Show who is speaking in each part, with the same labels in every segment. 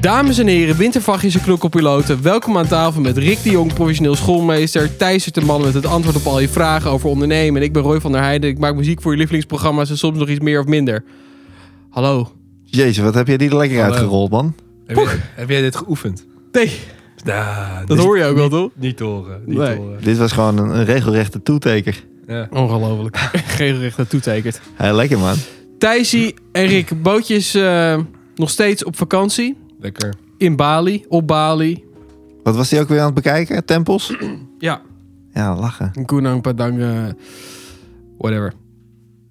Speaker 1: Dames en heren, wintervaggische knokkelpiloten. Welkom aan tafel met Rick de Jong, professioneel schoolmeester. Thijs de man met het antwoord op al je vragen over ondernemen. En ik ben Roy van der Heijden. Ik maak muziek voor je lievelingsprogramma's en soms nog iets meer of minder. Hallo.
Speaker 2: Jezus, wat heb je die er lekker
Speaker 3: Hallo.
Speaker 2: uitgerold, man?
Speaker 3: Heb jij, heb jij dit geoefend?
Speaker 1: Nee,
Speaker 3: Nah,
Speaker 1: dat hoor je ook wel, toch?
Speaker 3: Niet horen. Niet
Speaker 1: Nee.
Speaker 3: horen.
Speaker 2: Dit was gewoon een, een regelrechte toeteker.
Speaker 3: Ja.
Speaker 1: Ongelooflijk. Regelrecht dat toetekent.
Speaker 2: Hey, lekker, man.
Speaker 1: Thijsie en Rick, bootjes eh, nog steeds op vakantie.
Speaker 3: Lekker.
Speaker 1: In Bali, op Bali.
Speaker 2: Wat was die ook weer aan het bekijken? Tempels?
Speaker 1: Ja,
Speaker 2: Ja, lachen.
Speaker 1: Koenang Padang, eh, whatever.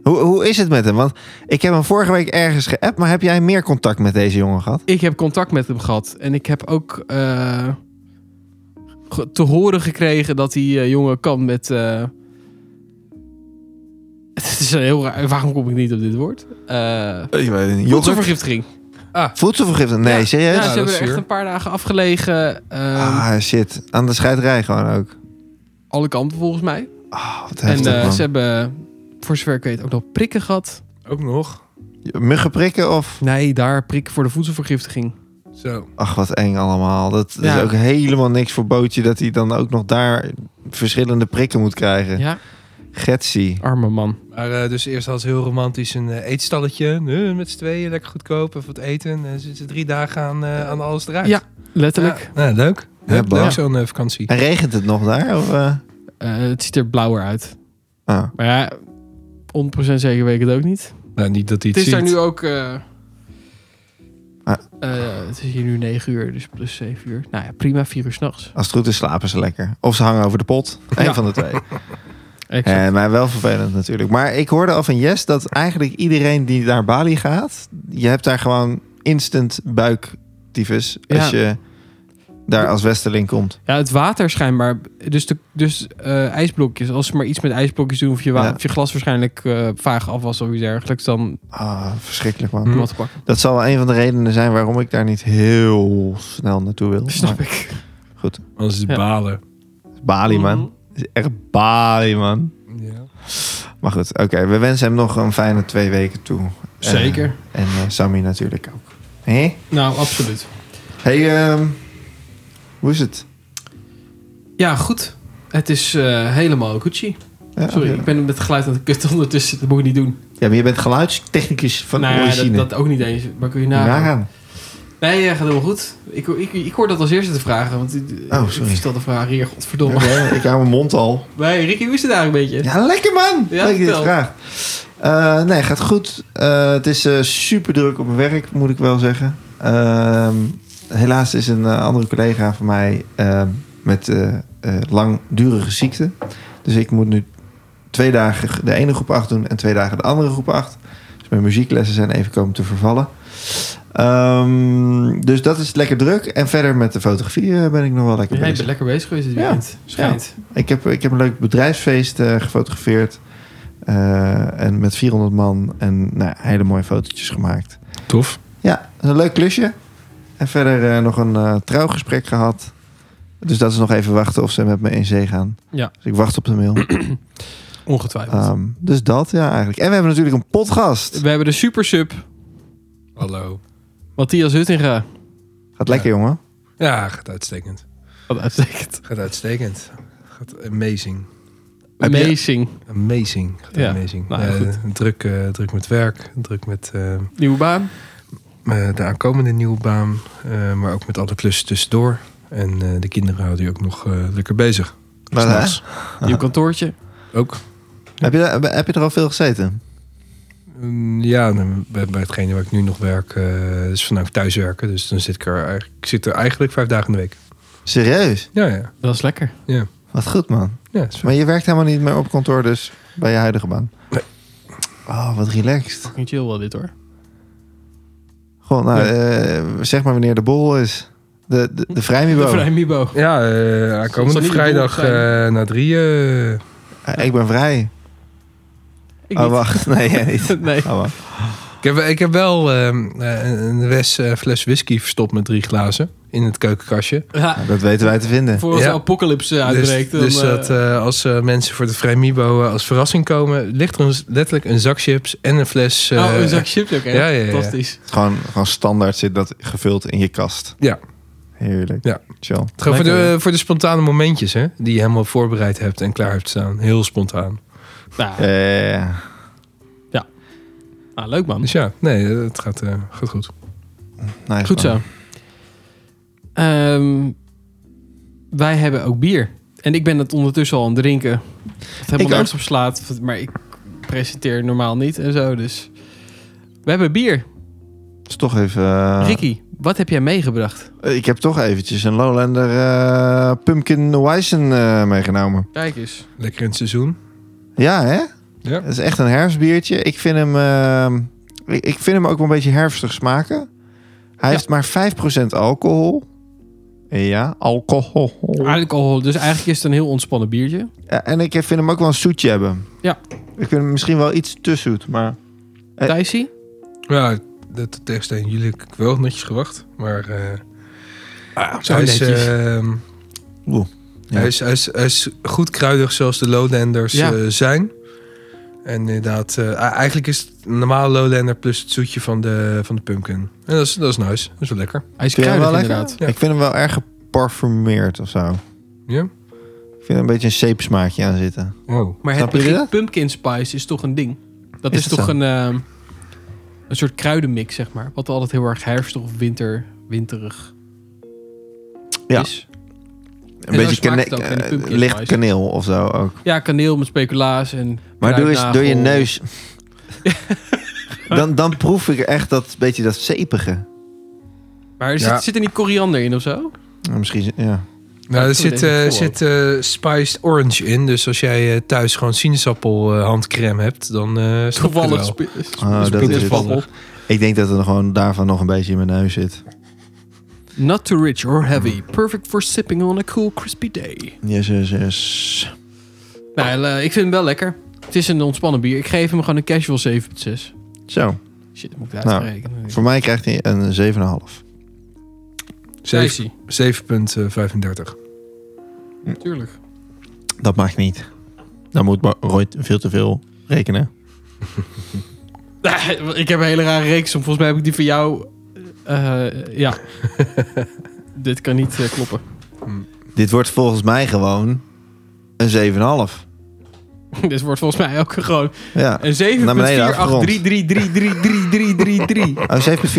Speaker 2: Hoe, hoe is het met hem? Want ik heb hem vorige week ergens geappt, maar heb jij meer contact met deze jongen gehad?
Speaker 1: Ik heb contact met hem gehad. En ik heb ook eh, ge- te horen gekregen dat die eh, jongen kan met... eh, het is een heel raar... Waarom kom ik niet op dit woord? Eh
Speaker 2: Ik weet het niet.
Speaker 1: voedselvergiftiging.
Speaker 2: Voedselvergiftiging? Nee,
Speaker 1: Ja. Ja,
Speaker 2: serieus?
Speaker 1: ze
Speaker 3: dat
Speaker 1: hebben
Speaker 3: is
Speaker 1: er echt
Speaker 3: zuur.
Speaker 1: een paar dagen afgelegen. ehm,
Speaker 2: Ah, shit. Aan de scheiderij gewoon ook.
Speaker 1: Alle kanten volgens mij.
Speaker 2: Ah, wat
Speaker 1: En
Speaker 2: heftig,
Speaker 1: eh,
Speaker 2: man.
Speaker 1: ze hebben, voor zover ik weet, ook nog prikken gehad.
Speaker 3: Ook nog.
Speaker 2: Muggen prikken of...
Speaker 1: Nee, daar prikken voor de voedselvergiftiging.
Speaker 3: Zo.
Speaker 2: Ach, wat eng allemaal. Dat
Speaker 1: Ja.
Speaker 2: is ook helemaal niks voor Bootje dat hij dan ook nog daar verschillende prikken moet krijgen.
Speaker 1: Ja,
Speaker 2: Getsie.
Speaker 1: arme man.
Speaker 3: Maar eh, dus eerst had ze heel romantisch een eh, eetstalletje. Nu met z'n tweeën lekker goedkoop. Even wat eten. En zitten drie dagen aan, eh, aan alles eruit.
Speaker 1: Ja, letterlijk.
Speaker 3: Ja. Nou, leuk.
Speaker 2: Ja,
Speaker 3: Leuk,
Speaker 2: bah.
Speaker 3: leuk zo'n eh, vakantie.
Speaker 2: En regent het nog daar? Of, eh?
Speaker 1: Eh, het ziet er blauwer uit.
Speaker 2: Ah.
Speaker 1: Maar ja, 100% zeker weet ik het ook niet.
Speaker 3: Nou, niet dat hij
Speaker 1: Het
Speaker 3: het,
Speaker 1: is daar
Speaker 3: ziet.
Speaker 1: nu ook... eh,
Speaker 2: Ah.
Speaker 1: eh, het is hier nu 9 uur, dus plus 7 uur. Nou ja, prima, 4 uur s'nachts.
Speaker 2: Als het goed is, slapen ze lekker. Of ze hangen over de pot. Eén
Speaker 1: Ja.
Speaker 2: van de twee.
Speaker 1: Exact.
Speaker 2: En, maar wel vervelend natuurlijk. Maar ik hoorde al van Yes dat eigenlijk iedereen die naar Bali gaat... je hebt daar gewoon instant buiktyfus als
Speaker 1: Ja.
Speaker 2: je daar als westerling komt.
Speaker 1: Ja, het water schijnbaar. Dus, de, dus eh, ijsblokjes. Als ze maar iets met ijsblokjes doen... of je, wa-
Speaker 2: Ja.
Speaker 1: of je glas waarschijnlijk eh, vaag afwas of iets dergelijks... dan
Speaker 2: Ah, verschrikkelijk man.
Speaker 3: Hm.
Speaker 1: wat te pakken.
Speaker 2: Dat zal wel een van de redenen zijn waarom ik daar niet heel snel naartoe wil.
Speaker 1: Snap
Speaker 2: Maar
Speaker 1: ik.
Speaker 3: Anders is het
Speaker 1: Ja.
Speaker 3: balen.
Speaker 2: Bali
Speaker 1: Mhm. Mm-hmm.
Speaker 2: man. Het is echt Bali man.
Speaker 3: Ja.
Speaker 2: Maar goed, oké. We wensen hem nog een fijne twee weken toe.
Speaker 1: Zeker.
Speaker 2: Eh, en eh, Sammy natuurlijk ook. Hé?
Speaker 1: Nou, absoluut.
Speaker 2: Hey, ehm, hoe is het?
Speaker 1: Ja, goed. Het is eh, helemaal Gucci.
Speaker 2: Ja,
Speaker 1: Sorry,
Speaker 2: ja.
Speaker 1: ik ben met het geluid aan het kutten ondertussen. Dat moet ik niet doen.
Speaker 2: Ja, maar je bent geluidstechnicus van
Speaker 1: nou ja, dat,
Speaker 2: origine.
Speaker 1: dat ook niet eens. Maar kun je
Speaker 2: Moet je
Speaker 1: nagaan.
Speaker 2: nagaan.
Speaker 1: Nee, ja, gaat helemaal goed. Ik, ik, ik hoor dat als eerste te vragen. Want ik-
Speaker 2: Oh, sorry.
Speaker 1: ik stel de vraag hier, godverdomme.
Speaker 2: Ja, ik hou mijn mond al.
Speaker 1: Nee, Ricky, hoe is het eigenlijk een beetje?
Speaker 2: Ja, lekker man!
Speaker 1: Ja,
Speaker 2: Leuk dat je het
Speaker 1: vertel.
Speaker 2: vraagt. Eh, nee, gaat goed. Eh, het is super druk op mijn werk, moet ik wel zeggen. Ehm, helaas is een eh, andere collega van mij ehm, met eh eh, langdurige ziekte. Dus ik moet nu twee dagen de ene groep acht doen en twee dagen de andere groep acht. Dus mijn muzieklessen zijn even komen te vervallen. Ehm, dus dat is lekker druk. En verder met de fotografie eh, ben ik nog wel lekker
Speaker 1: Jij
Speaker 2: bezig.
Speaker 1: bent lekker bezig geweest dit
Speaker 2: Ja,
Speaker 1: weekend. Schijnt.
Speaker 2: Ik heb, ik heb een leuk bedrijfsfeest eh, gefotografeerd. Eh, en met 400 man. En nou, ja, hele mooie fotootjes gemaakt.
Speaker 3: Tof.
Speaker 2: Ja, dat is een leuk klusje. En verder eh, nog een eh, trouwgesprek gehad. Dus dat is nog even wachten of ze met me in zee gaan.
Speaker 1: Ja.
Speaker 2: Dus ik wacht op de mail.
Speaker 1: Ongetwijfeld.
Speaker 2: Ehm, dus dat, ja, eigenlijk. En we hebben natuurlijk een podcast.
Speaker 1: We hebben de super sub,
Speaker 3: Hallo.
Speaker 1: Matthias Huttinga.
Speaker 2: Gaat lekker, jongen.
Speaker 3: Ja, gaat uitstekend.
Speaker 1: Wat uitstekend.
Speaker 3: Gaat uitstekend. Gaat amazing.
Speaker 2: Heb je-
Speaker 1: Amazing.
Speaker 3: Amazing. Gaat
Speaker 1: Ja.
Speaker 3: amazing.
Speaker 1: Nou,
Speaker 3: Eh,
Speaker 1: goed.
Speaker 3: druk, eh, druk met werk. Druk met... eh,
Speaker 1: Nieuwe baan.
Speaker 3: Eh, de aankomende nieuwe baan, eh, maar ook met alle klussen tussendoor. En eh, de kinderen houden je ook nog eh, lekker bezig.
Speaker 2: Maar, hè?
Speaker 3: S'nachts.
Speaker 2: Ah.
Speaker 1: Nieuw kantoortje.
Speaker 3: Ook.
Speaker 2: Heb, je, heb je er al veel gezeten?
Speaker 3: Mm, ja, nou, bij, bij hetgene waar ik nu nog werk, eh is vanuit thuiswerken. Dus dan zit ik er, eigenlijk- ik zit er eigenlijk vijf dagen in de week.
Speaker 2: Serieus?
Speaker 3: Ja, ja.
Speaker 1: Dat is lekker.
Speaker 2: Wat goed, man.
Speaker 3: ja is-
Speaker 2: Maar je werkt helemaal niet meer op kantoor, dus bij je huidige baan?
Speaker 3: Nee.
Speaker 2: Oh, wat relaxed.
Speaker 1: Fucking chill wel dit hoor.
Speaker 2: Gewoon, nou,
Speaker 3: Ja.
Speaker 2: eh, zeg maar wanneer de bol is. De, de, de vrijmibo.
Speaker 1: De Vrij Mibo.
Speaker 3: ja, eh,
Speaker 1: zal
Speaker 3: aankomende
Speaker 1: niet de
Speaker 3: vrijdag
Speaker 1: doel zijn.
Speaker 3: eh, na drieën.
Speaker 2: Ah, ik ben vrij.
Speaker 1: Ik
Speaker 2: oh,
Speaker 1: niet.
Speaker 2: wacht. Nee, jij niet.
Speaker 1: Nee.
Speaker 2: Oh, wacht.
Speaker 3: ik, heb, ik heb wel ehm, eh, een, een wes- eh, fles whisky eh, verstopt met drie glazen. in het keukenkastje.
Speaker 1: Ja,
Speaker 2: Nou, dat weten wij te vinden.
Speaker 1: voor als
Speaker 3: Ja.
Speaker 1: de apocalypse eh,
Speaker 3: Dus,
Speaker 1: uitbreekt. dan,
Speaker 3: dus
Speaker 1: eh,
Speaker 3: dat eh, als eh, mensen voor de Vrijmibo eh, als verrassing komen, ligt er een- letterlijk een zak chips en een fles. eh,
Speaker 1: oh, een zak chips ook. hè?
Speaker 3: ja, ja, ja.
Speaker 1: Fantastisch.
Speaker 2: Gewoon, gewoon standaard zit dat gevuld in je kast.
Speaker 3: Ja.
Speaker 2: Heerlijk.
Speaker 3: Ja.
Speaker 2: Chill.
Speaker 3: Gewoon voor
Speaker 1: Lekker,
Speaker 3: de, voor de spontane momentjes, hè? Die je helemaal voorbereid hebt en klaar hebt staan. Heel spontaan.
Speaker 1: Nou,
Speaker 2: Eh,
Speaker 1: nou, leuk man.
Speaker 3: Dus ja, nee, het gaat, eh, gaat goed.
Speaker 2: nice
Speaker 1: Goed zo.
Speaker 2: man.
Speaker 1: Ehm, wij hebben ook bier. En ik ben het ondertussen al aan het drinken. Het
Speaker 2: Ik ook.
Speaker 1: helemaal nergens op slaat. Maar ik presenteer normaal niet en zo. Dus we hebben bier.
Speaker 2: Is toch even... eh,
Speaker 1: Ricky, wat heb jij meegebracht?
Speaker 2: Ik heb toch eventjes een Lowlander eh, Pumpkin Weizen eh, meegenomen.
Speaker 1: Kijk eens.
Speaker 3: Lekker in het seizoen.
Speaker 2: Ja, hè?
Speaker 3: Ja.
Speaker 2: Het is echt een herfstbiertje. Ik vind hem, ehm, ik ik vind hem ook wel een beetje herfstig smaken. Hij heeft maar 5% alcohol. Ja, alcohol.
Speaker 1: Alcohol. Dus eigenlijk is het een heel ontspannen biertje.
Speaker 2: Ja, en ik vind hem ook wel een zoetje hebben.
Speaker 1: Ja.
Speaker 2: Ik vind hem misschien wel iets te zoet, maar... Eh.
Speaker 1: Thijsie?
Speaker 3: Ja, dat tegenstelling jullie heb ik wel netjes gewacht. Maar eh,
Speaker 1: zo
Speaker 3: hij,
Speaker 1: Ah,
Speaker 3: is,
Speaker 1: netjes.
Speaker 3: ehm,
Speaker 2: Oeh, ja.
Speaker 3: hij, is, hij, is, hij is goed kruidig zoals de Lowlanders
Speaker 1: Ja.
Speaker 3: eh, zijn. En inderdaad, eh, eigenlijk is het een normale Lowlander plus het zoetje van de, van de pumpkin. En dat is, dat is nice. Dat is wel lekker.
Speaker 1: Hij is
Speaker 2: Vind je hem
Speaker 1: kruidig
Speaker 2: wel lekker?
Speaker 1: inderdaad.
Speaker 3: Ja.
Speaker 2: Ik vind hem wel erg geparfumeerd of zo.
Speaker 3: Ja?
Speaker 2: Ik vind er een beetje een zeepsmaakje aan zitten.
Speaker 3: Wow.
Speaker 1: Maar het
Speaker 2: Snap jullie
Speaker 1: begrip
Speaker 2: dat?
Speaker 1: pumpkin spice is toch een ding? Dat is,
Speaker 2: Is dat
Speaker 1: toch
Speaker 2: zo?
Speaker 1: een, ehm, een soort kruidenmix, zeg maar. Wat altijd heel erg herfstig of winter, winterig
Speaker 2: Ja.
Speaker 1: is.
Speaker 2: Een
Speaker 1: En zo
Speaker 2: beetje
Speaker 1: smaakt
Speaker 2: kane-
Speaker 1: het ook in de
Speaker 2: eh,
Speaker 1: pumpkin
Speaker 2: licht
Speaker 1: spice.
Speaker 2: kaneel of zo ook.
Speaker 1: Ja, kaneel met speculaas en...
Speaker 2: Maar doe eens door je
Speaker 1: Kruidnagel.
Speaker 2: neus. dan, dan proef ik echt dat beetje dat zeepige.
Speaker 1: Maar
Speaker 3: Ja.
Speaker 1: zit, zit er niet koriander in of zo?
Speaker 2: Nou, Misschien, ja.
Speaker 3: Nou, er
Speaker 1: Ik doe
Speaker 3: zit,
Speaker 1: Oh, deze
Speaker 3: eh,
Speaker 1: voor
Speaker 3: zit eh, spiced orange in. Dus als jij eh, thuis gewoon sinaasappel eh, handcrème hebt, dan eh snap ik het
Speaker 1: Toevallig.
Speaker 3: wel.
Speaker 1: spe-
Speaker 2: Oh,
Speaker 1: spe-
Speaker 2: dat is
Speaker 1: spe-
Speaker 3: het.
Speaker 2: Ik denk dat er gewoon daarvan nog een beetje in mijn neus zit.
Speaker 1: Not too rich or heavy. Perfect for sipping on a cool crispy day.
Speaker 2: Yes, yes, yes.
Speaker 1: Nou, eh, ik vind hem wel lekker. Het is een ontspannen bier. Ik geef hem gewoon een casual 7.6.
Speaker 2: Zo,
Speaker 1: Shit, dat moet ik
Speaker 2: Nou,
Speaker 1: uitrekenen.
Speaker 2: voor mij krijgt hij een 7,5.
Speaker 3: Zeven- eh, 7,35.
Speaker 1: Tuurlijk.
Speaker 2: Dat mag niet. Dan moet Ba- Roy veel te veel rekenen.
Speaker 1: Ik heb een hele rare reeks. om. Volgens mij heb ik die van jou. eh, ja. Dit kan niet eh, kloppen.
Speaker 2: Dit wordt volgens mij gewoon een 7,5.
Speaker 1: Dit wordt volgens mij ook gewoon
Speaker 2: Ja.
Speaker 1: een
Speaker 2: Naar beneden afgerond.
Speaker 1: 7.483333333.
Speaker 2: Oh, 7,48.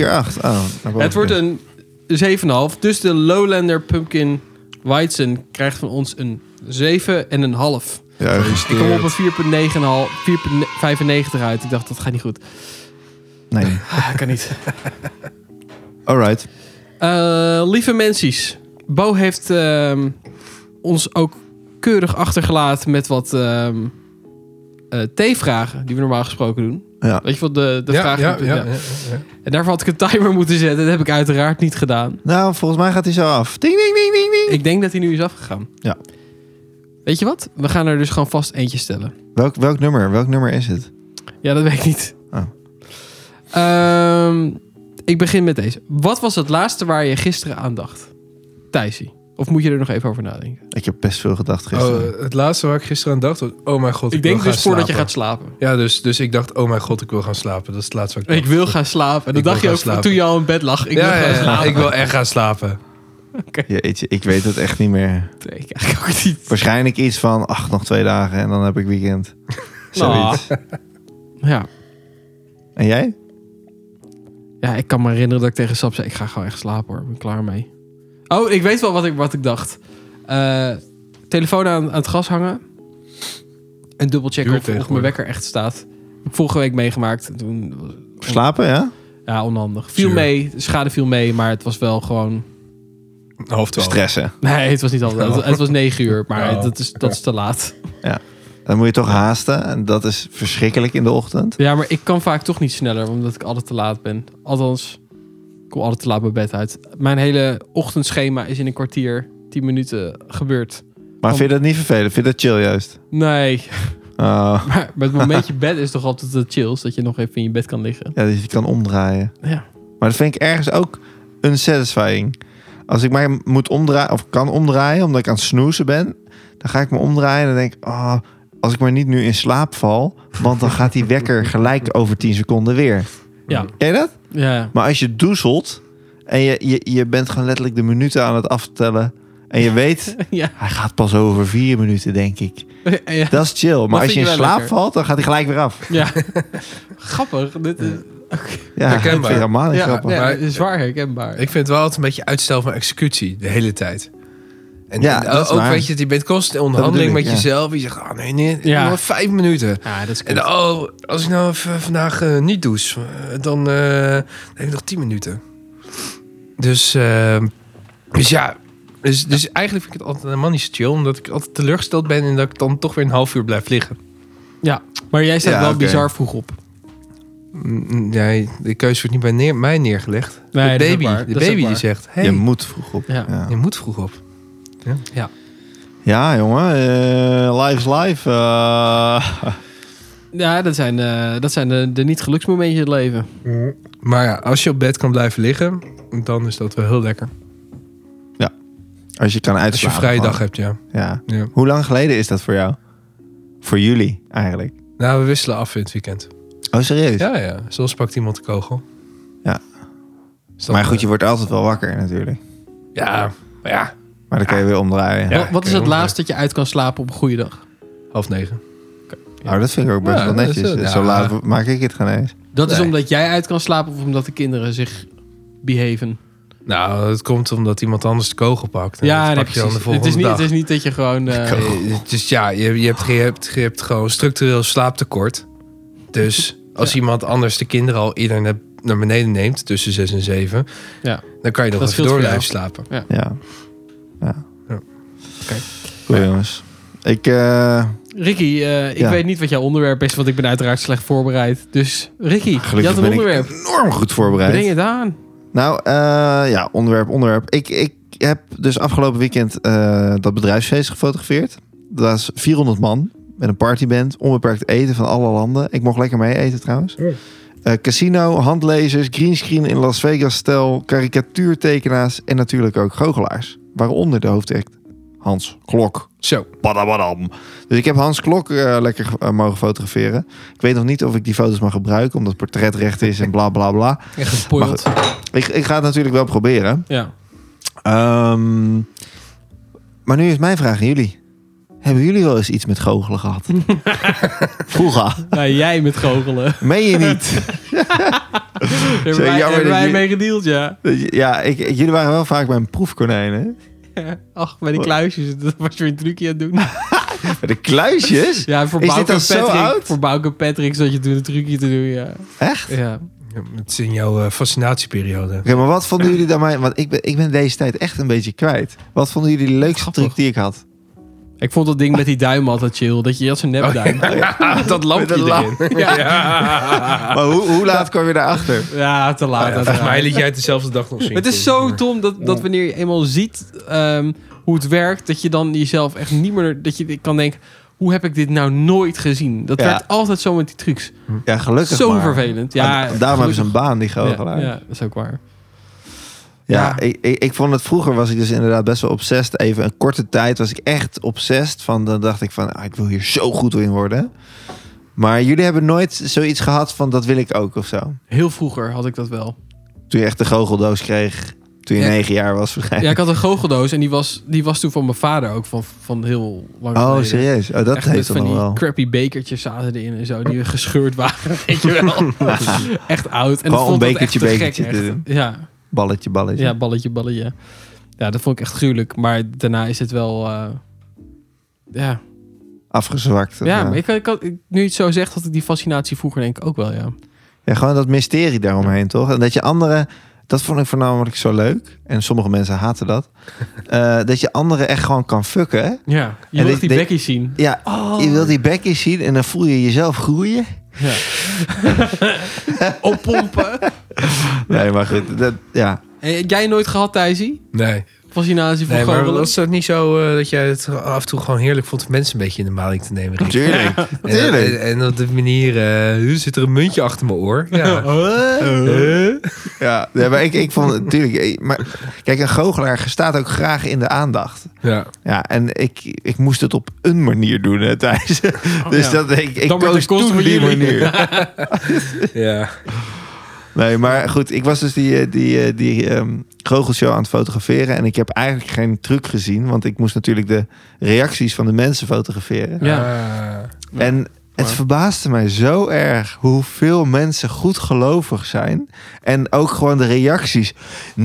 Speaker 2: Oh,
Speaker 1: Het wordt een 7,5. Dus de Lowlander Pumpkin Weizen krijgt van ons een 7,5.
Speaker 2: Ja,
Speaker 1: Eh, Ik kom op een 4,9, 4,95 uit. Ik dacht, dat gaat niet goed.
Speaker 2: nee.
Speaker 1: Ah, kan niet.
Speaker 2: Alright.
Speaker 1: Eh, lieve mensies, Bo heeft ehm, ons ook keurig achtergelaten met wat ehm eh, T-vragen die we normaal gesproken doen.
Speaker 2: Ja.
Speaker 1: Weet je wat de, de
Speaker 3: ja,
Speaker 1: vraag
Speaker 3: ja, ja, ja, ja.
Speaker 1: En daarvoor had ik een timer moeten zetten. Dat heb ik uiteraard niet gedaan.
Speaker 2: Nou, volgens mij gaat hij zo af. Ding, ding, ding, ding, ding.
Speaker 1: Ik denk dat hij nu is afgegaan.
Speaker 2: Ja.
Speaker 1: Weet je wat? We gaan er dus gewoon vast eentje stellen.
Speaker 2: Welk, welk nummer? Welk nummer is het?
Speaker 1: Ja, dat weet ik niet.
Speaker 2: Oh.
Speaker 1: Ehm, ik begin met deze. Wat was het laatste waar je gisteren aan dacht? Thijsie. Of moet je er nog even over nadenken?
Speaker 2: Ik heb best veel gedacht gisteren.
Speaker 3: Oh, het laatste waar ik gisteren aan dacht was... Oh mijn god, ik,
Speaker 1: Ik denk
Speaker 3: wil
Speaker 1: dus
Speaker 3: gaan
Speaker 1: voordat je
Speaker 3: slapen.
Speaker 1: gaat slapen.
Speaker 3: Ja, dus, dus ik dacht, oh mijn god, ik wil gaan slapen. Dat is het laatste wat ik
Speaker 1: Ik wil gaan slapen. En dat
Speaker 3: Ik wil
Speaker 1: dacht je
Speaker 3: gaan
Speaker 1: ook
Speaker 3: slapen.
Speaker 1: toen je al in bed lag. Ik
Speaker 3: ja,
Speaker 1: wil
Speaker 3: ja,
Speaker 1: gaan
Speaker 3: ja,
Speaker 1: slapen.
Speaker 3: ik wil echt gaan slapen.
Speaker 2: Jeetje, ik weet het echt niet meer.
Speaker 1: Nee, ik eigenlijk ook niet.
Speaker 2: Waarschijnlijk iets van, ach, nog twee dagen en dan heb ik weekend. Zoiets.
Speaker 1: Ah. Ja.
Speaker 2: Ah. En jij?
Speaker 1: ja, ik kan me herinneren dat ik tegen Sap zei... ik ga gewoon echt slapen hoor. Ik ben klaar mee. Oh, ik weet wel wat ik, wat ik dacht. Eh, telefoon aan, aan het gas hangen. En dubbelchecken of,
Speaker 3: Duurt
Speaker 1: of mijn
Speaker 3: tegenwoordig.
Speaker 1: wekker echt staat. Heb ik vorige week meegemaakt. En toen,
Speaker 2: Slapen, ja?
Speaker 1: ja, onhandig. Viel
Speaker 3: Zuur.
Speaker 1: mee, de schade viel mee. Maar het was wel gewoon...
Speaker 3: Half twaalf.
Speaker 2: Stressen.
Speaker 1: Nee, het was niet altijd. Het, het was negen uur. Maar
Speaker 3: Oh.
Speaker 1: dat, is, dat is te laat.
Speaker 2: Dan moet je toch haasten en dat is verschrikkelijk in de ochtend.
Speaker 1: Ja, maar ik kan vaak toch niet sneller, omdat ik altijd te laat ben. Althans, ik kom altijd te laat mijn bed uit. Mijn hele ochtendschema is in een kwartier, tien minuten gebeurd.
Speaker 2: Maar vind je dat niet vervelend? Vind je dat chill juist?
Speaker 1: Nee,
Speaker 2: Oh,
Speaker 1: maar met het momentje bed is toch altijd het chills, dat je nog even in je bed kan liggen.
Speaker 2: ja, dat je kan dus omdraaien.
Speaker 1: Ja.
Speaker 2: Maar dat vind ik ergens ook unsatisfying. Als ik mij moet omdraaien, of kan omdraaien, omdat ik aan het snoezen ben, dan ga ik me omdraaien en dan denk ik, oh, als ik maar niet nu in slaap val, want dan gaat die wekker gelijk over 10 seconden weer.
Speaker 1: Ja.
Speaker 2: Ken je dat?
Speaker 1: Ja.
Speaker 2: Maar als je doezelt en je, je, je bent gewoon letterlijk de minuten aan het aftellen en je weet,
Speaker 1: ja.
Speaker 2: hij gaat pas over vier minuten, denk ik.
Speaker 1: ja.
Speaker 2: Dat is chill. Maar
Speaker 1: Dat
Speaker 2: als
Speaker 1: vind ik
Speaker 2: je in
Speaker 1: wel
Speaker 2: slaap
Speaker 1: lekker.
Speaker 2: valt, dan gaat hij gelijk weer af.
Speaker 1: ja. Grappig. Dit is,
Speaker 2: Ja,
Speaker 3: Herkenbaar.
Speaker 2: ik vind het helemaal niet
Speaker 1: ja,
Speaker 2: grappig.
Speaker 1: nee,
Speaker 3: Maar-
Speaker 1: het is zwaar herkenbaar.
Speaker 3: Ik vind het wel altijd een beetje uitstel van executie de hele tijd. En,
Speaker 2: Ja,
Speaker 3: en
Speaker 2: dat is
Speaker 3: ook
Speaker 2: waar.
Speaker 3: weet je, je bent constant in onderhandeling
Speaker 2: bedoel
Speaker 3: met
Speaker 2: ik, ja.
Speaker 3: jezelf. Je zegt, ah nee, nee, ik
Speaker 1: Ja.
Speaker 3: heb nog vijf minuten.
Speaker 1: ja, dat is
Speaker 3: En
Speaker 1: kut.
Speaker 3: dan, oh, als ik nou even vandaag eh, niet douche, eh, dan eh, dan heb ik nog tien minuten. Dus, eh, dus ja, dus, dus eigenlijk vind ik het altijd helemaal niet zo chill. Omdat ik altijd teleurgesteld ben en dat ik dan toch weer een half uur blijf liggen.
Speaker 1: Maar jij staat
Speaker 2: Ja,
Speaker 1: wel
Speaker 2: oké.
Speaker 1: bizar vroeg op.
Speaker 3: Mm, Nee, de keuze wordt niet bij neer- mij neergelegd.
Speaker 1: Nee, dat
Speaker 3: de
Speaker 1: is ook
Speaker 3: baby,
Speaker 1: waar.
Speaker 3: de
Speaker 1: Dat is ook
Speaker 3: baby die
Speaker 1: waar.
Speaker 3: zegt, hey,
Speaker 2: Je
Speaker 3: je,
Speaker 2: moet vroeg op.
Speaker 1: Ja.
Speaker 2: Ja.
Speaker 3: moet vroeg op.
Speaker 2: Ja, jongen. eh live's live. eh.
Speaker 1: Ja, dat zijn, eh, dat zijn de, de niet geluksmomentjes in het leven.
Speaker 3: Maar ja, als je op bed kan blijven liggen, dan is dat wel heel lekker.
Speaker 2: als je kan
Speaker 3: Als je
Speaker 2: uitslapen.
Speaker 3: een vrije dag
Speaker 2: gewoon.
Speaker 3: hebt, ja.
Speaker 2: Ja.
Speaker 3: ja.
Speaker 2: Hoe lang geleden is dat voor jou? Voor jullie eigenlijk.
Speaker 3: Nou, we wisselen af in het weekend.
Speaker 2: Oh, serieus?
Speaker 3: Ja, ja. Soms pakt iemand de kogel.
Speaker 2: Ja.
Speaker 3: Dus dan,
Speaker 2: Maar goed,
Speaker 3: eh,
Speaker 2: je wordt altijd wel wakker natuurlijk.
Speaker 3: Ja, maar ja.
Speaker 2: Maar dan kan je weer omdraaien.
Speaker 3: Ja,
Speaker 1: wat wat
Speaker 3: oké,
Speaker 1: is het
Speaker 3: hoor.
Speaker 1: laatst dat je uit kan slapen op een goede dag?
Speaker 3: Half negen.
Speaker 2: Oh, dat vind ik ook best
Speaker 3: Ja,
Speaker 2: wel
Speaker 3: dat is
Speaker 2: netjes.
Speaker 3: wel-
Speaker 2: Zo
Speaker 3: ja.
Speaker 2: laat maak ik het geen eens.
Speaker 1: Dat is
Speaker 3: Nee.
Speaker 1: omdat jij uit kan slapen of omdat de kinderen zich behaven?
Speaker 3: Nou, het komt omdat iemand anders de kogel pakt. En dat
Speaker 1: ja, nee,
Speaker 3: pak je dan de
Speaker 1: precies. Het
Speaker 3: volgende
Speaker 1: is, niet,
Speaker 3: dag.
Speaker 1: het is niet dat je gewoon... eh,
Speaker 3: Eh, Dus ja, je, je, hebt, je, hebt, je hebt gewoon structureel slaaptekort. Dus als iemand anders de kinderen al eerder naar- naar beneden neemt, tussen zes en zeven,
Speaker 1: Ja.
Speaker 3: dan kan je nog
Speaker 1: Dat
Speaker 3: even
Speaker 1: scheelt voor
Speaker 3: door
Speaker 1: jou.
Speaker 3: blijven slapen.
Speaker 2: Ja. Ja.
Speaker 3: Ja. Oké.
Speaker 2: Goed, jongens. Ik, eh,
Speaker 1: Ricky, eh, ik
Speaker 2: Ja.
Speaker 1: weet niet wat jouw onderwerp is, want ik ben uiteraard slecht voorbereid. Dus Ricky, je
Speaker 2: gelukkig
Speaker 1: had een
Speaker 2: ben
Speaker 1: onderwerp.
Speaker 2: ik enorm goed
Speaker 1: Breng
Speaker 2: voorbereid.
Speaker 1: het aan.
Speaker 2: Nou, eh, ja, onderwerp, onderwerp. Ik, ik heb dus afgelopen weekend eh, dat bedrijfsfeest gefotografeerd. Dat was 400 man met een partyband, onbeperkt eten van alle landen. Ik mocht lekker mee eten trouwens.
Speaker 3: Mm.
Speaker 2: Eh, casino, handlezers, greenscreen in Las Vegas stijl, karikatuurtekenaars en natuurlijk ook goochelaars. Waaronder de hoofdact Hans Klok.
Speaker 3: Zo.
Speaker 2: Badabadam. Dus ik heb Hans Klok eh, lekker eh, mogen fotograferen. Ik weet nog niet of ik die foto's mag gebruiken, omdat het portretrecht is en bla bla bla.
Speaker 1: Echt gespoild.
Speaker 2: Ik, ik ga het natuurlijk wel proberen.
Speaker 1: Ja.
Speaker 2: Ehm, maar nu is mijn vraag aan jullie. Hebben jullie wel eens iets met goochelen gehad? Vroeger.
Speaker 1: Nou, jij met goochelen.
Speaker 2: Meen je niet?
Speaker 1: Daar hebben wij, daar
Speaker 2: jammer
Speaker 1: hebben
Speaker 2: dat
Speaker 1: wij
Speaker 2: je-
Speaker 1: mee gedeeld, ja.
Speaker 2: Ja, ik, ik- jullie waren wel vaak bij een proefkonijn, hè?
Speaker 1: Ach, bij die kluisjes. Dat was weer een trucje aan het doen.
Speaker 2: Bij de kluisjes?
Speaker 1: Ja, voor
Speaker 2: Is dit
Speaker 1: Bouke
Speaker 2: al zo
Speaker 1: Patrick.
Speaker 2: oud?
Speaker 1: Voor Bouke Patrick zat je toen een trucje te doen, ja.
Speaker 2: Echt? Oké,
Speaker 1: Ja.
Speaker 3: Ja, Het is in jouw eh, fascinatieperiode.
Speaker 2: maar wat vonden jullie dan mij... Want ik ben, ik ben deze tijd echt een beetje kwijt. Wat vonden jullie de leukste
Speaker 1: Grappig.
Speaker 2: truc die ik had?
Speaker 1: Ik vond dat ding met die duim altijd chill. Dat je had zo'n nepduim.
Speaker 3: dat lampje
Speaker 2: Oh, Met een
Speaker 3: erin. Ja.
Speaker 2: Maar hoe, hoe laat kwam je daarachter?
Speaker 1: Ja, te laat.
Speaker 3: Oh Volgens
Speaker 1: uiteraard.
Speaker 3: mij liet jij het dezelfde dag nog zien.
Speaker 1: het is zo dom dat, dat wanneer je eenmaal ziet ehm, hoe het werkt, dat je dan jezelf echt niet meer. Dat je kan denken: hoe heb ik dit nou nooit gezien? Dat
Speaker 2: Ja.
Speaker 1: werd altijd zo met die trucs.
Speaker 2: Ja, gelukkig
Speaker 1: zo
Speaker 2: maar.
Speaker 1: vervelend. Ja,
Speaker 2: En daarom hebben ze een baan, die
Speaker 1: ja,
Speaker 2: goochelaar.
Speaker 1: ja, dat is ook waar.
Speaker 2: Ja,
Speaker 1: Ja.
Speaker 2: Ik, ik, ik vond het vroeger was ik dus inderdaad best wel obsessed. Even een korte tijd was ik echt obsessed. Van, dan dacht ik van, ah, ik wil hier zo goed in worden. Maar jullie hebben nooit zoiets gehad van, dat wil ik ook of zo.
Speaker 1: Heel vroeger had ik dat wel.
Speaker 2: Toen je echt de goocheldoos kreeg. Toen je
Speaker 1: Ja.
Speaker 2: negen jaar was
Speaker 1: Ja,
Speaker 2: waarschijnlijk.
Speaker 1: ik had een goocheldoos en die was, die was toen van mijn vader ook van, van heel lang
Speaker 2: oh,
Speaker 1: geleden.
Speaker 2: serieus? Oh, dat
Speaker 1: Echt met
Speaker 2: heeft dan
Speaker 1: van
Speaker 2: nog
Speaker 1: die
Speaker 2: wel.
Speaker 1: crappy bekertjes zaten erin en zo, die gescheurd waren, weet je wel. echt oud. En
Speaker 2: Gewoon
Speaker 1: ik vond
Speaker 2: een
Speaker 1: dat echt
Speaker 2: bekertje,
Speaker 1: te gek,
Speaker 2: bekertje
Speaker 1: echt.
Speaker 2: te doen.
Speaker 1: Ja,
Speaker 2: Balletje, balletje.
Speaker 1: ja, balletje, balletje. Ja, dat vond ik echt gruwelijk. Maar daarna is het wel... eh, ja,
Speaker 2: Afgezwakt. of
Speaker 1: ja
Speaker 2: ja.
Speaker 1: maar ik, ik had, ik- nu je het zo zegt, had ik die fascinatie vroeger denk ik ook wel, ja.
Speaker 2: Ja, gewoon dat mysterie daaromheen, toch? En dat je anderen... Dat vond ik voornamelijk zo leuk. En sommige mensen haten dat. Eh, dat je anderen echt gewoon kan fucken. hè?
Speaker 1: Ja, je
Speaker 2: En
Speaker 1: wil
Speaker 2: ik
Speaker 1: die
Speaker 2: denk-
Speaker 1: bekjes zien.
Speaker 2: Ja,
Speaker 1: Oh.
Speaker 2: je wil die bekjes zien en dan voel je jezelf groeien.
Speaker 1: Ja. Oppompen.
Speaker 2: Nee, maar goed. Dat, ja.
Speaker 1: Eh, Jij nooit gehad, Thijsie?
Speaker 3: Nee.
Speaker 1: fascinatie voor
Speaker 3: Nee, maar
Speaker 1: goochelen.
Speaker 3: was het niet zo eh, dat jij het af en toe gewoon heerlijk vond om mensen een beetje in de maling te nemen? Rick?
Speaker 2: Tuurlijk.
Speaker 3: En,
Speaker 2: Tuurlijk.
Speaker 3: en, en op de manier, eh, nu zit er een muntje achter mijn oor. Ja. Eh?
Speaker 2: Ja, nee, maar ik, ik vond het natuurlijk. Maar kijk, een goochelaar staat ook graag in de aandacht.
Speaker 3: ja.
Speaker 2: Ja, en ik, ik moest het op een manier doen, hè, Thijs. Dus
Speaker 1: Oh, ja.
Speaker 2: dat ik, ik
Speaker 1: Dan maar
Speaker 2: koos
Speaker 1: ten koste
Speaker 2: toen
Speaker 1: van
Speaker 2: die
Speaker 1: jullie.
Speaker 2: manier.
Speaker 3: ja.
Speaker 2: Nee, maar goed, ik was dus die, eh, die, eh, die ehm, goochelshow aan het fotograferen. En ik heb eigenlijk geen truc gezien, want ik moest natuurlijk de reacties van de mensen fotograferen.
Speaker 3: Ja.
Speaker 2: En het
Speaker 1: Maar-
Speaker 2: verbaasde mij zo erg hoeveel mensen goedgelovig zijn. En ook gewoon de reacties.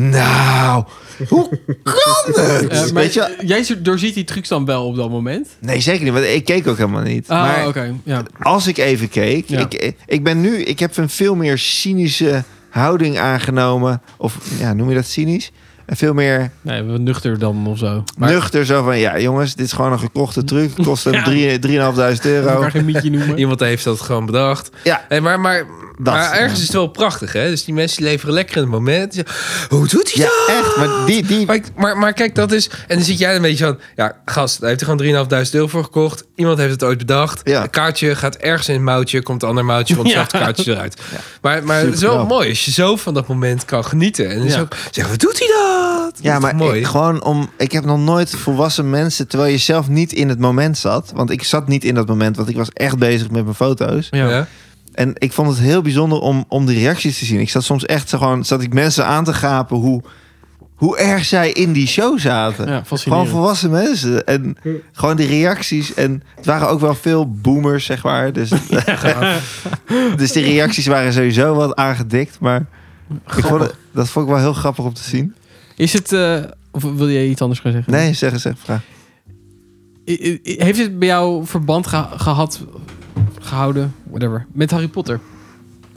Speaker 2: Nou, hoe kan het?
Speaker 1: Eh, maar
Speaker 2: Weet je, wel?
Speaker 1: jij doorziet die trucs dan wel op dat moment?
Speaker 2: nee, zeker niet. Want ik keek ook helemaal niet.
Speaker 1: Ah,
Speaker 2: maar
Speaker 1: oké. Ja.
Speaker 2: als ik even keek,
Speaker 1: Ja.
Speaker 2: ik, ik ben nu, ik heb een veel meer cynische houding aangenomen. Of ja, noem je dat cynisch? En veel meer
Speaker 1: Nee, we nuchter dan of zo.
Speaker 3: Maar-
Speaker 2: nuchter zo van, ja jongens, dit is gewoon een gekochte truc. Het kost
Speaker 1: Ja.
Speaker 2: hem drie- 3.500 euro.
Speaker 1: elkaar geen mietje noemen.
Speaker 3: Ah. Iemand heeft dat gewoon bedacht.
Speaker 2: Ja.
Speaker 3: Hey, maar, maar, maar ergens is het wel prachtig, hè? Dus die mensen die leveren lekker in het moment. Ja, Hoe doet hij
Speaker 2: Ja,
Speaker 3: dat?
Speaker 2: echt. Maar die, die,
Speaker 3: Maar, ik- maar, maar kijk, dat is... En dan zit jij een beetje van... Ja, gast, daar heeft hij gewoon 3.500 euro voor gekocht. Iemand heeft het ooit bedacht.
Speaker 2: Ja.
Speaker 3: Een kaartje gaat ergens in een mouwtje. Komt een ander mouwtje, komt
Speaker 1: Ja.
Speaker 3: hetzelfde kaartje eruit. Maar, maar het is wel
Speaker 2: Superknap.
Speaker 3: mooi als je zo van dat moment kan genieten. En dan is
Speaker 1: Ja.
Speaker 3: ook... Zeg, wat doet hij dat?
Speaker 2: Ja,
Speaker 3: Dat is
Speaker 2: maar
Speaker 3: mooi.
Speaker 2: ik, gewoon om. Ik heb nog nooit volwassen mensen. terwijl je zelf niet in het moment zat. Want ik zat niet in dat moment, want ik was echt bezig met mijn foto's.
Speaker 1: Ja.
Speaker 3: Ja.
Speaker 2: En ik vond het heel bijzonder om, om die reacties te zien. Ik zat soms echt zo gewoon. zat ik mensen aan te gapen hoe. hoe erg zij in die show zaten.
Speaker 1: Ja,
Speaker 2: Gewoon
Speaker 1: fascinerend.
Speaker 2: volwassen mensen. En gewoon die reacties. En het waren ook wel veel boomers, zeg maar. Dus, dus die reacties waren sowieso wat aangedikt. Maar ik vond het- dat vond ik wel heel grappig om te zien.
Speaker 1: Is het... eh, of wil jij iets anders gaan zeggen?
Speaker 2: Nee, zeg eens, zeg, vraag.
Speaker 1: I- I- I- Heeft het bij jou verband geha- gehad, gehouden, whatever, met Harry Potter?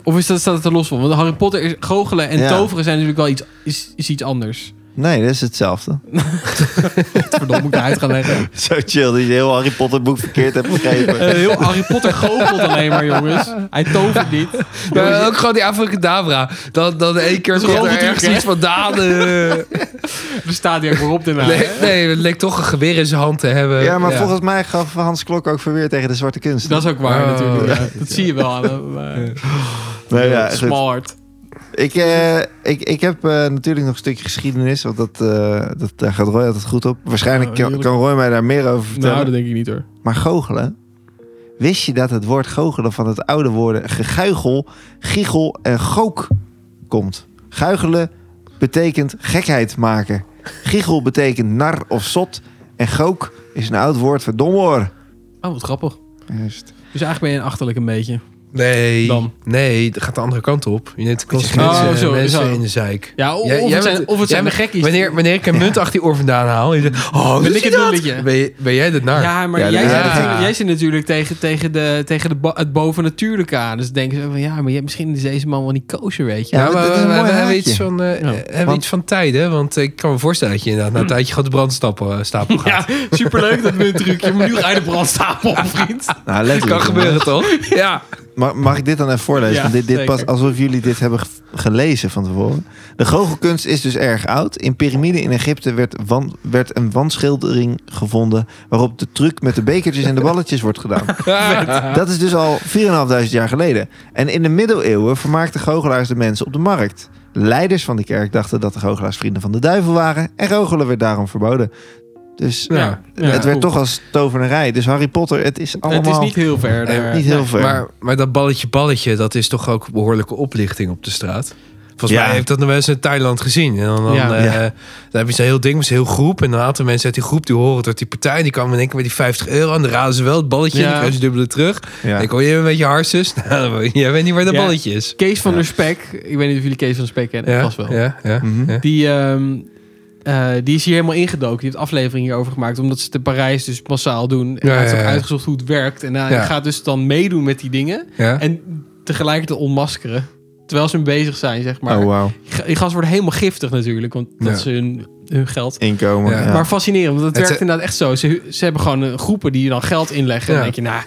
Speaker 1: Of is dat, staat het er los van? Want Harry Potter is goochelen en
Speaker 2: Ja.
Speaker 1: toveren zijn natuurlijk wel iets, is, is iets anders.
Speaker 2: Nee, dat is hetzelfde.
Speaker 1: Verdomme, moet ik uit gaan leggen.
Speaker 2: Zo chill dat je heel Harry Potter boek verkeerd hebt
Speaker 1: Eh,
Speaker 2: begrepen.
Speaker 1: heel Harry Potter goochelt alleen maar, jongens. Hij tovert niet.
Speaker 3: Maar Eh, ook gewoon die Avracadabra. Dan, dan één keer
Speaker 1: Dat is
Speaker 3: komt
Speaker 1: wel
Speaker 3: er
Speaker 1: natuurlijk,
Speaker 3: ergens
Speaker 1: hè?
Speaker 3: iets vandaan. eh.
Speaker 1: Er staat hier ook maar op daarna.
Speaker 3: Nee,
Speaker 1: hè?
Speaker 3: nee, het leek toch een geweer in zijn hand te hebben.
Speaker 2: Ja, maar volgens mij gaf Hans Klok ook verweer tegen de zwarte kunst.
Speaker 1: Dat is ook waar
Speaker 3: Oh,
Speaker 1: natuurlijk. ja. Dat zie je wel aan hem. eh,
Speaker 2: Nou ja, goed.
Speaker 1: smart.
Speaker 2: Ik, eh, ik, ik heb eh, natuurlijk nog een stukje geschiedenis, want dat, eh, dat, daar gaat Roy altijd goed op. Waarschijnlijk
Speaker 1: Ja,
Speaker 2: kan,
Speaker 1: heerlijk.
Speaker 2: kan Roy mij daar meer over vertellen.
Speaker 1: Nou, dat denk ik niet hoor.
Speaker 2: Maar goochelen? Wist je dat het woord goochelen van het oude woorden geguichel, giechel en gook komt? Guichelen betekent gekheid maken. Giechel betekent nar of zot. En gook is een oud woord voor domoor.
Speaker 1: Oh, wat grappig. Dus eigenlijk ben je een achterlijk een beetje.
Speaker 3: Nee,
Speaker 1: Dan.
Speaker 3: nee, dat gaat de andere kant op. Je neemt de
Speaker 1: Oh,
Speaker 3: consequenties eh,
Speaker 1: zo,
Speaker 3: mensen
Speaker 1: zo.
Speaker 3: in de zeik.
Speaker 1: Ja, o- of,
Speaker 3: Jij- jij
Speaker 1: het zijn,
Speaker 3: bent-
Speaker 1: of het
Speaker 3: jij
Speaker 1: zijn de
Speaker 3: bent-
Speaker 1: gekkies.
Speaker 3: Wanneer, wanneer ik een munt achter je oor vandaan haal, je zegt, oh,
Speaker 1: Ben
Speaker 3: doet
Speaker 1: ik
Speaker 3: hij
Speaker 1: het
Speaker 3: dat?
Speaker 1: doelletje?
Speaker 3: Ben, je- ben jij dat naar?
Speaker 1: Ja, maar
Speaker 2: Ja,
Speaker 1: jij, zit
Speaker 2: dat- ja, dat-
Speaker 1: natuurlijk, jij zit natuurlijk tegen, tegen, de, tegen de bo- het bovennatuurlijke aan. Dus denken ze ook van ja, maar je, misschien is deze man wel niet koosje, weet je.
Speaker 2: Ja, maar dat is een mooi
Speaker 3: Nou, we hebben
Speaker 2: haakje.
Speaker 3: iets van, eh,
Speaker 1: Ja.
Speaker 3: hebben
Speaker 2: Want-
Speaker 3: iets van tijd, hè? Want ik kan me voorstellen dat je inderdaad na een tijdje gewoon de brandstapel eh, stapel gaat.
Speaker 1: Ja, superleuk dat munttrucje. Maar nu ga je de brandstapel op, vriend.
Speaker 2: Nou, letterlijk.
Speaker 3: Kan gebeuren, toch? Ja.
Speaker 2: Mag, mag ik dit dan even voorlezen?
Speaker 1: Ja,
Speaker 2: Want dit, dit
Speaker 1: zeker.
Speaker 2: past alsof jullie dit hebben ge- gelezen van tevoren. De goochelkunst is dus erg oud. In piramiden in Egypte werd, wan- werd een wandschildering gevonden... waarop de truc met de bekertjes en de balletjes wordt gedaan. Dat is dus al 4.500 jaar geleden. En in de middeleeuwen vermaakten goochelaars de mensen op de markt. Leiders van de kerk dachten dat de goochelaars vrienden van de duivel waren... en goochelen werd daarom verboden. Dus
Speaker 3: Ja.
Speaker 2: het werd
Speaker 1: cool.
Speaker 2: toch als tovenarij. Dus Harry Potter, het is allemaal...
Speaker 1: Het is niet heel ver.
Speaker 2: eh,
Speaker 1: daar.
Speaker 2: niet heel ver.
Speaker 3: Maar, maar dat balletje balletje, dat is toch ook behoorlijke oplichting op de straat. Volgens
Speaker 2: Ja.
Speaker 3: mij heeft dat nog wel eens in Thailand gezien. En dan, dan,
Speaker 1: Ja.
Speaker 3: eh,
Speaker 2: Ja.
Speaker 3: dan heb je zo'n heel ding, met zo'n heel groep. En een aantal mensen uit die groep die horen dat die partij. Die komen in één keer met die 50 euro. En dan raden ze wel het balletje.
Speaker 1: Ja.
Speaker 3: En dan krijgen ze dubbele terug.
Speaker 2: Ja.
Speaker 3: En ik hoor je een beetje harses. Nou, jij weet niet waar dat
Speaker 1: Ja.
Speaker 3: balletje is.
Speaker 1: Kees van der Spek. Ik weet niet of jullie Kees van der Spek kennen.
Speaker 3: Ja,
Speaker 1: Vast wel.
Speaker 3: ja, ja,
Speaker 2: Mhm.
Speaker 3: ja.
Speaker 1: Die, ehm, eh, die is hier helemaal ingedoken. Die heeft aflevering hierover gemaakt. Omdat ze het in Parijs dus massaal doen. En
Speaker 3: Ja,
Speaker 1: hij heeft
Speaker 3: ja,
Speaker 1: ook
Speaker 3: ja.
Speaker 1: uitgezocht hoe het werkt. En hij
Speaker 3: Ja.
Speaker 1: gaat dus dan meedoen met die dingen.
Speaker 3: Ja.
Speaker 1: En tegelijkertijd onmaskeren. Terwijl ze hem bezig zijn, zeg maar.
Speaker 2: Oh, wauw.
Speaker 1: Ga- Die gast wordt helemaal giftig natuurlijk, want dat
Speaker 3: Ja.
Speaker 1: is hun, hun geld.
Speaker 2: Inkomen.
Speaker 3: Ja.
Speaker 2: ja.
Speaker 1: Maar fascinerend, want het,
Speaker 3: Het
Speaker 1: werkt
Speaker 3: ze-
Speaker 1: inderdaad echt zo. Ze, ze hebben gewoon eh, groepen die dan geld inleggen. En
Speaker 3: Ja.
Speaker 1: dan denk je, nou,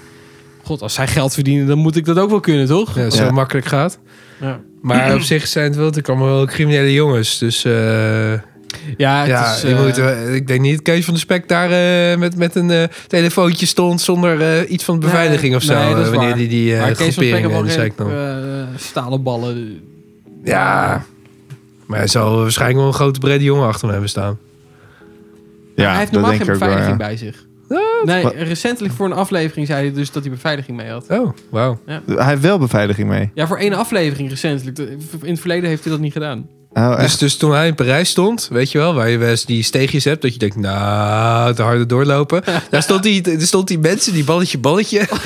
Speaker 1: god, als zij geld verdienen, dan moet ik dat ook wel kunnen, toch?
Speaker 3: Ja, zo
Speaker 2: Ja.
Speaker 3: makkelijk gaat.
Speaker 1: Ja.
Speaker 3: Maar op zich zijn het wel, er komen wel criminele jongens. Dus eh,
Speaker 1: Ja, het
Speaker 3: ja,
Speaker 1: is,
Speaker 3: je
Speaker 1: eh,
Speaker 3: moet, eh, ik denk niet dat Kees van de Spek daar eh, met, met een eh, telefoontje stond zonder eh, iets van beveiliging of zo.
Speaker 1: nee, dat is
Speaker 3: eh, wanneer
Speaker 1: waar.
Speaker 3: die die eh
Speaker 1: maar Kees van Spek
Speaker 3: groeperingen
Speaker 1: wel
Speaker 3: in de zeik nam.
Speaker 1: redelijk, eh, stalen ballen. eh,
Speaker 3: Ja, maar hij zal waarschijnlijk wel een grote brede jongen achter hem hebben staan.
Speaker 2: Ja,
Speaker 1: hij heeft
Speaker 2: dat
Speaker 1: normaal geen
Speaker 2: denk ik ook wel,
Speaker 1: beveiliging
Speaker 2: ja.
Speaker 1: bij zich. Nee,
Speaker 2: Wat?
Speaker 1: recentelijk voor een aflevering zei hij dus dat hij beveiliging mee had.
Speaker 3: Oh, wauw.
Speaker 2: Hij heeft wel beveiliging mee.
Speaker 1: Ja, voor één aflevering recentelijk. In het verleden heeft hij dat niet gedaan.
Speaker 2: Oh,
Speaker 3: Dus,
Speaker 2: echt?
Speaker 3: dus toen hij in Parijs stond, weet je wel, waar je wel eens die steegjes hebt, dat je denkt, nou, te harde doorlopen. Daar stond die, daar stond die mensen die balletje balletje aan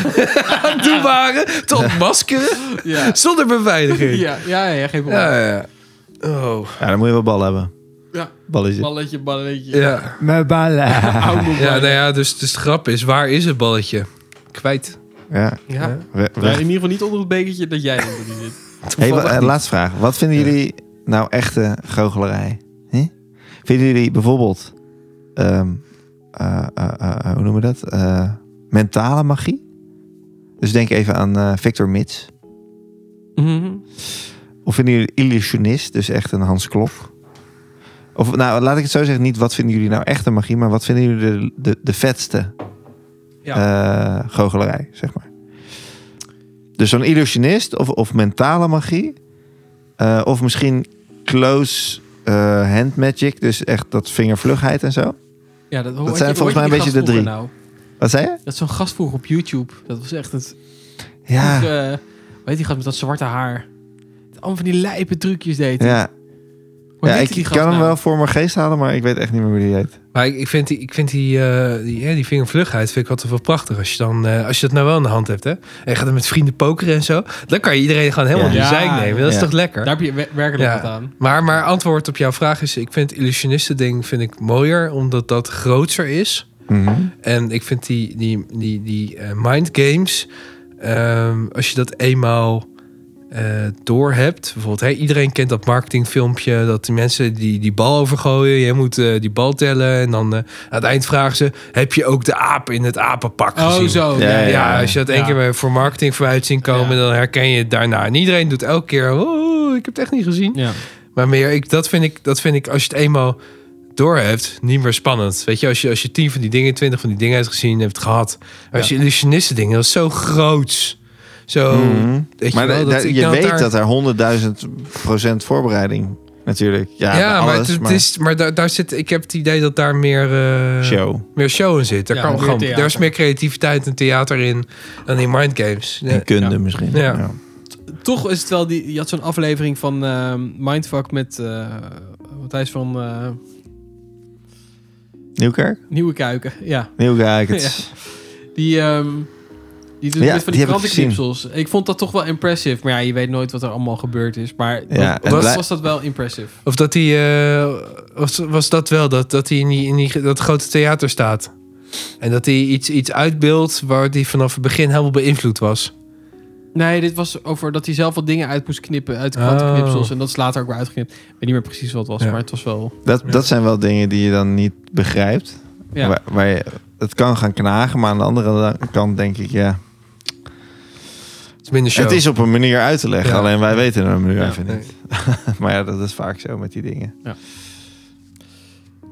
Speaker 3: het doen waren, te ontmaskeren,
Speaker 1: Ja,
Speaker 3: zonder beveiliging.
Speaker 1: ja, ja, ja geen probleem.
Speaker 3: Ja, ja. Oh,
Speaker 2: Ja, dan moet je wel bal hebben.
Speaker 1: Ja.
Speaker 2: Balletje.
Speaker 1: Balletje, balletje.
Speaker 3: ja.
Speaker 2: Met ballen.
Speaker 1: Oude ballen.
Speaker 3: Ja, nou ja, dus, dus de grap is, waar is het balletje? Kwijt.
Speaker 2: Ja,
Speaker 1: Ja.
Speaker 2: we- we-
Speaker 1: Maar in ieder geval niet onder het bekertje dat jij onder die zit.
Speaker 2: Hey,
Speaker 3: Toevallig
Speaker 2: wa- eh,
Speaker 3: niet.
Speaker 2: laatste vraag. Wat vinden jullie nou echte goochelarij? Huh? Vinden jullie bijvoorbeeld, ehm, eh, eh, eh, hoe noemen we dat? Eh, mentale magie? Dus denk even aan eh, Victor Mits.
Speaker 1: Mhm.
Speaker 2: Of vinden jullie illusionist, dus echt een Hans Klok? Of nou, laat ik het zo zeggen, niet wat vinden jullie nou echte magie, maar wat vinden jullie de, de, de vetste
Speaker 1: Ja.
Speaker 2: eh, goochelarij, zeg maar. Dus zo'n illusionist of, of mentale magie, eh, of misschien close eh, hand magic, dus echt dat vingervlugheid en zo.
Speaker 1: Ja, dat,
Speaker 2: zijn volgens mij een beetje de drie. Wat zei je?
Speaker 1: nou? Dat is zo'n gast vroeger op YouTube. Dat was echt het...
Speaker 2: Ja,
Speaker 1: weet je die gast met dat zwarte haar? Allemaal van die lijpe trucjes deed. hij.
Speaker 2: ja.
Speaker 1: Hoe
Speaker 2: ja
Speaker 1: heette
Speaker 2: ik
Speaker 1: eh, die
Speaker 2: ik
Speaker 1: gast
Speaker 2: kan hem
Speaker 1: nou?
Speaker 2: wel voor mijn geest halen, maar ik weet echt niet meer hoe die heet.
Speaker 3: Maar ik, ik vind die, ik vind die, eh, die, hè, die vingervlugheid vind ik altijd wel prachtig. Als je, dan, eh, als je dat nou wel in de hand hebt, hè. En je gaat dan met vrienden pokeren en zo. Dan kan je iedereen gewoon helemaal
Speaker 2: Ja.
Speaker 3: in de
Speaker 1: Ja.
Speaker 3: zeik nemen. Dat is
Speaker 2: Ja.
Speaker 3: toch lekker?
Speaker 1: Daar heb je we- werkelijk
Speaker 3: Ja.
Speaker 1: wat aan.
Speaker 3: Maar, maar antwoord op jouw vraag is: ik vind het illusionisten ding vind ik mooier, omdat dat groter is.
Speaker 2: Mhm.
Speaker 3: En ik vind die, die, die, die eh, mind games, ehm, als je dat eenmaal eh door hebt, bijvoorbeeld, hè, iedereen kent dat marketingfilmpje dat die mensen die die bal overgooien, je moet eh, die bal tellen en dan eh, aan het eind vragen ze: heb je ook de aap in het apenpak
Speaker 1: Oh,
Speaker 3: gezien?
Speaker 1: zo.
Speaker 2: Ja,
Speaker 3: Ja,
Speaker 2: ja.
Speaker 3: als je dat één
Speaker 1: Ja.
Speaker 3: keer voor marketing vooruit zien komen,
Speaker 1: Ja.
Speaker 3: dan herken je het daarna. En iedereen doet elke keer, oh, ik heb het echt niet gezien.
Speaker 1: Ja.
Speaker 3: Maar meer, ik, dat, vind ik, dat vind ik als je het eenmaal door hebt, niet meer spannend. Weet je, als je, als je tien van die dingen, twintig van die dingen hebt gezien, hebt het gehad. Maar Als je illusionisten dingen, dat is zo groots. Zo,
Speaker 1: Oh.
Speaker 2: Mhm.
Speaker 3: weet je
Speaker 2: Maar
Speaker 3: wel,
Speaker 2: da-
Speaker 3: dat
Speaker 2: da-
Speaker 3: ik
Speaker 2: je
Speaker 3: kan
Speaker 2: weet
Speaker 3: daar-
Speaker 2: dat er 100.000 procent voorbereiding natuurlijk. Ja,
Speaker 3: Ja,
Speaker 2: bij
Speaker 3: maar,
Speaker 2: alles,
Speaker 3: het,
Speaker 2: maar,
Speaker 3: Is, maar daar, daar zit, ik heb het idee dat daar meer, eh,
Speaker 2: show.
Speaker 3: meer show in zit. Daar,
Speaker 1: Ja,
Speaker 3: kan
Speaker 1: meer
Speaker 3: gewoon,
Speaker 1: theater.
Speaker 3: daar is meer creativiteit en theater in dan in mind games. Ja.
Speaker 2: en kunde
Speaker 1: ja.
Speaker 2: misschien.
Speaker 3: Ja.
Speaker 1: Toch is het wel... Die, je had zo'n aflevering van ehm, Mindfuck met... eh wat hij is van... eh,
Speaker 2: Nieuwkerk?
Speaker 1: Nieuwe Kuiken. Ja.
Speaker 2: Nieuwkerk. Het.
Speaker 1: Die, ehm die doet
Speaker 2: Ja,
Speaker 1: met van
Speaker 2: die
Speaker 1: die,
Speaker 2: heb ik
Speaker 1: krantenknipsels. Ik, vond dat toch wel impressive. Maar ja, je weet nooit wat er allemaal gebeurd is. Maar
Speaker 2: Ja,
Speaker 1: dat-
Speaker 2: en
Speaker 1: was,
Speaker 2: blij-
Speaker 1: was dat wel impressive?
Speaker 3: Of dat hij, eh, was, was dat wel, dat, dat hij in, die, in die, dat grote theater staat. En dat hij iets, iets uitbeeldt waar hij vanaf het begin helemaal beïnvloed was.
Speaker 1: Nee, dit was over dat hij zelf wat dingen uit moest knippen uit de
Speaker 3: Oh.
Speaker 1: krantenknipsels. En dat is later ook weer uitgeknipt. Ik weet niet meer precies wat het was,
Speaker 3: Ja.
Speaker 1: maar het was wel...
Speaker 2: Dat,
Speaker 3: Ja.
Speaker 2: dat zijn wel dingen die je dan niet begrijpt.
Speaker 1: Ja.
Speaker 2: Waar, waar je, het kan gaan knagen, maar aan de andere kant denk ik, ja.
Speaker 3: Het is minder show.
Speaker 2: Het is op een manier uit te leggen,
Speaker 3: Ja.
Speaker 2: alleen wij weten het nu
Speaker 1: Ja.
Speaker 2: even niet. Maar ja, dat is vaak zo met die dingen.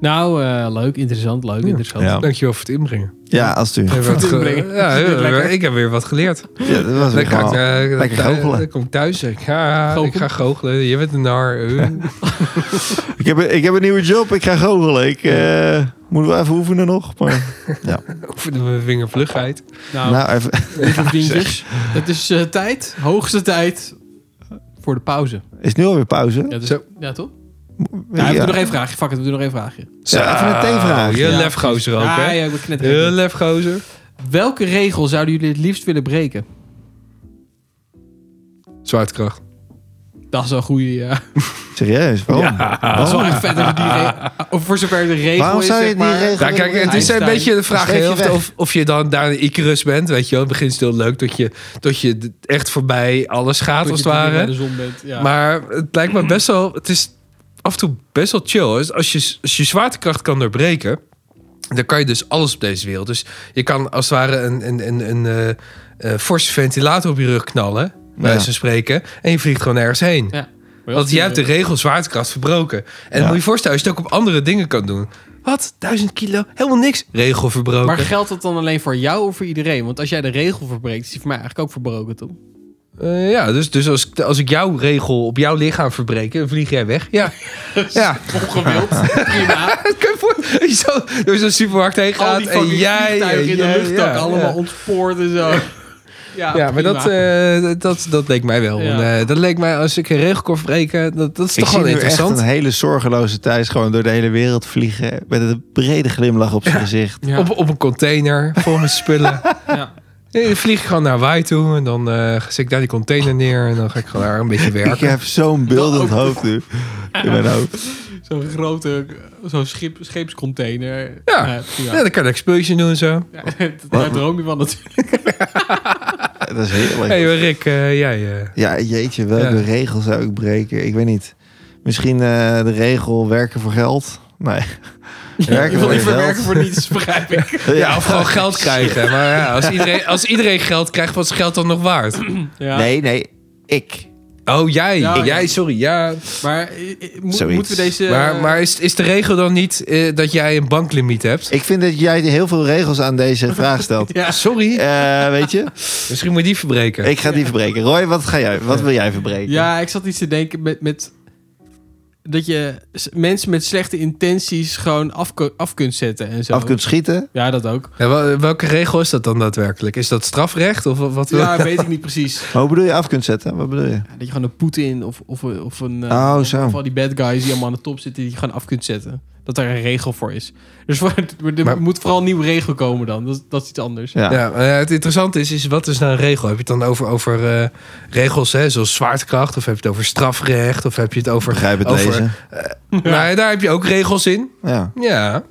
Speaker 1: Nou, eh, leuk, interessant, leuk,
Speaker 3: Ja.
Speaker 1: interessant.
Speaker 2: Ja.
Speaker 3: Dankjewel voor het inbrengen.
Speaker 2: Ja, als u.
Speaker 3: Ik heb
Speaker 1: Voor het
Speaker 3: wat ge-
Speaker 1: inbrengen.
Speaker 3: Ja,
Speaker 1: Dat is
Speaker 3: ja,
Speaker 1: lekker.
Speaker 3: ik heb weer wat geleerd.
Speaker 2: Ja, dat was weer
Speaker 3: Dan kan ik,
Speaker 2: gewoon.
Speaker 3: eh, dan
Speaker 2: lekker
Speaker 3: thuis-
Speaker 2: goochelen.
Speaker 3: Dan kom ik thuis. Ik ga, ik
Speaker 1: Goochelen.
Speaker 3: ga goochelen. Je bent een nar. Eh,
Speaker 2: Ik heb, een- ik heb een nieuwe job, ik ga goochelen. Ik eh, moet wel even oefenen nog. Maar,
Speaker 3: Over de- mijn vingervlugheid.
Speaker 1: Nou,
Speaker 2: nou, even,
Speaker 1: lieve vriendjes, het is eh, tijd, hoogste tijd voor de pauze.
Speaker 2: is nu alweer pauze?
Speaker 1: Ja, dus-
Speaker 3: Zo.
Speaker 1: ja toch?
Speaker 2: Ja,
Speaker 1: Ja, we doen nog één vraagje. Fuck it, we doen nog één vraagje.
Speaker 2: Zo, even een theevraagje.
Speaker 3: Oh, Je
Speaker 1: Ja.
Speaker 3: lefgozer ook,
Speaker 1: ja,
Speaker 3: hè?
Speaker 1: ja, ik ben knettergek.
Speaker 3: Je lefgozer.
Speaker 1: Welke regel zouden jullie het liefst willen breken?
Speaker 3: Zwaartekracht.
Speaker 1: Dat is wel een goede. Ja.
Speaker 2: Serieus, waarom?
Speaker 1: Dat is wel
Speaker 2: Waarom?
Speaker 1: echt vet dat je die regel. Of voor zover de regel
Speaker 2: Waarom
Speaker 1: is.
Speaker 2: zou je
Speaker 1: zeg
Speaker 2: die
Speaker 1: maar.
Speaker 2: regel-
Speaker 3: Ja, kijk, het is een
Speaker 1: Einstein.
Speaker 3: beetje de vraag
Speaker 2: Schreef je
Speaker 3: hè, of,
Speaker 2: weg.
Speaker 3: of, of je dan daar een Icarus bent. Weet je wel, in het begin is het heel leuk dat je, dat je d- echt voorbij alles gaat,
Speaker 1: Dat
Speaker 3: als
Speaker 1: je
Speaker 3: het
Speaker 1: dichter bij
Speaker 3: ware.
Speaker 1: de zon bent. Ja.
Speaker 3: Maar het lijkt me best wel, het is af en toe best wel chill. hè. Als je, als je zwaartekracht kan doorbreken, dan kan je dus alles op deze wereld. Dus je kan als het ware een, een, een, een eh, eh, forse ventilator op je rug knallen, bij
Speaker 2: Ja.
Speaker 3: wijze van spreken. En je vliegt gewoon ergens heen.
Speaker 1: Ja.
Speaker 3: Want jij hebt de regels zwaartekracht verbroken. En
Speaker 2: Ja.
Speaker 3: moet je je voorstellen, als je het ook op andere dingen kan doen. Wat? Duizend kilo? Helemaal niks. Regel verbroken.
Speaker 1: Maar geldt dat dan alleen voor jou of voor iedereen? Want als jij de regel verbreekt, is die voor mij eigenlijk ook verbroken, toch?
Speaker 3: Eh, ja, dus, dus als, ik- als ik jouw regel op jouw lichaam verbreek, dan vlieg jij weg. Ja. ja.
Speaker 1: Opgewild. Prima.
Speaker 3: Dat kan je voor- als je zo door zo'n supermarkt heen
Speaker 1: Al
Speaker 3: gaat
Speaker 1: die
Speaker 3: en
Speaker 1: fucking
Speaker 3: jij...
Speaker 1: vliegtuigen in de
Speaker 3: jij-
Speaker 1: lucht
Speaker 3: ja,
Speaker 1: ook allemaal
Speaker 3: ja.
Speaker 1: ontspoord en zo. Ja,
Speaker 3: Ja, maar
Speaker 1: prima.
Speaker 3: dat, eh, dat, dat leek mij wel.
Speaker 1: Ja.
Speaker 3: En, eh, dat leek mij, als ik een regel kon verbreken, dat, dat is
Speaker 2: Ik
Speaker 3: toch
Speaker 2: zie
Speaker 3: wel
Speaker 2: nu echt
Speaker 3: interessant.
Speaker 2: een hele zorgeloze Thijs gewoon door de hele wereld vliegen. Met een brede glimlach op zijn gezicht.
Speaker 1: Ja,
Speaker 3: Op, op een container vol met spullen.
Speaker 1: ja.
Speaker 3: Nee, dan vlieg ik gewoon naar Hawaii toe en dan eh zet ik daar die container neer en dan ga ik gewoon daar een beetje
Speaker 2: Ik
Speaker 3: werken.
Speaker 2: heb zo'n beeldend hoofd nu. In mijn hoofd.
Speaker 1: Zo'n grote zo'n schip, scheepscontainer.
Speaker 3: Ja.
Speaker 1: Eh,
Speaker 3: Ja,
Speaker 1: prima.
Speaker 3: dan kan ik expulsion doen en zo.
Speaker 1: Ja, daar droom je van natuurlijk.
Speaker 2: Dat is heerlijk.
Speaker 3: Hé hey, Rick, eh, jij... eh,
Speaker 2: Ja, jeetje, welke
Speaker 3: Ja.
Speaker 2: regel zou ik breken? Ik weet niet. Misschien eh, de regel werken voor geld? Nee.
Speaker 1: Je
Speaker 2: werken
Speaker 1: wil
Speaker 2: voor je
Speaker 1: niet
Speaker 2: geld?
Speaker 1: verwerken voor niets, begrijp ik.
Speaker 3: Ja, of gewoon geld krijgen. Maar ja, als iedereen, als iedereen geld krijgt, wat is geld dan nog waard?
Speaker 1: Ja.
Speaker 2: Nee, nee. Ik.
Speaker 3: Oh, jij.
Speaker 1: Ja,
Speaker 3: jij,
Speaker 1: ja.
Speaker 3: sorry. Ja.
Speaker 1: Maar eh, eh, moet-
Speaker 2: Zoiets.
Speaker 1: moeten we deze...
Speaker 3: Maar, maar is, is de regel dan niet eh, dat jij een banklimiet hebt?
Speaker 2: Ik vind dat jij heel veel regels aan deze vraag stelt.
Speaker 1: Ja,
Speaker 3: Sorry,
Speaker 2: Eh, weet je?
Speaker 3: misschien moet je die verbreken.
Speaker 2: Ik ga die verbreken. Roy, wat, ga jij, wat wil jij verbreken?
Speaker 1: ja, ik zat iets te denken met... met dat je s- mensen met slechte intenties gewoon af, ku- af kunt zetten en zo.
Speaker 2: Af kunt schieten?
Speaker 1: Ja, dat ook.
Speaker 3: Ja, wel- welke regel is dat dan daadwerkelijk? Is dat strafrecht of wat- wat?
Speaker 1: Ja, weet ik niet precies.
Speaker 2: Maar hoe bedoel je af kunt zetten? Wat bedoel je?
Speaker 1: Ja, dat je gewoon een Poetin of, of, of een... eh,
Speaker 3: Ah.
Speaker 2: Oh,
Speaker 1: of-
Speaker 2: zo.
Speaker 1: Of al die bad guys die allemaal aan de top zitten, die je gewoon af kunt zetten. Dat daar een regel voor is. Dus voor, er
Speaker 3: Maar-
Speaker 1: moet vooral een nieuwe regel komen dan. Dat, is- dat is iets anders.
Speaker 2: Ja.
Speaker 3: Ja, maar ja, het interessante is, is wat is nou een regel? Heb je het dan over, over eh, regels hè, zoals zwaartekracht? Of heb je het over strafrecht? Of heb je het over...
Speaker 2: Begrijp het
Speaker 3: over-
Speaker 2: deze?
Speaker 3: Nou, ja, daar heb je ook regels in.
Speaker 2: Ja.
Speaker 3: Ja,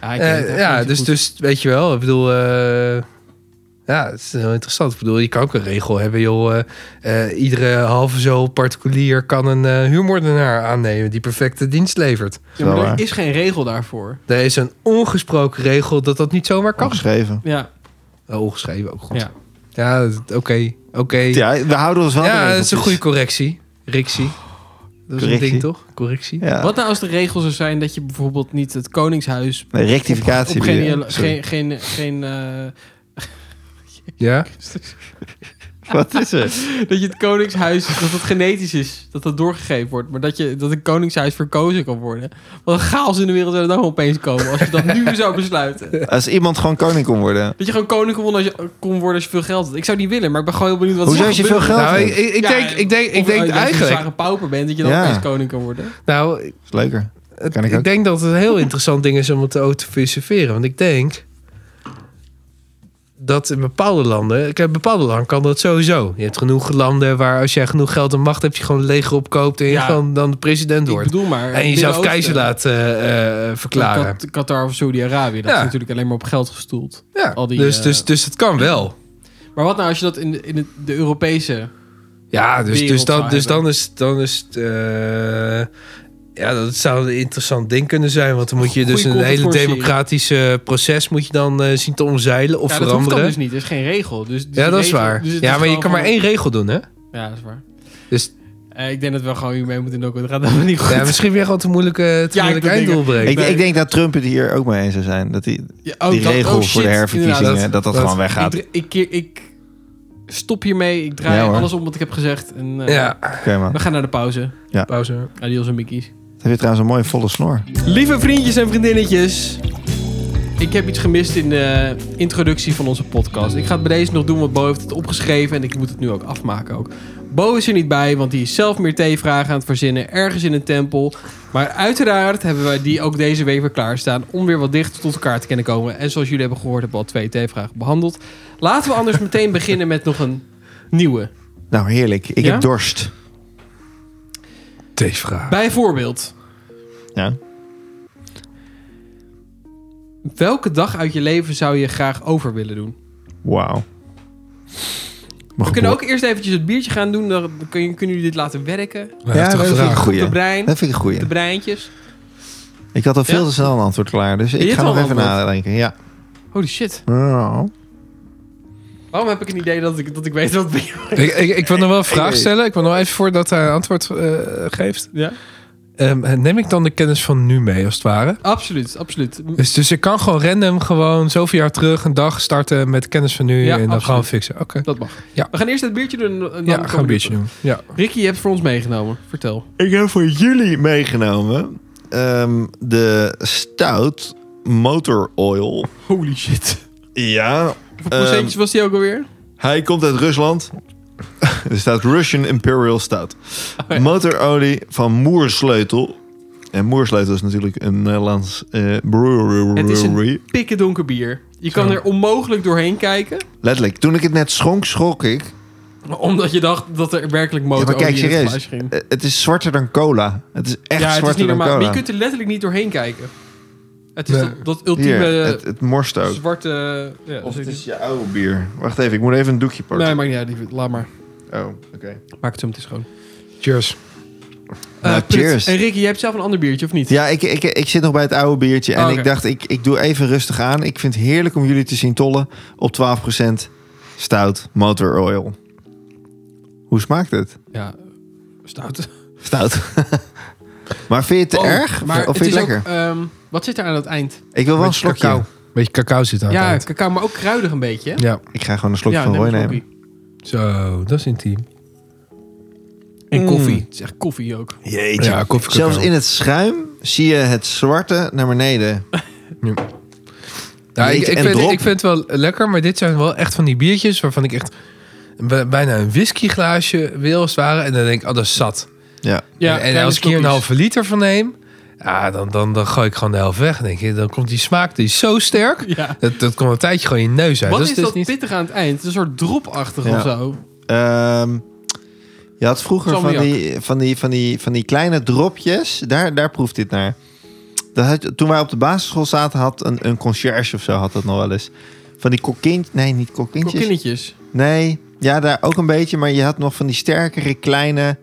Speaker 1: Ja, ik weet het
Speaker 3: Eh,
Speaker 1: echt
Speaker 3: ja
Speaker 1: niet
Speaker 3: dus,
Speaker 1: goed.
Speaker 3: dus weet je wel, ik bedoel... eh, ja, het is heel interessant. Ik bedoel, je kan ook een regel hebben, joh. eh, eh, iedere halve zo particulier kan een eh, huurmoordenaar aannemen... die perfecte dienst levert.
Speaker 1: Ja, maar
Speaker 2: Wel
Speaker 1: er
Speaker 2: waar.
Speaker 1: is geen regel daarvoor.
Speaker 3: Er is een ongesproken regel dat dat niet zomaar kan.
Speaker 2: Opgeschreven.
Speaker 1: Ja,
Speaker 3: Oh, ongeschreven ook, goed.
Speaker 1: ja.
Speaker 3: Ja, dat- oké, oké.
Speaker 2: Ja, we houden ons wel aan de
Speaker 3: Ja, dat is een
Speaker 2: regeltjes.
Speaker 3: goede correctie. Rictie. Dat is een
Speaker 2: dus. Correctie.
Speaker 3: ding, toch? Correctie.
Speaker 2: Ja.
Speaker 1: Wat nou als de regel zou zijn dat je bijvoorbeeld niet het Koningshuis...
Speaker 2: Nee,
Speaker 1: op
Speaker 2: rectificatie. bedoel je.
Speaker 1: geen,
Speaker 2: Sorry.
Speaker 1: geen, geen, geen, eh,
Speaker 3: Ja?
Speaker 2: Wat is er?
Speaker 1: dat je het Koningshuis, dat het genetisch is, dat dat doorgegeven wordt. Maar dat, je, dat een Koningshuis verkozen kan worden. Wat een chaos in de wereld zou er dan opeens komen als je dat nu zou besluiten.
Speaker 2: Als iemand gewoon koning kon worden.
Speaker 1: Dat je gewoon koning kon worden, als je, kon worden als je veel geld had. Ik zou niet willen, maar ik ben gewoon heel benieuwd wat
Speaker 2: Hoezo
Speaker 1: er
Speaker 2: als je
Speaker 1: gebeurt.
Speaker 2: veel geld
Speaker 3: Nou,
Speaker 2: hebt?
Speaker 3: ik, ik, ik
Speaker 1: Ja,
Speaker 3: denk, ik denk, ik
Speaker 1: Of,
Speaker 3: denk
Speaker 1: eh, Als je een
Speaker 3: eigenlijk...
Speaker 1: zware pauper bent, dat je dan
Speaker 2: Ja.
Speaker 1: opeens koning kan worden.
Speaker 3: Nou,
Speaker 2: Is leuker.
Speaker 3: het-
Speaker 2: Kan ik
Speaker 3: ik,
Speaker 2: ook.
Speaker 3: denk dat het een heel interessant ding is om het ook te filosoferen. Want ik denk dat in bepaalde landen... Kijk, in bepaalde landen kan dat sowieso. Je hebt genoeg landen waar als jij genoeg geld en macht hebt... je gewoon een leger opkoopt en je
Speaker 1: Ja.
Speaker 3: gewoon dan de president
Speaker 1: Ik
Speaker 3: wordt.
Speaker 1: bedoel maar...
Speaker 3: En jezelf
Speaker 1: Midden-Oosten.
Speaker 3: keizer laat eh, eh, verklaren.
Speaker 1: Kat- Qatar of Saudi-Arabië, dat
Speaker 3: Ja.
Speaker 1: is natuurlijk alleen maar op geld gestoeld.
Speaker 3: Ja,
Speaker 1: al die,
Speaker 3: dus,
Speaker 1: eh,
Speaker 3: dus, dus het kan wel.
Speaker 1: Maar wat nou als je dat in de, in de- de Europese...
Speaker 3: Ja, dus, dus,
Speaker 1: wereld
Speaker 3: dan,
Speaker 1: zou
Speaker 3: dus
Speaker 1: hebben.
Speaker 3: dan is, dan is het... eh, ja, dat zou een interessant ding kunnen zijn. Want dan moet je dus
Speaker 1: Goeie
Speaker 3: een hele
Speaker 1: contentvoorziening.
Speaker 3: democratische proces moet je dan eh, zien te omzeilen of
Speaker 1: ja, dat hoeft
Speaker 3: veranderen.
Speaker 1: dan dus niet. Er is geen regel. Dus, dus
Speaker 3: ja,
Speaker 1: die
Speaker 3: dat is
Speaker 1: regel-
Speaker 3: waar.
Speaker 1: dus het
Speaker 3: ja,
Speaker 1: is
Speaker 3: maar je
Speaker 1: gewoon
Speaker 3: kan maar
Speaker 1: van-
Speaker 3: één regel doen, hè?
Speaker 1: Ja, dat is waar.
Speaker 3: Dus
Speaker 1: Eh, ik denk dat we gewoon hiermee moeten dokken. want Het gaat helemaal niet goed.
Speaker 3: ja, misschien weer gewoon te moeilijk, eh, te
Speaker 1: Ja, ik
Speaker 3: moeilijk
Speaker 1: bedenk-
Speaker 3: einddoel breken.
Speaker 2: Ik, ik denk dat Trump het hier ook mee eens zou zijn. Dat die,
Speaker 1: Ja, oh,
Speaker 2: die
Speaker 1: dat-
Speaker 2: regel
Speaker 1: oh,
Speaker 2: voor
Speaker 1: shit,
Speaker 2: de
Speaker 1: inderdaad.
Speaker 2: herverkiezingen, dat, dat
Speaker 3: dat-
Speaker 2: gewoon weggaat.
Speaker 1: Ik, ik, ik, ik stop hiermee. Ik draai
Speaker 2: Ja, hoor.
Speaker 1: alles om wat ik heb gezegd. En, eh,
Speaker 3: Ja,
Speaker 2: Oké man.
Speaker 1: We gaan naar de pauze.
Speaker 3: pauze.
Speaker 1: Adios en Mickey's.
Speaker 2: Dan heb je trouwens een mooie volle snor.
Speaker 1: Lieve vriendjes en vriendinnetjes. Ik heb iets gemist in de introductie van onze podcast. Ik ga het bij deze nog doen, want Bo heeft het opgeschreven en ik moet het nu ook afmaken ook. Bo is er niet bij, want die is zelf meer theevragen aan het verzinnen, ergens in een tempel. Maar uiteraard hebben wij die ook deze week weer klaarstaan om weer wat dichter tot elkaar te kunnen komen. En zoals jullie hebben gehoord, hebben we al twee theevragen behandeld. Laten we anders meteen beginnen met nog een nieuwe.
Speaker 2: Nou heerlijk. Ik
Speaker 1: Ja?
Speaker 2: heb dorst.
Speaker 3: Deze vraag.
Speaker 1: Bijvoorbeeld,
Speaker 2: Ja.
Speaker 1: welke dag uit je leven zou je graag over willen doen?
Speaker 2: Wauw.
Speaker 1: We kunnen ook eerst eventjes het biertje gaan doen. Dan kun je- kunnen jullie dit laten werken.
Speaker 2: Ja,
Speaker 3: Heftige
Speaker 2: dat vind ik een
Speaker 3: vraag.
Speaker 1: De
Speaker 2: goeie.
Speaker 1: brein,
Speaker 2: Dat vind ik een goeie.
Speaker 1: de breintjes.
Speaker 2: Ik had al veel
Speaker 1: Ja?
Speaker 2: te snel een antwoord klaar, dus
Speaker 1: Je
Speaker 2: ik
Speaker 1: hebt
Speaker 2: ga nog
Speaker 1: al een
Speaker 2: even
Speaker 1: antwoord.
Speaker 2: nadenken. Ja.
Speaker 1: Holy shit.
Speaker 2: Nou,
Speaker 1: Waarom heb ik een idee dat ik, dat ik weet wat het is?
Speaker 3: Ik, ik, ik wil nog wel een
Speaker 2: Ik
Speaker 3: vraag
Speaker 2: weet-
Speaker 3: stellen. Ik wil nog even voordat hij een antwoord eh, geeft.
Speaker 1: Ja?
Speaker 3: Ehm, neem ik dan de kennis van nu mee, als het ware?
Speaker 1: Absoluut, absoluut.
Speaker 3: Dus, dus ik kan gewoon random gewoon zoveel jaar terug een dag starten met kennis van nu
Speaker 1: Ja,
Speaker 3: en dan
Speaker 1: absoluut.
Speaker 3: gewoon fixen. Oké.
Speaker 1: Dat mag.
Speaker 3: Ja.
Speaker 1: We gaan eerst het biertje doen. en dan
Speaker 3: Ja,
Speaker 1: komen
Speaker 3: ga een
Speaker 1: we
Speaker 3: biertje doen. Ja.
Speaker 1: Ricky, je hebt voor ons meegenomen. Vertel.
Speaker 2: Ik heb voor jullie meegenomen ehm, de Stout Motor Oil.
Speaker 1: Holy shit.
Speaker 2: Ja,
Speaker 1: Hoeveel
Speaker 2: Ehm,
Speaker 1: procentjes was die ook alweer?
Speaker 2: hij komt uit Rusland. er staat Russian Imperial Stout.
Speaker 1: Oh, ja.
Speaker 2: Motorolie van Moersleutel. En Moersleutel is natuurlijk een Nederlands eh, brewery.
Speaker 1: Het is een pikken donker bier. Je kan er onmogelijk doorheen kijken.
Speaker 2: Letterlijk, toen ik het net schonk, schrok ik.
Speaker 1: Omdat je dacht dat er werkelijk
Speaker 2: Ja, maar
Speaker 1: motor
Speaker 2: kijk,
Speaker 1: in het
Speaker 2: serieus.
Speaker 1: glaasje ging.
Speaker 2: Eh, Het is zwarter dan cola. Het is echt
Speaker 1: ja, het is
Speaker 2: zwarter
Speaker 1: niet
Speaker 2: dan
Speaker 1: normaal. Maar
Speaker 2: cola.
Speaker 1: je kunt er letterlijk niet doorheen kijken. Het is
Speaker 3: Nee.
Speaker 1: dat, dat
Speaker 2: Hier,
Speaker 1: ultieme
Speaker 2: het, het morst ook.
Speaker 1: zwarte... Ja, dat
Speaker 2: Of het
Speaker 1: is-
Speaker 2: is je oude bier. Wacht even, ik moet even een doekje pakken.
Speaker 1: Nee, maar ja, die, laat maar.
Speaker 2: Oh, oké.
Speaker 1: Maak het zo meteen schoon.
Speaker 3: Cheers.
Speaker 2: Nou,
Speaker 1: Eh, Prut,
Speaker 2: cheers.
Speaker 1: En Ricky, jij hebt zelf een ander biertje, of niet?
Speaker 2: Ja, ik, ik, ik zit nog bij het oude biertje. En
Speaker 1: Oh, oké.
Speaker 2: ik dacht, ik, ik doe even rustig aan. Ik vind het heerlijk om jullie te zien tollen op 12% stout motor oil. Hoe smaakt het?
Speaker 1: Ja, stout.
Speaker 2: Stout. maar vind je het te
Speaker 1: Oh,
Speaker 2: erg?
Speaker 1: Maar
Speaker 2: of
Speaker 1: het
Speaker 2: vind
Speaker 1: is
Speaker 2: je het lekker?
Speaker 1: ook... ehm, wat zit er aan het eind?
Speaker 2: ik wil wel een
Speaker 3: Beetje
Speaker 2: slokje.
Speaker 3: cacao. Beetje cacao zit aan het
Speaker 1: Ja,
Speaker 3: eind.
Speaker 1: cacao, maar ook kruidig een beetje. hè?
Speaker 3: Ja.
Speaker 2: Ik ga gewoon een slokje
Speaker 1: ja,
Speaker 2: van
Speaker 1: neem
Speaker 2: Roy
Speaker 1: een
Speaker 2: nemen.
Speaker 1: slokje.
Speaker 3: Zo, dat is intiem.
Speaker 1: En
Speaker 2: Mm.
Speaker 1: koffie. Het is echt koffie ook.
Speaker 2: Jeetje.
Speaker 3: Ja, koffie cacao.
Speaker 2: Zelfs in het schuim zie je het zwarte naar beneden.
Speaker 3: Ja, ik,
Speaker 2: Jeetje,
Speaker 3: ik,
Speaker 2: en
Speaker 3: vind,
Speaker 2: drop.
Speaker 3: ik vind het wel lekker, maar dit zijn wel echt van die biertjes waarvan ik echt b- bijna een whiskyglaasje wil als het ware. En dan denk ik, oh, dat is zat.
Speaker 2: Ja.
Speaker 1: Ja,
Speaker 3: en
Speaker 1: kleine
Speaker 3: als ik hier een
Speaker 1: slokjes.
Speaker 3: halve liter van neem, ja, dan, dan, dan gooi ik gewoon de helft weg. Dan, denk je, dan komt die smaak, die is zo sterk.
Speaker 1: Ja.
Speaker 3: Dat, dat komt een tijdje gewoon in je neus uit.
Speaker 1: Wat
Speaker 3: dat
Speaker 1: is
Speaker 3: dus
Speaker 1: dat
Speaker 3: niet...
Speaker 1: pittig aan het eind? Het is een soort dropachtig
Speaker 2: Ja.
Speaker 1: of zo.
Speaker 2: Ehm, je had vroeger van
Speaker 1: Salmiak.
Speaker 2: die, van, die, van, die, van die kleine dropjes, daar, daar proeft dit naar. Dat had, je- toen wij op de basisschool zaten, had een, een concierge of zo had dat nog wel eens. Van die kokkintjes, nee, niet kokkintjes.
Speaker 1: Kokkinnetjes.
Speaker 2: Nee, ja, daar ook een beetje, maar je had nog van die sterkere kleine,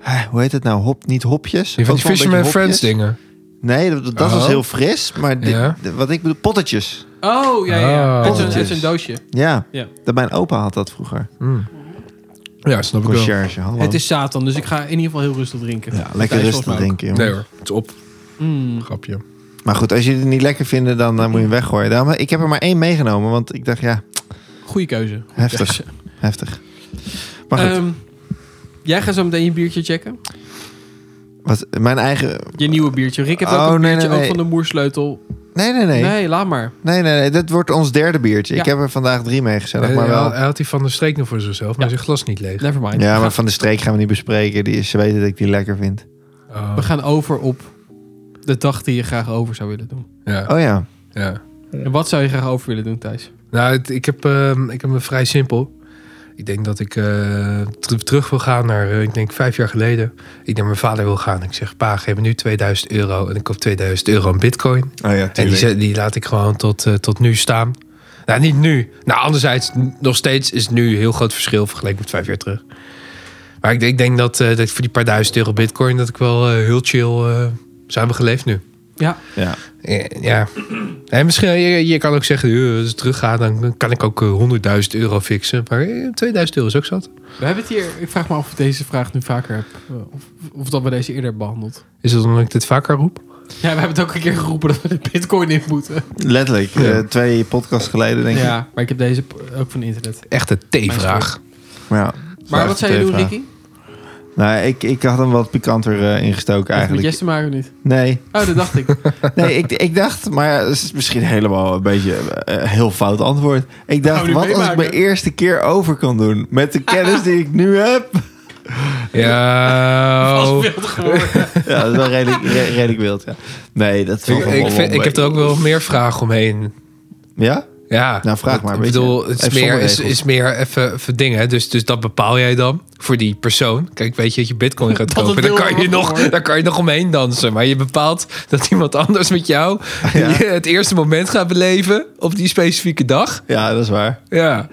Speaker 2: eh, hoe heet het nou, hop, niet hopjes?
Speaker 3: Die van
Speaker 2: Ook
Speaker 3: die
Speaker 2: wel een beetje
Speaker 3: Fisherman Friends
Speaker 2: hopjes.
Speaker 3: dingen.
Speaker 2: Nee, dat, dat was
Speaker 3: Oh.
Speaker 2: heel fris, maar dit-
Speaker 3: Ja.
Speaker 2: dit- wat ik bedoel, pottetjes.
Speaker 1: Oh, ja, ja. ja.
Speaker 3: Ah.
Speaker 1: Met zo'n- met
Speaker 2: Potjes.
Speaker 1: zo'n doosje.
Speaker 2: Ja,
Speaker 1: Ja.
Speaker 2: Dat mijn opa had dat vroeger.
Speaker 3: Mm. Ja, snap ik wel.
Speaker 2: Concierge, hallo.
Speaker 1: Het is Satan, dus ik ga in ieder geval heel rustig drinken.
Speaker 2: ja, lekker
Speaker 1: Thijs,
Speaker 2: rustig
Speaker 1: volgens mij ook.
Speaker 2: denken, jongen.
Speaker 3: Nee hoor, het is op.
Speaker 1: Mm.
Speaker 3: Grapje.
Speaker 2: Maar goed, als jullie het niet lekker vinden, dan eh, moet je hem weggooien. Daarom, ik heb er maar één meegenomen, want ik dacht, ja,
Speaker 1: Goeie keuze. Goeie
Speaker 2: Heftig.
Speaker 1: keuze.
Speaker 2: heftig. Maar goed,
Speaker 1: Ehm, jij gaat zo meteen je biertje checken.
Speaker 2: wat, mijn eigen...
Speaker 1: Je nieuwe biertje. Rick heeft
Speaker 2: Oh,
Speaker 1: ook een
Speaker 2: nee,
Speaker 1: biertje,
Speaker 2: nee, nee.
Speaker 1: ook van de moersleutel.
Speaker 2: Nee, nee,
Speaker 1: Nee,
Speaker 2: nee. Nee,
Speaker 1: laat maar.
Speaker 2: nee, nee. Dit wordt ons derde biertje.
Speaker 1: Ja.
Speaker 2: Ik heb er vandaag drie meegezellig,
Speaker 3: Hij-
Speaker 2: maar
Speaker 3: hij,
Speaker 2: wel...
Speaker 3: had, Eh, hij had die van de streek nog voor zichzelf, maar
Speaker 1: Ja.
Speaker 3: zijn glas niet leeg.
Speaker 1: Never mind.
Speaker 2: Ja,
Speaker 1: We
Speaker 2: maar
Speaker 1: gaan-
Speaker 2: van de streek gaan we niet bespreken. Die, ze weten dat ik die lekker vind.
Speaker 3: Oh,
Speaker 1: We gaan over op de dag die je graag over zou willen doen.
Speaker 3: Ja,
Speaker 2: Oh ja.
Speaker 3: ja.
Speaker 1: En wat zou je graag over willen doen, Thijs?
Speaker 3: Nou, het- ik, heb, ehm, ik heb me vrij simpel. Ik denk dat ik eh, ter- terug wil gaan naar, eh, ik denk vijf jaar geleden. Ik naar mijn vader wil gaan. Ik zeg, pa, geef me nu 2000 euro. En ik koop 2000 euro aan bitcoin.
Speaker 2: Oh ja,
Speaker 3: En die, zet- die laat ik gewoon tot, eh, tot nu staan. Nou, niet nu. Nou, anderzijds, n- nog steeds is nu een heel groot verschil vergeleken met vijf jaar terug. Maar ik, denk- ik denk dat, eh, dat ik voor die paar duizend euro bitcoin... dat ik wel eh, heel chill eh zou hebben geleefd nu.
Speaker 1: Ja,
Speaker 2: Ja.
Speaker 3: Ja, Ja. En misschien, je, je kan ook zeggen, eh, als het teruggaat, dan kan ik ook eh, 100.000 euro fixen. Maar eh, 2000 euro is ook zat.
Speaker 1: we hebben het hier... Ik vraag me af of ik deze vraag nu vaker heb. eh, Of, of dat we deze eerder hebben behandeld.
Speaker 3: Is het omdat ik dit vaker roep?
Speaker 1: Ja, we hebben het ook een keer geroepen dat we de bitcoin in moeten.
Speaker 2: Letterlijk. eh, twee podcasts geleden, denk ik.
Speaker 1: Ja, maar ik heb deze p- ook van internet.
Speaker 3: Echte T-vraag.
Speaker 2: Maar, ja,
Speaker 1: Maar wat zou je doen,
Speaker 2: vraag.
Speaker 1: Ricky?
Speaker 2: Nou, ik, ik had hem wat pikanter eh, ingestoken
Speaker 1: Heeft het met
Speaker 2: eigenlijk.
Speaker 1: Jess te maken of niet?
Speaker 2: Nee.
Speaker 1: Oh, dat dacht ik.
Speaker 2: Nee, ik, ik dacht, maar het is misschien helemaal een beetje eh, een heel fout antwoord. Ik dacht,
Speaker 1: Gaan we nu
Speaker 2: wat als ik
Speaker 1: meemaken?
Speaker 2: mijn eerste keer over kan doen met de kennis die ik nu heb?
Speaker 3: Ja.
Speaker 1: Als
Speaker 3: oh.
Speaker 1: wild geworden.
Speaker 2: Ja, dat is wel redelijk, re- redelijk wild, ja. Nee, dat
Speaker 3: Ik,
Speaker 2: valt wel
Speaker 3: ik, vind-
Speaker 2: mee.
Speaker 3: ik heb er ook wel meer vragen omheen.
Speaker 2: Ja?
Speaker 3: Ja.
Speaker 2: Nou, vraag maar,
Speaker 3: Ik
Speaker 2: weet je.
Speaker 3: bedoel, het is
Speaker 2: Even
Speaker 3: meer,
Speaker 2: zonder
Speaker 3: is,
Speaker 2: regels.
Speaker 3: is meer even, even dingen. hè. Dus, dus dat bepaal jij dan voor die persoon. Kijk, weet je dat je bitcoin gaat
Speaker 1: Dat
Speaker 3: kopen.
Speaker 1: het
Speaker 3: Dan
Speaker 1: wil
Speaker 3: kan, je
Speaker 1: worden
Speaker 3: nog,
Speaker 1: geworden.
Speaker 3: dan kan je nog omheen dansen. Maar je bepaalt dat iemand anders met jou
Speaker 2: Ja.
Speaker 3: het eerste moment gaat beleven op die specifieke dag.
Speaker 2: Ja, dat is waar.
Speaker 3: Ja.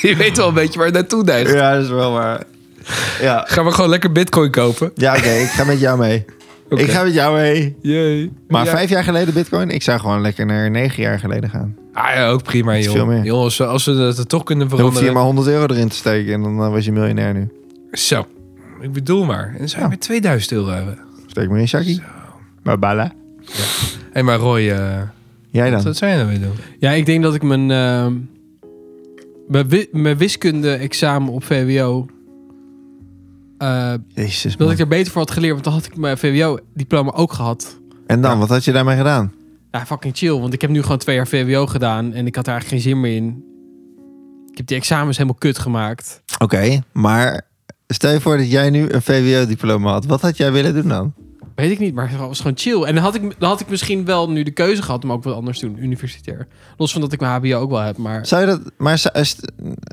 Speaker 3: je weet wel een beetje waar je naartoe neigt.
Speaker 2: Ja, dat is wel waar. Ja,
Speaker 3: Gaan we gewoon lekker bitcoin kopen?
Speaker 2: ja oké, ik ga met jou mee.
Speaker 1: Oké.
Speaker 2: Ik ga met jou mee.
Speaker 1: Jee.
Speaker 2: Maar
Speaker 3: Ja.
Speaker 2: vijf jaar geleden bitcoin? Ik zou gewoon lekker naar negen jaar geleden gaan.
Speaker 3: Ah ja, ook prima,
Speaker 2: Niet
Speaker 3: joh.
Speaker 2: veel meer.
Speaker 3: Joh, als we, als we dat er toch kunnen
Speaker 2: Dan hoef je
Speaker 3: veranderen.
Speaker 2: hier maar 100 euro erin te steken en dan eh, was je miljonair nu.
Speaker 3: Zo, ik bedoel maar. En dan zou je
Speaker 2: Ja.
Speaker 3: weer 2000 euro hebben.
Speaker 2: Steek maar in, Shaki. Maar bala.
Speaker 3: Hé, hey, maar Roy, eh,
Speaker 2: Jij dan?
Speaker 3: wat zou je nou weer doen?
Speaker 1: Ja, ik denk dat ik mijn, ehm, mijn, wi- mijn wiskunde-examen op VWO... eh,
Speaker 2: Jezus,
Speaker 1: dat
Speaker 2: man.
Speaker 1: ik er beter voor had geleerd, want dan had ik mijn VWO-diploma ook gehad.
Speaker 2: En dan, wat had je daarmee gedaan?
Speaker 1: Ja, fucking chill, want ik heb nu gewoon twee jaar VWO gedaan en ik had daar eigenlijk geen zin meer in. Ik heb die examens helemaal kut gemaakt.
Speaker 2: Oké, maar stel je voor dat jij nu een VWO-diploma had. Wat had jij willen doen dan?
Speaker 1: Weet ik niet, maar het was gewoon chill. En dan had ik, dan had ik misschien wel nu de keuze gehad om ook wat anders te doen, universitair. Los van dat ik mijn HBO ook wel heb, maar
Speaker 2: Zou je dat, maar zou- is-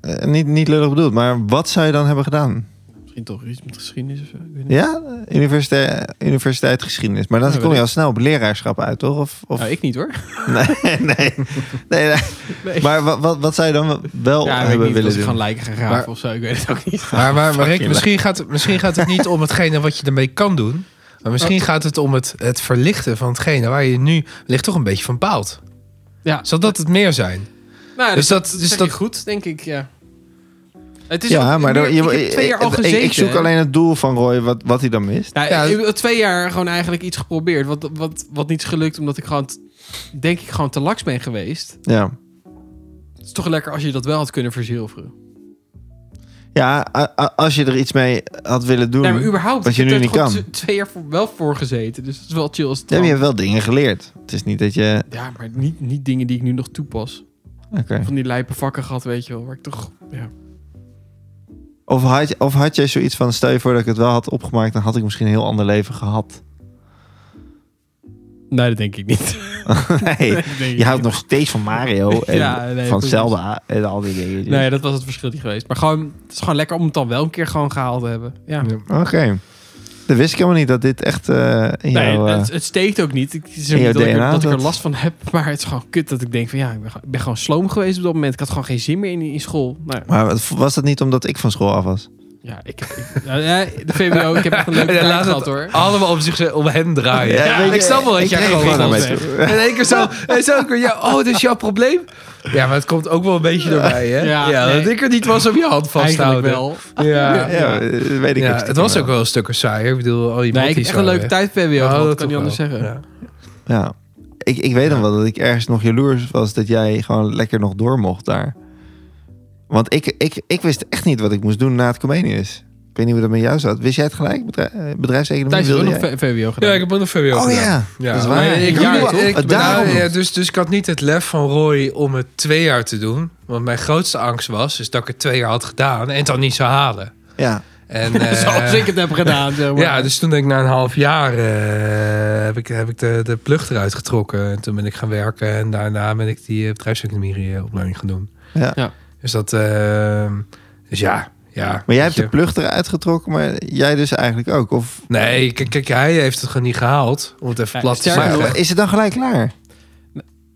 Speaker 2: eh, niet, niet lullig bedoeld, maar wat zou je dan hebben gedaan?
Speaker 1: misschien toch iets met geschiedenis of zo. ik weet niet.
Speaker 2: Ja, universiteit, universiteit geschiedenis. Maar
Speaker 1: Ja,
Speaker 2: dan kom
Speaker 1: weet
Speaker 2: je al snel op leraarschap uit, toch? Of, of...
Speaker 1: Nou, ik niet hoor.
Speaker 2: Nee, nee, nee, nee.
Speaker 1: Nee.
Speaker 2: Maar wat, wat, wat zou je dan wel
Speaker 1: ja, weet ik
Speaker 2: hebben
Speaker 1: niet.
Speaker 2: Oh, willen
Speaker 1: Was ik
Speaker 2: doen?
Speaker 1: gewoon lijken gaan graven
Speaker 3: Maar-
Speaker 1: of zo, ik weet het ook niet.
Speaker 3: Maar, maar, maar Rick,
Speaker 2: fucking
Speaker 3: misschien gaat, het, misschien gaat het niet om hetgene wat je ermee kan doen. Maar misschien gaat het om het, het verlichten van hetgene waar je nu ligt toch een beetje van baalt.
Speaker 1: Ja,
Speaker 3: Zal dat het meer zijn?
Speaker 1: nou, dus
Speaker 3: dus dat,
Speaker 1: is
Speaker 3: dus
Speaker 1: dat
Speaker 3: dat,
Speaker 1: goed, denk ik, ja. Het is
Speaker 2: Ja,
Speaker 1: ook-
Speaker 2: maar dan,
Speaker 1: meer-
Speaker 2: je-
Speaker 1: ik heb twee jaar al
Speaker 2: ik-
Speaker 1: gezeten.
Speaker 2: ik, zoek
Speaker 1: hè.
Speaker 2: alleen het doel van Roy, wat, wat hij dan mist.
Speaker 1: Nou,
Speaker 3: Ja,
Speaker 1: ik heb twee jaar gewoon eigenlijk iets geprobeerd. Wat, wat, wat niet is gelukt, omdat ik gewoon, t- denk ik, gewoon te laks ben geweest.
Speaker 2: Ja,
Speaker 1: Het is toch lekker als je dat wel had kunnen verzilveren.
Speaker 2: ja a- a- als je er iets mee had willen doen.
Speaker 1: Nee, maar überhaupt.
Speaker 2: Wat je
Speaker 1: ik
Speaker 2: nu
Speaker 1: heb
Speaker 2: niet
Speaker 1: er gewoon
Speaker 2: kan.
Speaker 1: t- Twee jaar voor, wel voor gezeten, dus het is wel chill als het
Speaker 2: Ja, maar
Speaker 1: kan.
Speaker 2: je hebt wel dingen geleerd. Het is niet dat je...
Speaker 1: Ja, maar niet, niet dingen die ik nu nog toepas.
Speaker 2: Oké.
Speaker 1: Van die lijpe vakken gehad, weet je wel. Waar ik toch... Ja.
Speaker 2: Of, had, je- of had jij zoiets van, stel je voor dat ik het wel had opgemaakt... dan had ik misschien een heel ander leven gehad.
Speaker 1: Nee, dat denk ik niet.
Speaker 2: nee, je houdt nog steeds van Mario en
Speaker 1: Ja, nee,
Speaker 2: van
Speaker 1: precies.
Speaker 2: Zelda en al die dingen.
Speaker 1: Nee, dat was het verschil niet geweest. Maar gewoon, het is gewoon lekker om het dan wel een keer gewoon gehaald te hebben. Ja.
Speaker 2: Oké. Dat wist ik helemaal niet, dat dit echt eh, in
Speaker 1: Nee,
Speaker 2: jouw... eh,
Speaker 1: het, het steekt ook niet. Ik, het is ook
Speaker 2: in
Speaker 1: niet
Speaker 2: jouw
Speaker 1: dat, ik, er-
Speaker 2: DNA
Speaker 1: dat ik er
Speaker 2: dat-
Speaker 1: last van heb. Maar het is gewoon kut dat ik denk van ja, ik ben, gewoon- ik ben gewoon sloom geweest op dat moment. Ik had gewoon geen zin meer in, in school. Nou,
Speaker 2: Maar wat- was dat niet omdat ik van school af was?
Speaker 1: ja, ik, ik- nou, ja, de VWO, ik heb echt een leuke
Speaker 3: Ja,
Speaker 1: tijd
Speaker 3: laat het-
Speaker 1: gehad hoor.
Speaker 3: allemaal om, zich, om hem draaien.
Speaker 2: Ja, weet je,
Speaker 3: Ah, ik snap wel dat
Speaker 2: ik
Speaker 3: jij
Speaker 2: kreeg
Speaker 3: gewoon
Speaker 2: gewoon
Speaker 3: was.
Speaker 1: een
Speaker 2: beetje-
Speaker 3: En in één keer zo, en zo ook weer, ja, oh, dat is jouw probleem? Ja, maar het komt ook wel een beetje door mij, hè?
Speaker 1: Ja,
Speaker 3: Ja,
Speaker 1: nee.
Speaker 3: dat ik er niet was om je hand vast te
Speaker 1: Eigenlijk
Speaker 3: houden.
Speaker 1: wel.
Speaker 3: Ja.
Speaker 2: Ja, eh, weet ik
Speaker 3: Ja,
Speaker 2: even
Speaker 3: het was
Speaker 2: wel.
Speaker 3: ook wel een stukje saaier. Ik bedoel, al die
Speaker 1: Nee, ik heb echt
Speaker 3: matties
Speaker 1: een
Speaker 3: waren
Speaker 1: leuke
Speaker 3: weg.
Speaker 1: tijd VWO
Speaker 3: Ja,
Speaker 1: gehad.
Speaker 3: dat
Speaker 1: Ik kan niet
Speaker 3: toch
Speaker 1: anders
Speaker 3: wel.
Speaker 1: zeggen.
Speaker 3: Ja.
Speaker 2: Ja. Ik, ik weet nog wel dat ik ergens nog jaloers was dat jij gewoon lekker nog door mocht daar. Want ik, ik, ik wist echt niet wat ik moest doen na het Comenius. Ik weet niet hoe dat met jou zat. Wist jij het gelijk? Bedrij- eh, bedrijfseconomie
Speaker 1: Thijs heeft ook
Speaker 2: wilde
Speaker 1: nog
Speaker 2: jij?
Speaker 1: v- VWO
Speaker 3: Ja,
Speaker 1: gedaan.
Speaker 3: ik heb ook nog VWO
Speaker 2: Oh
Speaker 3: gedaan.
Speaker 2: ja,
Speaker 3: Ja,
Speaker 2: dat is
Speaker 3: maar
Speaker 2: waar.
Speaker 3: ik,
Speaker 1: Ja,
Speaker 3: ik-
Speaker 1: toch?
Speaker 3: ik-
Speaker 2: Daarom.
Speaker 3: nou, ja, dus, dus ik had niet het lef van Roy om het twee jaar te doen. Want mijn grootste angst was is dat ik het twee jaar had gedaan en het dan niet zou halen.
Speaker 2: ja.
Speaker 3: En,
Speaker 1: Zoals
Speaker 3: eh,
Speaker 1: ik het heb gedaan. zeg maar.
Speaker 3: Ja, dus toen denk ik na een half jaar eh, heb ik, heb ik de, de plucht eruit getrokken. En toen ben ik gaan werken en daarna ben ik die eh, bedrijfseconomie eh, opleiding gaan doen.
Speaker 2: Ja.
Speaker 1: Ja.
Speaker 3: Dus dat, eh, dus ja, ja.
Speaker 2: Maar
Speaker 3: weet
Speaker 2: jij hebt
Speaker 3: je.
Speaker 2: de plucht eruit getrokken, maar jij dus eigenlijk ook. Of,
Speaker 3: Nee, kijk, kijk, hij heeft het gewoon niet gehaald. Om het even
Speaker 1: Ja,
Speaker 3: plat te
Speaker 1: sterker
Speaker 2: maar
Speaker 3: zeggen.
Speaker 2: is het dan gelijk klaar?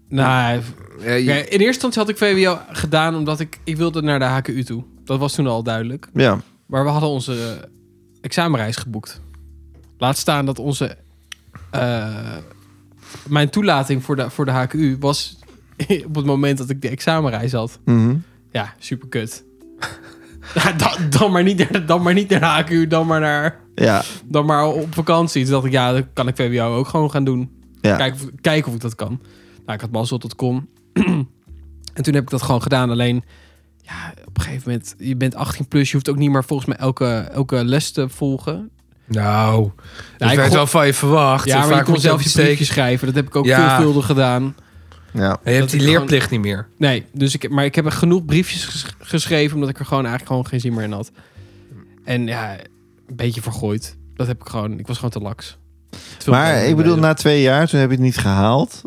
Speaker 1: Nou, oké,
Speaker 3: Ja, je-
Speaker 1: in eerste instantie had ik VWO gedaan omdat ik, ik wilde naar de HKU toe. Dat was toen al duidelijk.
Speaker 2: Ja.
Speaker 1: Maar we hadden onze eh, examenreis geboekt. Laat staan dat onze. eh, mijn toelating voor de, voor de HKU was op het moment dat ik de examenreis had.
Speaker 2: Mhm.
Speaker 1: Ja, super kut. Ja, dan, dan, maar niet, naar- dan maar niet naar de HKU, dan maar, naar,
Speaker 2: ja.
Speaker 1: dan maar op vakantie. Toen dacht ik, ja, dan kan ik VWO ook gewoon gaan doen.
Speaker 2: Ja.
Speaker 1: Kijken, of, kijken of ik dat kan. Nou, ik had mazzel.com. en toen heb ik dat gewoon gedaan. Alleen, ja, op een gegeven moment, je bent 18 plus. Je hoeft ook niet meer volgens mij elke, elke les te volgen.
Speaker 3: Nou, dat
Speaker 1: ik
Speaker 3: werd
Speaker 1: kon-
Speaker 3: wel van je verwacht.
Speaker 1: ja,
Speaker 3: En
Speaker 1: maar je
Speaker 3: vaak
Speaker 1: kon
Speaker 3: moet
Speaker 1: zelf
Speaker 3: ook
Speaker 1: je
Speaker 3: iets
Speaker 1: briefje
Speaker 3: tekenen.
Speaker 1: schrijven. Dat heb ik ook
Speaker 3: Ja.
Speaker 1: veelvuldig gedaan.
Speaker 2: ja.
Speaker 3: En je hebt
Speaker 1: Dat
Speaker 3: die
Speaker 1: ik gewoon-
Speaker 3: leerplicht niet meer.
Speaker 1: Nee, dus ik, maar ik heb er genoeg briefjes ges- geschreven... omdat ik er gewoon eigenlijk gewoon geen zin meer in had. En ja, een beetje vergooid. Dat heb ik gewoon... Ik was gewoon te laks. Te veel
Speaker 2: Maar
Speaker 1: tijd
Speaker 2: ik bedoel,
Speaker 1: mee.
Speaker 2: na twee jaar, toen heb je het niet gehaald.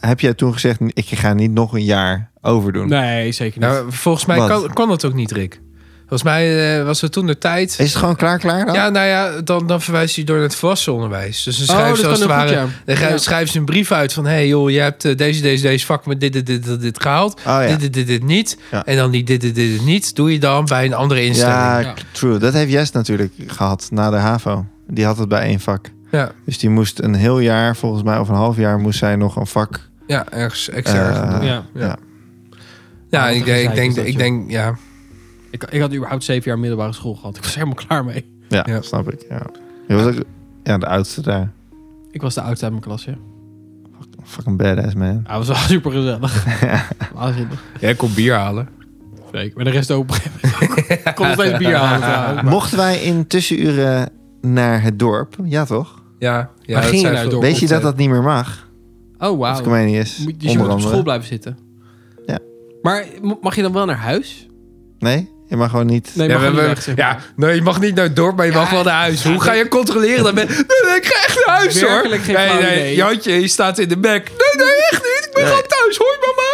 Speaker 2: Heb jij toen gezegd, ik ga niet nog een jaar overdoen?
Speaker 1: Nee, zeker niet.
Speaker 3: Nou, volgens mij
Speaker 2: Wat?
Speaker 3: kan, kon dat ook niet, Rick. Volgens mij eh, was het toen de tijd.
Speaker 2: Is het gewoon klaar, klaar dan?
Speaker 3: Ja, nou ja, dan, dan verwijst hij door naar het volwassen onderwijs. Dus dan
Speaker 1: Oh,
Speaker 3: schrijven
Speaker 1: dat
Speaker 3: ze als het
Speaker 1: kan ook
Speaker 3: ware...
Speaker 1: goed, ja.
Speaker 3: Dan ga-
Speaker 1: Ja.
Speaker 3: schrijven ze een brief uit van... hey joh, je hebt eh, deze, deze, deze vak met dit, dit, dit, dit, dit gehaald.
Speaker 2: Oh ja.
Speaker 3: Dit, dit, dit, dit niet.
Speaker 2: Ja.
Speaker 3: En dan die dit, dit, dit, dit niet. Doe je dan bij een andere instelling.
Speaker 2: Ja,
Speaker 1: Ja.
Speaker 2: true. Dat heeft Jess natuurlijk gehad na de HAVO. Die had het bij één vak.
Speaker 3: Ja, Ja.
Speaker 2: Dus die moest een heel jaar, volgens mij, of een half jaar, moest zij nog een vak.
Speaker 3: Ja, ergens extra.
Speaker 2: Eh,
Speaker 3: ergens doen.
Speaker 1: ja.
Speaker 2: ja.
Speaker 3: ja. ja,
Speaker 1: Ja,
Speaker 3: ik,
Speaker 1: wat een
Speaker 3: ik
Speaker 1: gezeik
Speaker 3: denk,
Speaker 1: is dat,
Speaker 3: ik
Speaker 1: joh.
Speaker 3: denk, ja.
Speaker 1: Ik, ik had überhaupt zeven jaar middelbare school gehad. Ik was er helemaal klaar mee.
Speaker 2: Ja,
Speaker 3: Ja.
Speaker 2: snap ik. Ja. Je was ook ja, de oudste daar.
Speaker 1: Ik was de oudste uit mijn klas, ja.
Speaker 2: Fucking badass, man.
Speaker 1: Ja, dat was wel super gezellig.
Speaker 2: Ja.
Speaker 1: Waanzinnig.
Speaker 3: Jij kon bier halen.
Speaker 1: Zeker. Maar de rest ook. Ik kon nog steeds bier halen. trouwens. Maar-
Speaker 2: Mochten wij in tussenuren naar het dorp? Ja, toch?
Speaker 3: Ja, ja.
Speaker 1: Waar ging je
Speaker 3: zijn
Speaker 1: naar
Speaker 3: veel-
Speaker 1: door?
Speaker 2: Weet je
Speaker 1: Op de-
Speaker 2: dat dat niet meer mag?
Speaker 1: Oh,
Speaker 2: Als
Speaker 1: wauw.
Speaker 2: comedie is.
Speaker 1: Moet- Dus je moet
Speaker 2: onder
Speaker 1: op
Speaker 2: andere.
Speaker 1: school blijven zitten.
Speaker 2: Ja.
Speaker 1: Maar mo- mag je dan wel naar huis?
Speaker 2: Nee, je mag gewoon niet.
Speaker 1: Nee,
Speaker 3: Ja,
Speaker 1: mag
Speaker 3: we
Speaker 1: je niet
Speaker 3: hebben-
Speaker 1: weg, zeg
Speaker 3: ja,
Speaker 1: maar.
Speaker 3: nee, je mag niet naar het dorp, maar je
Speaker 1: Ja,
Speaker 3: mag wel naar huis.
Speaker 1: ja,
Speaker 3: Hoe ga je controleren? Dan ben nee, ik ga echt naar huis hoor.
Speaker 1: Werkelijk geen flauw
Speaker 3: Nee, nee,
Speaker 1: idee.
Speaker 3: Jantje, je staat in de bek. Nee, nee, echt niet. Ik ben
Speaker 2: Nee.
Speaker 3: gewoon thuis. Hoi mama.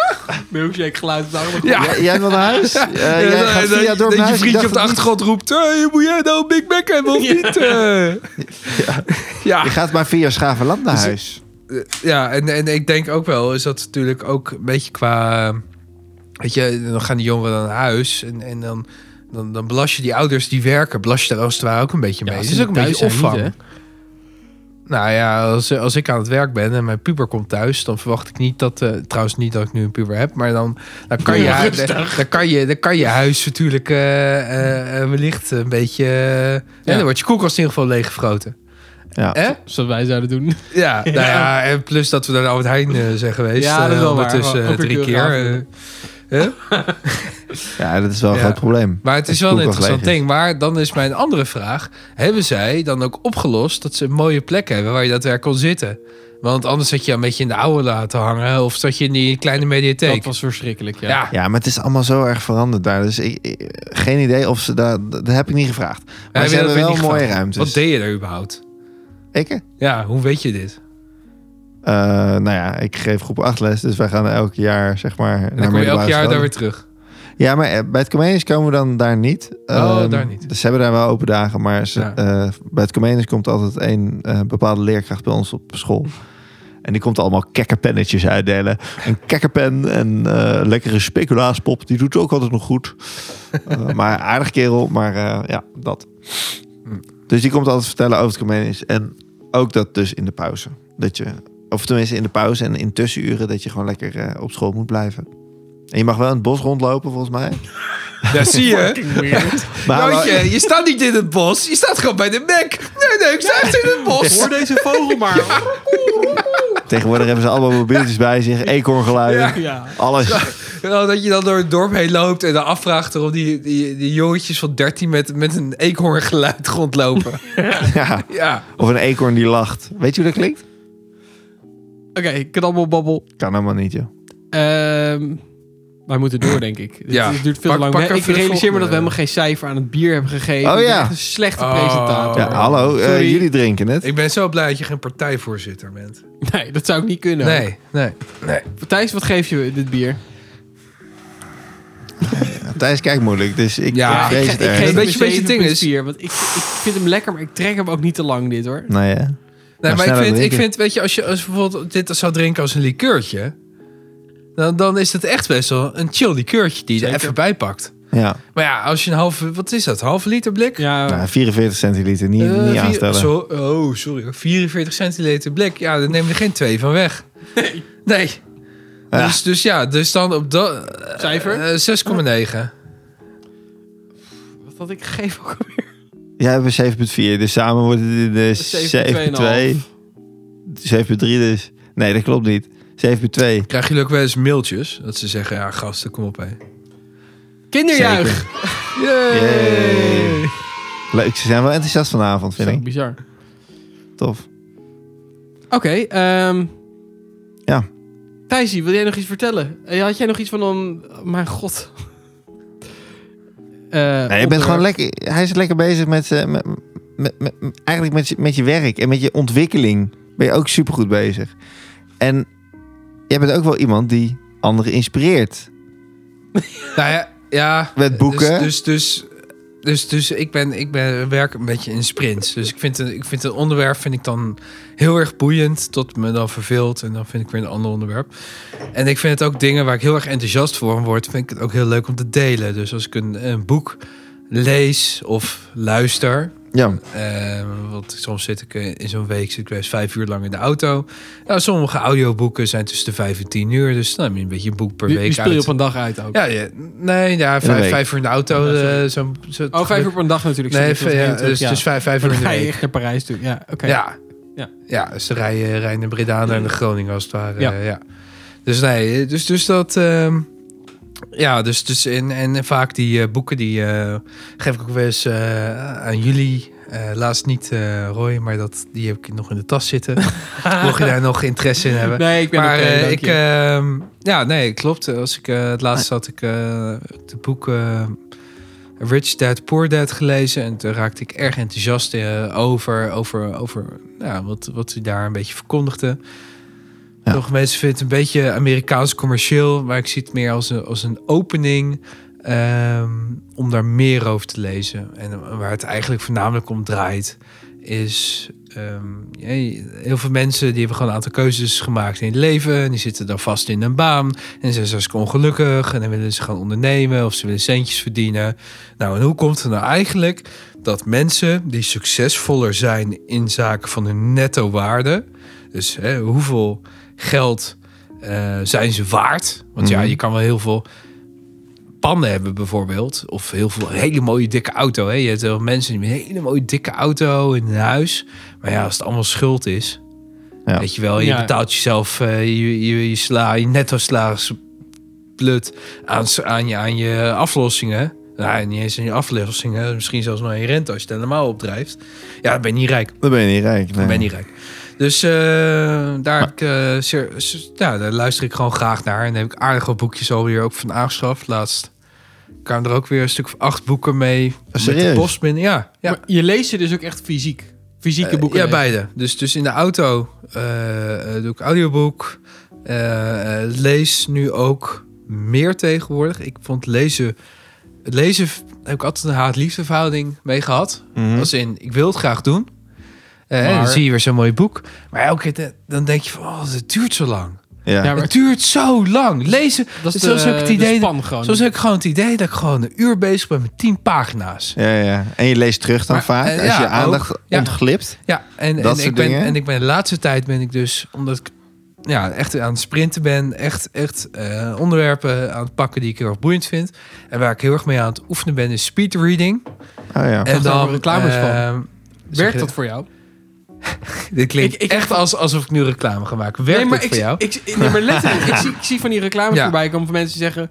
Speaker 1: Milkshake geluid. is daar ook
Speaker 3: Ja.
Speaker 1: nog
Speaker 2: Jij- Jij wil naar huis? Eh, jij
Speaker 3: Ja,
Speaker 2: gaat
Speaker 3: dat-
Speaker 2: via het dorp
Speaker 3: dat
Speaker 2: naar
Speaker 3: je
Speaker 2: huis? Ik
Speaker 3: vriendje
Speaker 2: dacht
Speaker 3: op de
Speaker 2: dat-
Speaker 3: achtergrond roept... Hey, moet jij nou een Big Mac hebben of
Speaker 1: Ja.
Speaker 3: niet? Eh, ja.
Speaker 2: Je gaat maar via Schavenland naar huis.
Speaker 3: Eh, ja, en, en ik denk ook wel, is dat natuurlijk ook een beetje qua. eh, Weet je, dan gaan die jongeren dan naar huis en, en dan, dan, dan belast je die ouders die werken, belast je daar als het ware ook een beetje mee.
Speaker 1: als
Speaker 3: het is
Speaker 1: ze
Speaker 3: ook een
Speaker 1: thuis
Speaker 3: beetje
Speaker 1: zijn,
Speaker 3: opvang.
Speaker 1: niet,
Speaker 3: nou ja, als, als ik aan het werk ben en mijn puber komt thuis, dan verwacht ik niet dat. eh, trouwens, niet dat ik nu een puber heb, maar dan, dan, kan, je,
Speaker 1: Rustig.
Speaker 3: dan, dan kan je, dan kan je huis natuurlijk eh, eh, eh, wellicht een beetje. eh, hè, dan wordt je koelkast in ieder geval leeggefroten.
Speaker 2: Ja.
Speaker 3: Hè?
Speaker 1: Zoals wij zouden doen.
Speaker 3: Ja, nou ja, en plus dat we naar de Albert Heijn eh, zijn geweest.
Speaker 1: Ja, dat is
Speaker 3: eh,
Speaker 1: wel waar.
Speaker 3: ondertussen, eh,
Speaker 1: Ook weer
Speaker 3: drie
Speaker 1: keurig
Speaker 3: keer.
Speaker 1: avond.
Speaker 3: eh, hè?
Speaker 2: ja, dat is wel een
Speaker 3: Ja.
Speaker 2: groot probleem.
Speaker 3: Maar het is
Speaker 2: Als
Speaker 3: wel een
Speaker 2: koelkast
Speaker 3: interessant
Speaker 2: leeg is.
Speaker 3: ding. Maar dan is mijn andere vraag. Hebben zij dan ook opgelost dat ze een mooie plek hebben waar je daadwerkelijk kon zitten? Want anders zat je een beetje in de oude laten hangen. Of zat je in die kleine mediatheek.
Speaker 1: Dat was verschrikkelijk, ja.
Speaker 3: ja.
Speaker 2: Ja, maar het is allemaal zo erg veranderd daar. Dus ik, ik- geen idee of ze daar... Dat heb ik niet gevraagd. Maar
Speaker 3: heb
Speaker 2: ze
Speaker 3: je
Speaker 2: hebben
Speaker 3: dat weer
Speaker 2: wel
Speaker 3: niet
Speaker 2: mooie
Speaker 3: gevraagd?
Speaker 2: ruimtes.
Speaker 1: Dus-
Speaker 3: Wat deed je daar überhaupt?
Speaker 2: Ik? eh,
Speaker 3: Ja, hoe weet je dit?
Speaker 2: nou ja, ik geef groep 8 les. Dus wij gaan elk jaar, zeg maar...
Speaker 3: En dan kom je elk jaar daar weer terug.
Speaker 2: Ja, maar eh, bij het Comenius komen we dan daar niet.
Speaker 3: Oh,
Speaker 2: Ehm,
Speaker 3: daar niet.
Speaker 2: Dus ze hebben daar wel open dagen. Maar ze,
Speaker 3: Ja.
Speaker 2: eh, bij het Comenius komt altijd één eh, bepaalde leerkracht bij ons op school. En die komt allemaal kekkerpennetjes uitdelen. Een kekkerpen en eh lekkere speculaaspop. Die doet het ook altijd nog goed. Eh, maar aardig kerel. Maar eh, ja, dat.
Speaker 3: Hmm.
Speaker 2: Dus die komt altijd vertellen over het Comenius. En ook dat dus in de pauze. Dat je, of tenminste in de pauze en in tussenuren... dat je gewoon lekker eh, op school moet blijven. En je mag wel in het bos rondlopen, volgens mij.
Speaker 3: Daar zie je.
Speaker 2: Maar
Speaker 3: Jantje, je staat niet in het bos. Je staat gewoon bij de Mac. Nee, nee, ik sta echt in het bos.
Speaker 1: Hoor deze vogel maar.
Speaker 2: Tegenwoordig hebben ze allemaal mobieltjes bij zich, eekhoorngeluiden,
Speaker 1: Ja. ja.
Speaker 2: alles.
Speaker 3: Wel, dat je dan door het dorp heen loopt en dan afvraagt waarom die, die, die jongetjes van 13 met, met een eekhoorngeluid rondlopen.
Speaker 2: Ja.
Speaker 3: ja.
Speaker 2: Of een eekhoorn die lacht. Weet je hoe dat klinkt?
Speaker 1: Oké, knabbelbabbel.
Speaker 2: Kan helemaal niet, joh.
Speaker 1: Ehm, wij moeten door, denk ik. Het,
Speaker 3: Ja.
Speaker 1: het duurt veel
Speaker 3: Pak-
Speaker 1: te lang.
Speaker 3: pak
Speaker 1: Nee,
Speaker 3: even
Speaker 1: ik
Speaker 3: de
Speaker 1: realiseer me dat
Speaker 3: volgende.
Speaker 1: we helemaal geen cijfer aan het bier hebben gegeven.
Speaker 2: Oh,
Speaker 1: Ik ben
Speaker 2: ja.
Speaker 1: echt een slechte
Speaker 3: Oh.
Speaker 1: presentator.
Speaker 2: Ja,
Speaker 3: Oh.
Speaker 2: hallo, eh,
Speaker 1: Sorry.
Speaker 2: jullie drinken het.
Speaker 3: Ik ben zo blij dat je geen partijvoorzitter bent.
Speaker 1: Nee, dat zou ik niet kunnen.
Speaker 3: Nee, nee. nee.
Speaker 1: Thijs, wat geef je dit bier?
Speaker 2: Thijs kijkt moeilijk, dus ik
Speaker 3: Ja,
Speaker 2: ik vrees
Speaker 1: ik,
Speaker 2: het
Speaker 1: ge- ik
Speaker 2: erg.
Speaker 1: geef
Speaker 3: Weet
Speaker 1: hem
Speaker 3: je-
Speaker 1: een
Speaker 3: weet je het ding is?
Speaker 1: 7,4, Want ik, ik vind hem lekker, maar ik trek hem ook niet te lang dit hoor.
Speaker 2: Nou ja.
Speaker 3: nee
Speaker 2: Nou,
Speaker 3: maar ik
Speaker 2: sneller
Speaker 3: vind, ik
Speaker 2: drinken.
Speaker 3: vind, weet je, als je als je bijvoorbeeld dit zou drinken als een likeurtje, dan, dan is het echt best wel een chill likeurtje die je er
Speaker 1: Zeker.
Speaker 3: even bij pakt.
Speaker 2: ja.
Speaker 3: Maar ja, als je een halve, wat is dat, halve liter blik?
Speaker 1: Ja,
Speaker 2: Nou, 44 centiliter, niet,
Speaker 3: Eh,
Speaker 2: niet
Speaker 3: vier-
Speaker 2: aanstellen.
Speaker 3: zo- oh, sorry. hoor. 44 centiliter blik. Ja, daar neem je er geen twee van weg. Nee. Nee.
Speaker 2: Ja.
Speaker 3: Dus, dus ja, dus dan op dat... eh,
Speaker 1: Cijfer?
Speaker 3: eh, 6,9.
Speaker 1: wat had ik gegeven ook alweer?
Speaker 2: Jij hebt een 7,4, dus samen wordt het in de
Speaker 1: 7,2,5.
Speaker 2: 7,2. 7,3 dus. Nee, dat klopt niet. 7,2.
Speaker 3: Krijgen jullie ook wel eens mailtjes? Dat ze zeggen, ja, gasten, kom op, hé.
Speaker 1: Kinderjuich!
Speaker 2: Yay. Leuk, ze zijn wel enthousiast vanavond, vind
Speaker 1: Zo
Speaker 2: ik.
Speaker 1: bizar.
Speaker 2: Tof.
Speaker 1: Oké, ehm
Speaker 2: Ja.
Speaker 1: Thijsie, wil jij nog iets vertellen? Eh, Had jij nog iets van een... Mijn god. Eh,
Speaker 2: Nee, je bent
Speaker 1: onderwerp.
Speaker 2: gewoon lekker. Hij is lekker bezig met, eh, met, met, met- eigenlijk met, je- met je werk en met je ontwikkeling. Ben je ook supergoed bezig. En jij bent ook wel iemand die anderen inspireert
Speaker 3: Nou ja, ja.
Speaker 2: met boeken.
Speaker 3: Dus, dus, dus, dus, dus ik, ben, ik ben, werk een beetje in sprints. Dus ik vind, een, ik vind een onderwerp vind ik dan heel erg boeiend. Tot me dan verveelt. En dan vind ik weer een ander onderwerp. En ik vind het ook dingen waar ik heel erg enthousiast voor word. Vind ik het ook heel leuk om te delen. Dus als ik een, een boek lees of luister.
Speaker 2: Ja.
Speaker 3: Eh, want soms zit ik eh, in zo'n week zit ik best vijf uur lang in de auto. Nou, sommige audioboeken zijn tussen de vijf en tien uur. Dus dan heb je een beetje een boek per
Speaker 1: Die,
Speaker 3: week
Speaker 1: die speel je
Speaker 3: uit.
Speaker 1: op een dag uit ook.
Speaker 3: ja, ja, nee, ja,
Speaker 2: week.
Speaker 3: vijf, vijf uur in de auto.
Speaker 1: Ja, sorry.
Speaker 3: eh, zo'n zo,
Speaker 1: Oh, vijf uur per dag natuurlijk.
Speaker 3: Nee,
Speaker 1: Sorry,
Speaker 3: v-
Speaker 1: ik was
Speaker 3: ja,
Speaker 1: heen terug,
Speaker 3: dus,
Speaker 1: ja.
Speaker 3: dus vijf, vijf
Speaker 1: Maar
Speaker 3: uur
Speaker 1: dan
Speaker 3: in de
Speaker 1: ga je
Speaker 3: week.
Speaker 1: echt naar Parijs toe. Ja, oké.
Speaker 3: Ja.
Speaker 1: Ja.
Speaker 3: ja. Ja, dus dan rij je, rij je naar Breda naar de Groningen als het ware.
Speaker 1: Ja.
Speaker 3: Ja. ja. Dus nee, dus, dus dat... ehm, ja, dus, dus en, en vaak die eh, boeken die eh, geef ik ook wel eens eh, aan jullie. Eh, laatst niet eh Roy, maar dat, die heb ik nog in de tas zitten. Mocht je daar nog interesse in hebben.
Speaker 1: Nee, ik ben
Speaker 3: maar
Speaker 1: oké,
Speaker 3: eh,
Speaker 1: dank
Speaker 3: ik,
Speaker 1: je.
Speaker 3: ehm, ja, nee, klopt. Als ik eh, het laatst had ik eh, het boek eh, Rich Dad Poor Dad gelezen en toen raakte ik erg enthousiast eh, over over over ja, wat wat hij daar een beetje verkondigde.
Speaker 2: Ja.
Speaker 3: Nog mensen vinden het een beetje Amerikaans commercieel, maar ik zie het meer als een als een opening. ehm, om daar meer over te lezen. En waar het eigenlijk voornamelijk om draait, is Ehm, ja, je- heel veel mensen die hebben gewoon een aantal keuzes gemaakt in het leven. En die zitten dan vast in een baan. En zijn ze hartstikke ongelukkig. En dan willen ze gaan ondernemen of ze willen centjes verdienen. Nou, en hoe komt het nou eigenlijk dat mensen die succesvoller zijn in zaken van hun netto waarde. Dus hè, hoeveel geld eh, zijn ze waard? Want ja,
Speaker 2: Mhm.
Speaker 3: je kan wel heel veel pannen hebben bijvoorbeeld. Of heel veel hele mooie dikke auto. Hè? Je hebt wel mensen die met een hele mooie dikke auto in hun huis. Maar ja, als het allemaal schuld is.
Speaker 2: Ja.
Speaker 3: Weet je wel, je
Speaker 1: Ja.
Speaker 3: betaalt jezelf, eh, je, je, je sla, je netto slaagt blut aan, s- aan, je, aan je aflossingen. Nou, niet eens aan je aflossingen. Misschien zelfs nog aan je rente als je het helemaal opdrijft. Ja, dan ben je niet rijk.
Speaker 2: Dan ben je niet rijk.
Speaker 3: Dan
Speaker 2: nee.
Speaker 3: ben je niet rijk. Dus eh, daar, heb ik, eh, zeer- s- ja, daar luister ik gewoon graag naar. En daar heb ik aardig wat boekjes alweer ook van aangeschaft. Laatst kwamen er ook weer een stuk of acht boeken mee. Met de
Speaker 2: Ah, serieus?
Speaker 3: post binnen. Ja, ja.
Speaker 1: Maar je leest ze dus ook echt fysiek. Fysieke boeken.
Speaker 3: Eh, ja,
Speaker 1: lezen.
Speaker 3: beide. Dus, dus in de auto eh, eh, doe ik audioboek. Eh, eh, lees nu ook meer tegenwoordig. Ik vond lezen... Het lezen v- heb ik altijd een haat-liefde verhouding mee gehad.
Speaker 2: Mhm.
Speaker 3: Als in, ik wil het graag doen. Eh,
Speaker 1: Hm. Maar-
Speaker 3: Dan zie je weer zo'n mooi boek. Maar elke keer de- dan denk je van, oh, het duurt zo lang.
Speaker 2: Ja.
Speaker 1: Ja, maar- Oh,
Speaker 3: het duurt zo lang. Lezen.
Speaker 1: Dat is
Speaker 3: Zo
Speaker 1: de,
Speaker 3: is ook het
Speaker 1: de
Speaker 3: idee dat-
Speaker 1: span gewoon.
Speaker 3: Zo heb ik gewoon het idee dat ik gewoon een uur bezig ben met tien pagina's.
Speaker 2: Ja, ja. En je leest terug dan
Speaker 3: Maar,
Speaker 2: vaak.
Speaker 3: eh,
Speaker 2: als
Speaker 3: ja,
Speaker 2: je aandacht
Speaker 3: ook. Ja.
Speaker 2: ontglipt.
Speaker 3: Ja, en,
Speaker 2: Dat
Speaker 3: en,
Speaker 2: soort
Speaker 3: ik ben,
Speaker 2: dingen.
Speaker 3: en ik ben de laatste tijd ben ik dus, omdat ik ja, echt aan het sprinten ben, echt, echt eh, onderwerpen aan het pakken die ik heel erg boeiend vind. En waar ik heel erg mee aan het oefenen ben, is speedreading.
Speaker 2: Oh ja.
Speaker 3: En
Speaker 1: daar
Speaker 3: dan
Speaker 1: wel reclames van.
Speaker 3: eh, zeg
Speaker 1: Werkt
Speaker 3: je-
Speaker 1: dat voor jou?
Speaker 3: Dit klinkt
Speaker 1: Ik- ik-
Speaker 3: echt als, alsof ik nu reclame ga maken. Werkt
Speaker 1: nee, maar
Speaker 3: dit
Speaker 1: ik,
Speaker 3: voor jou?
Speaker 1: Ik, ik- nee, maar letterlijk, ik, zie, ik zie van die reclames
Speaker 3: Ja.
Speaker 1: voorbij komen van mensen die zeggen...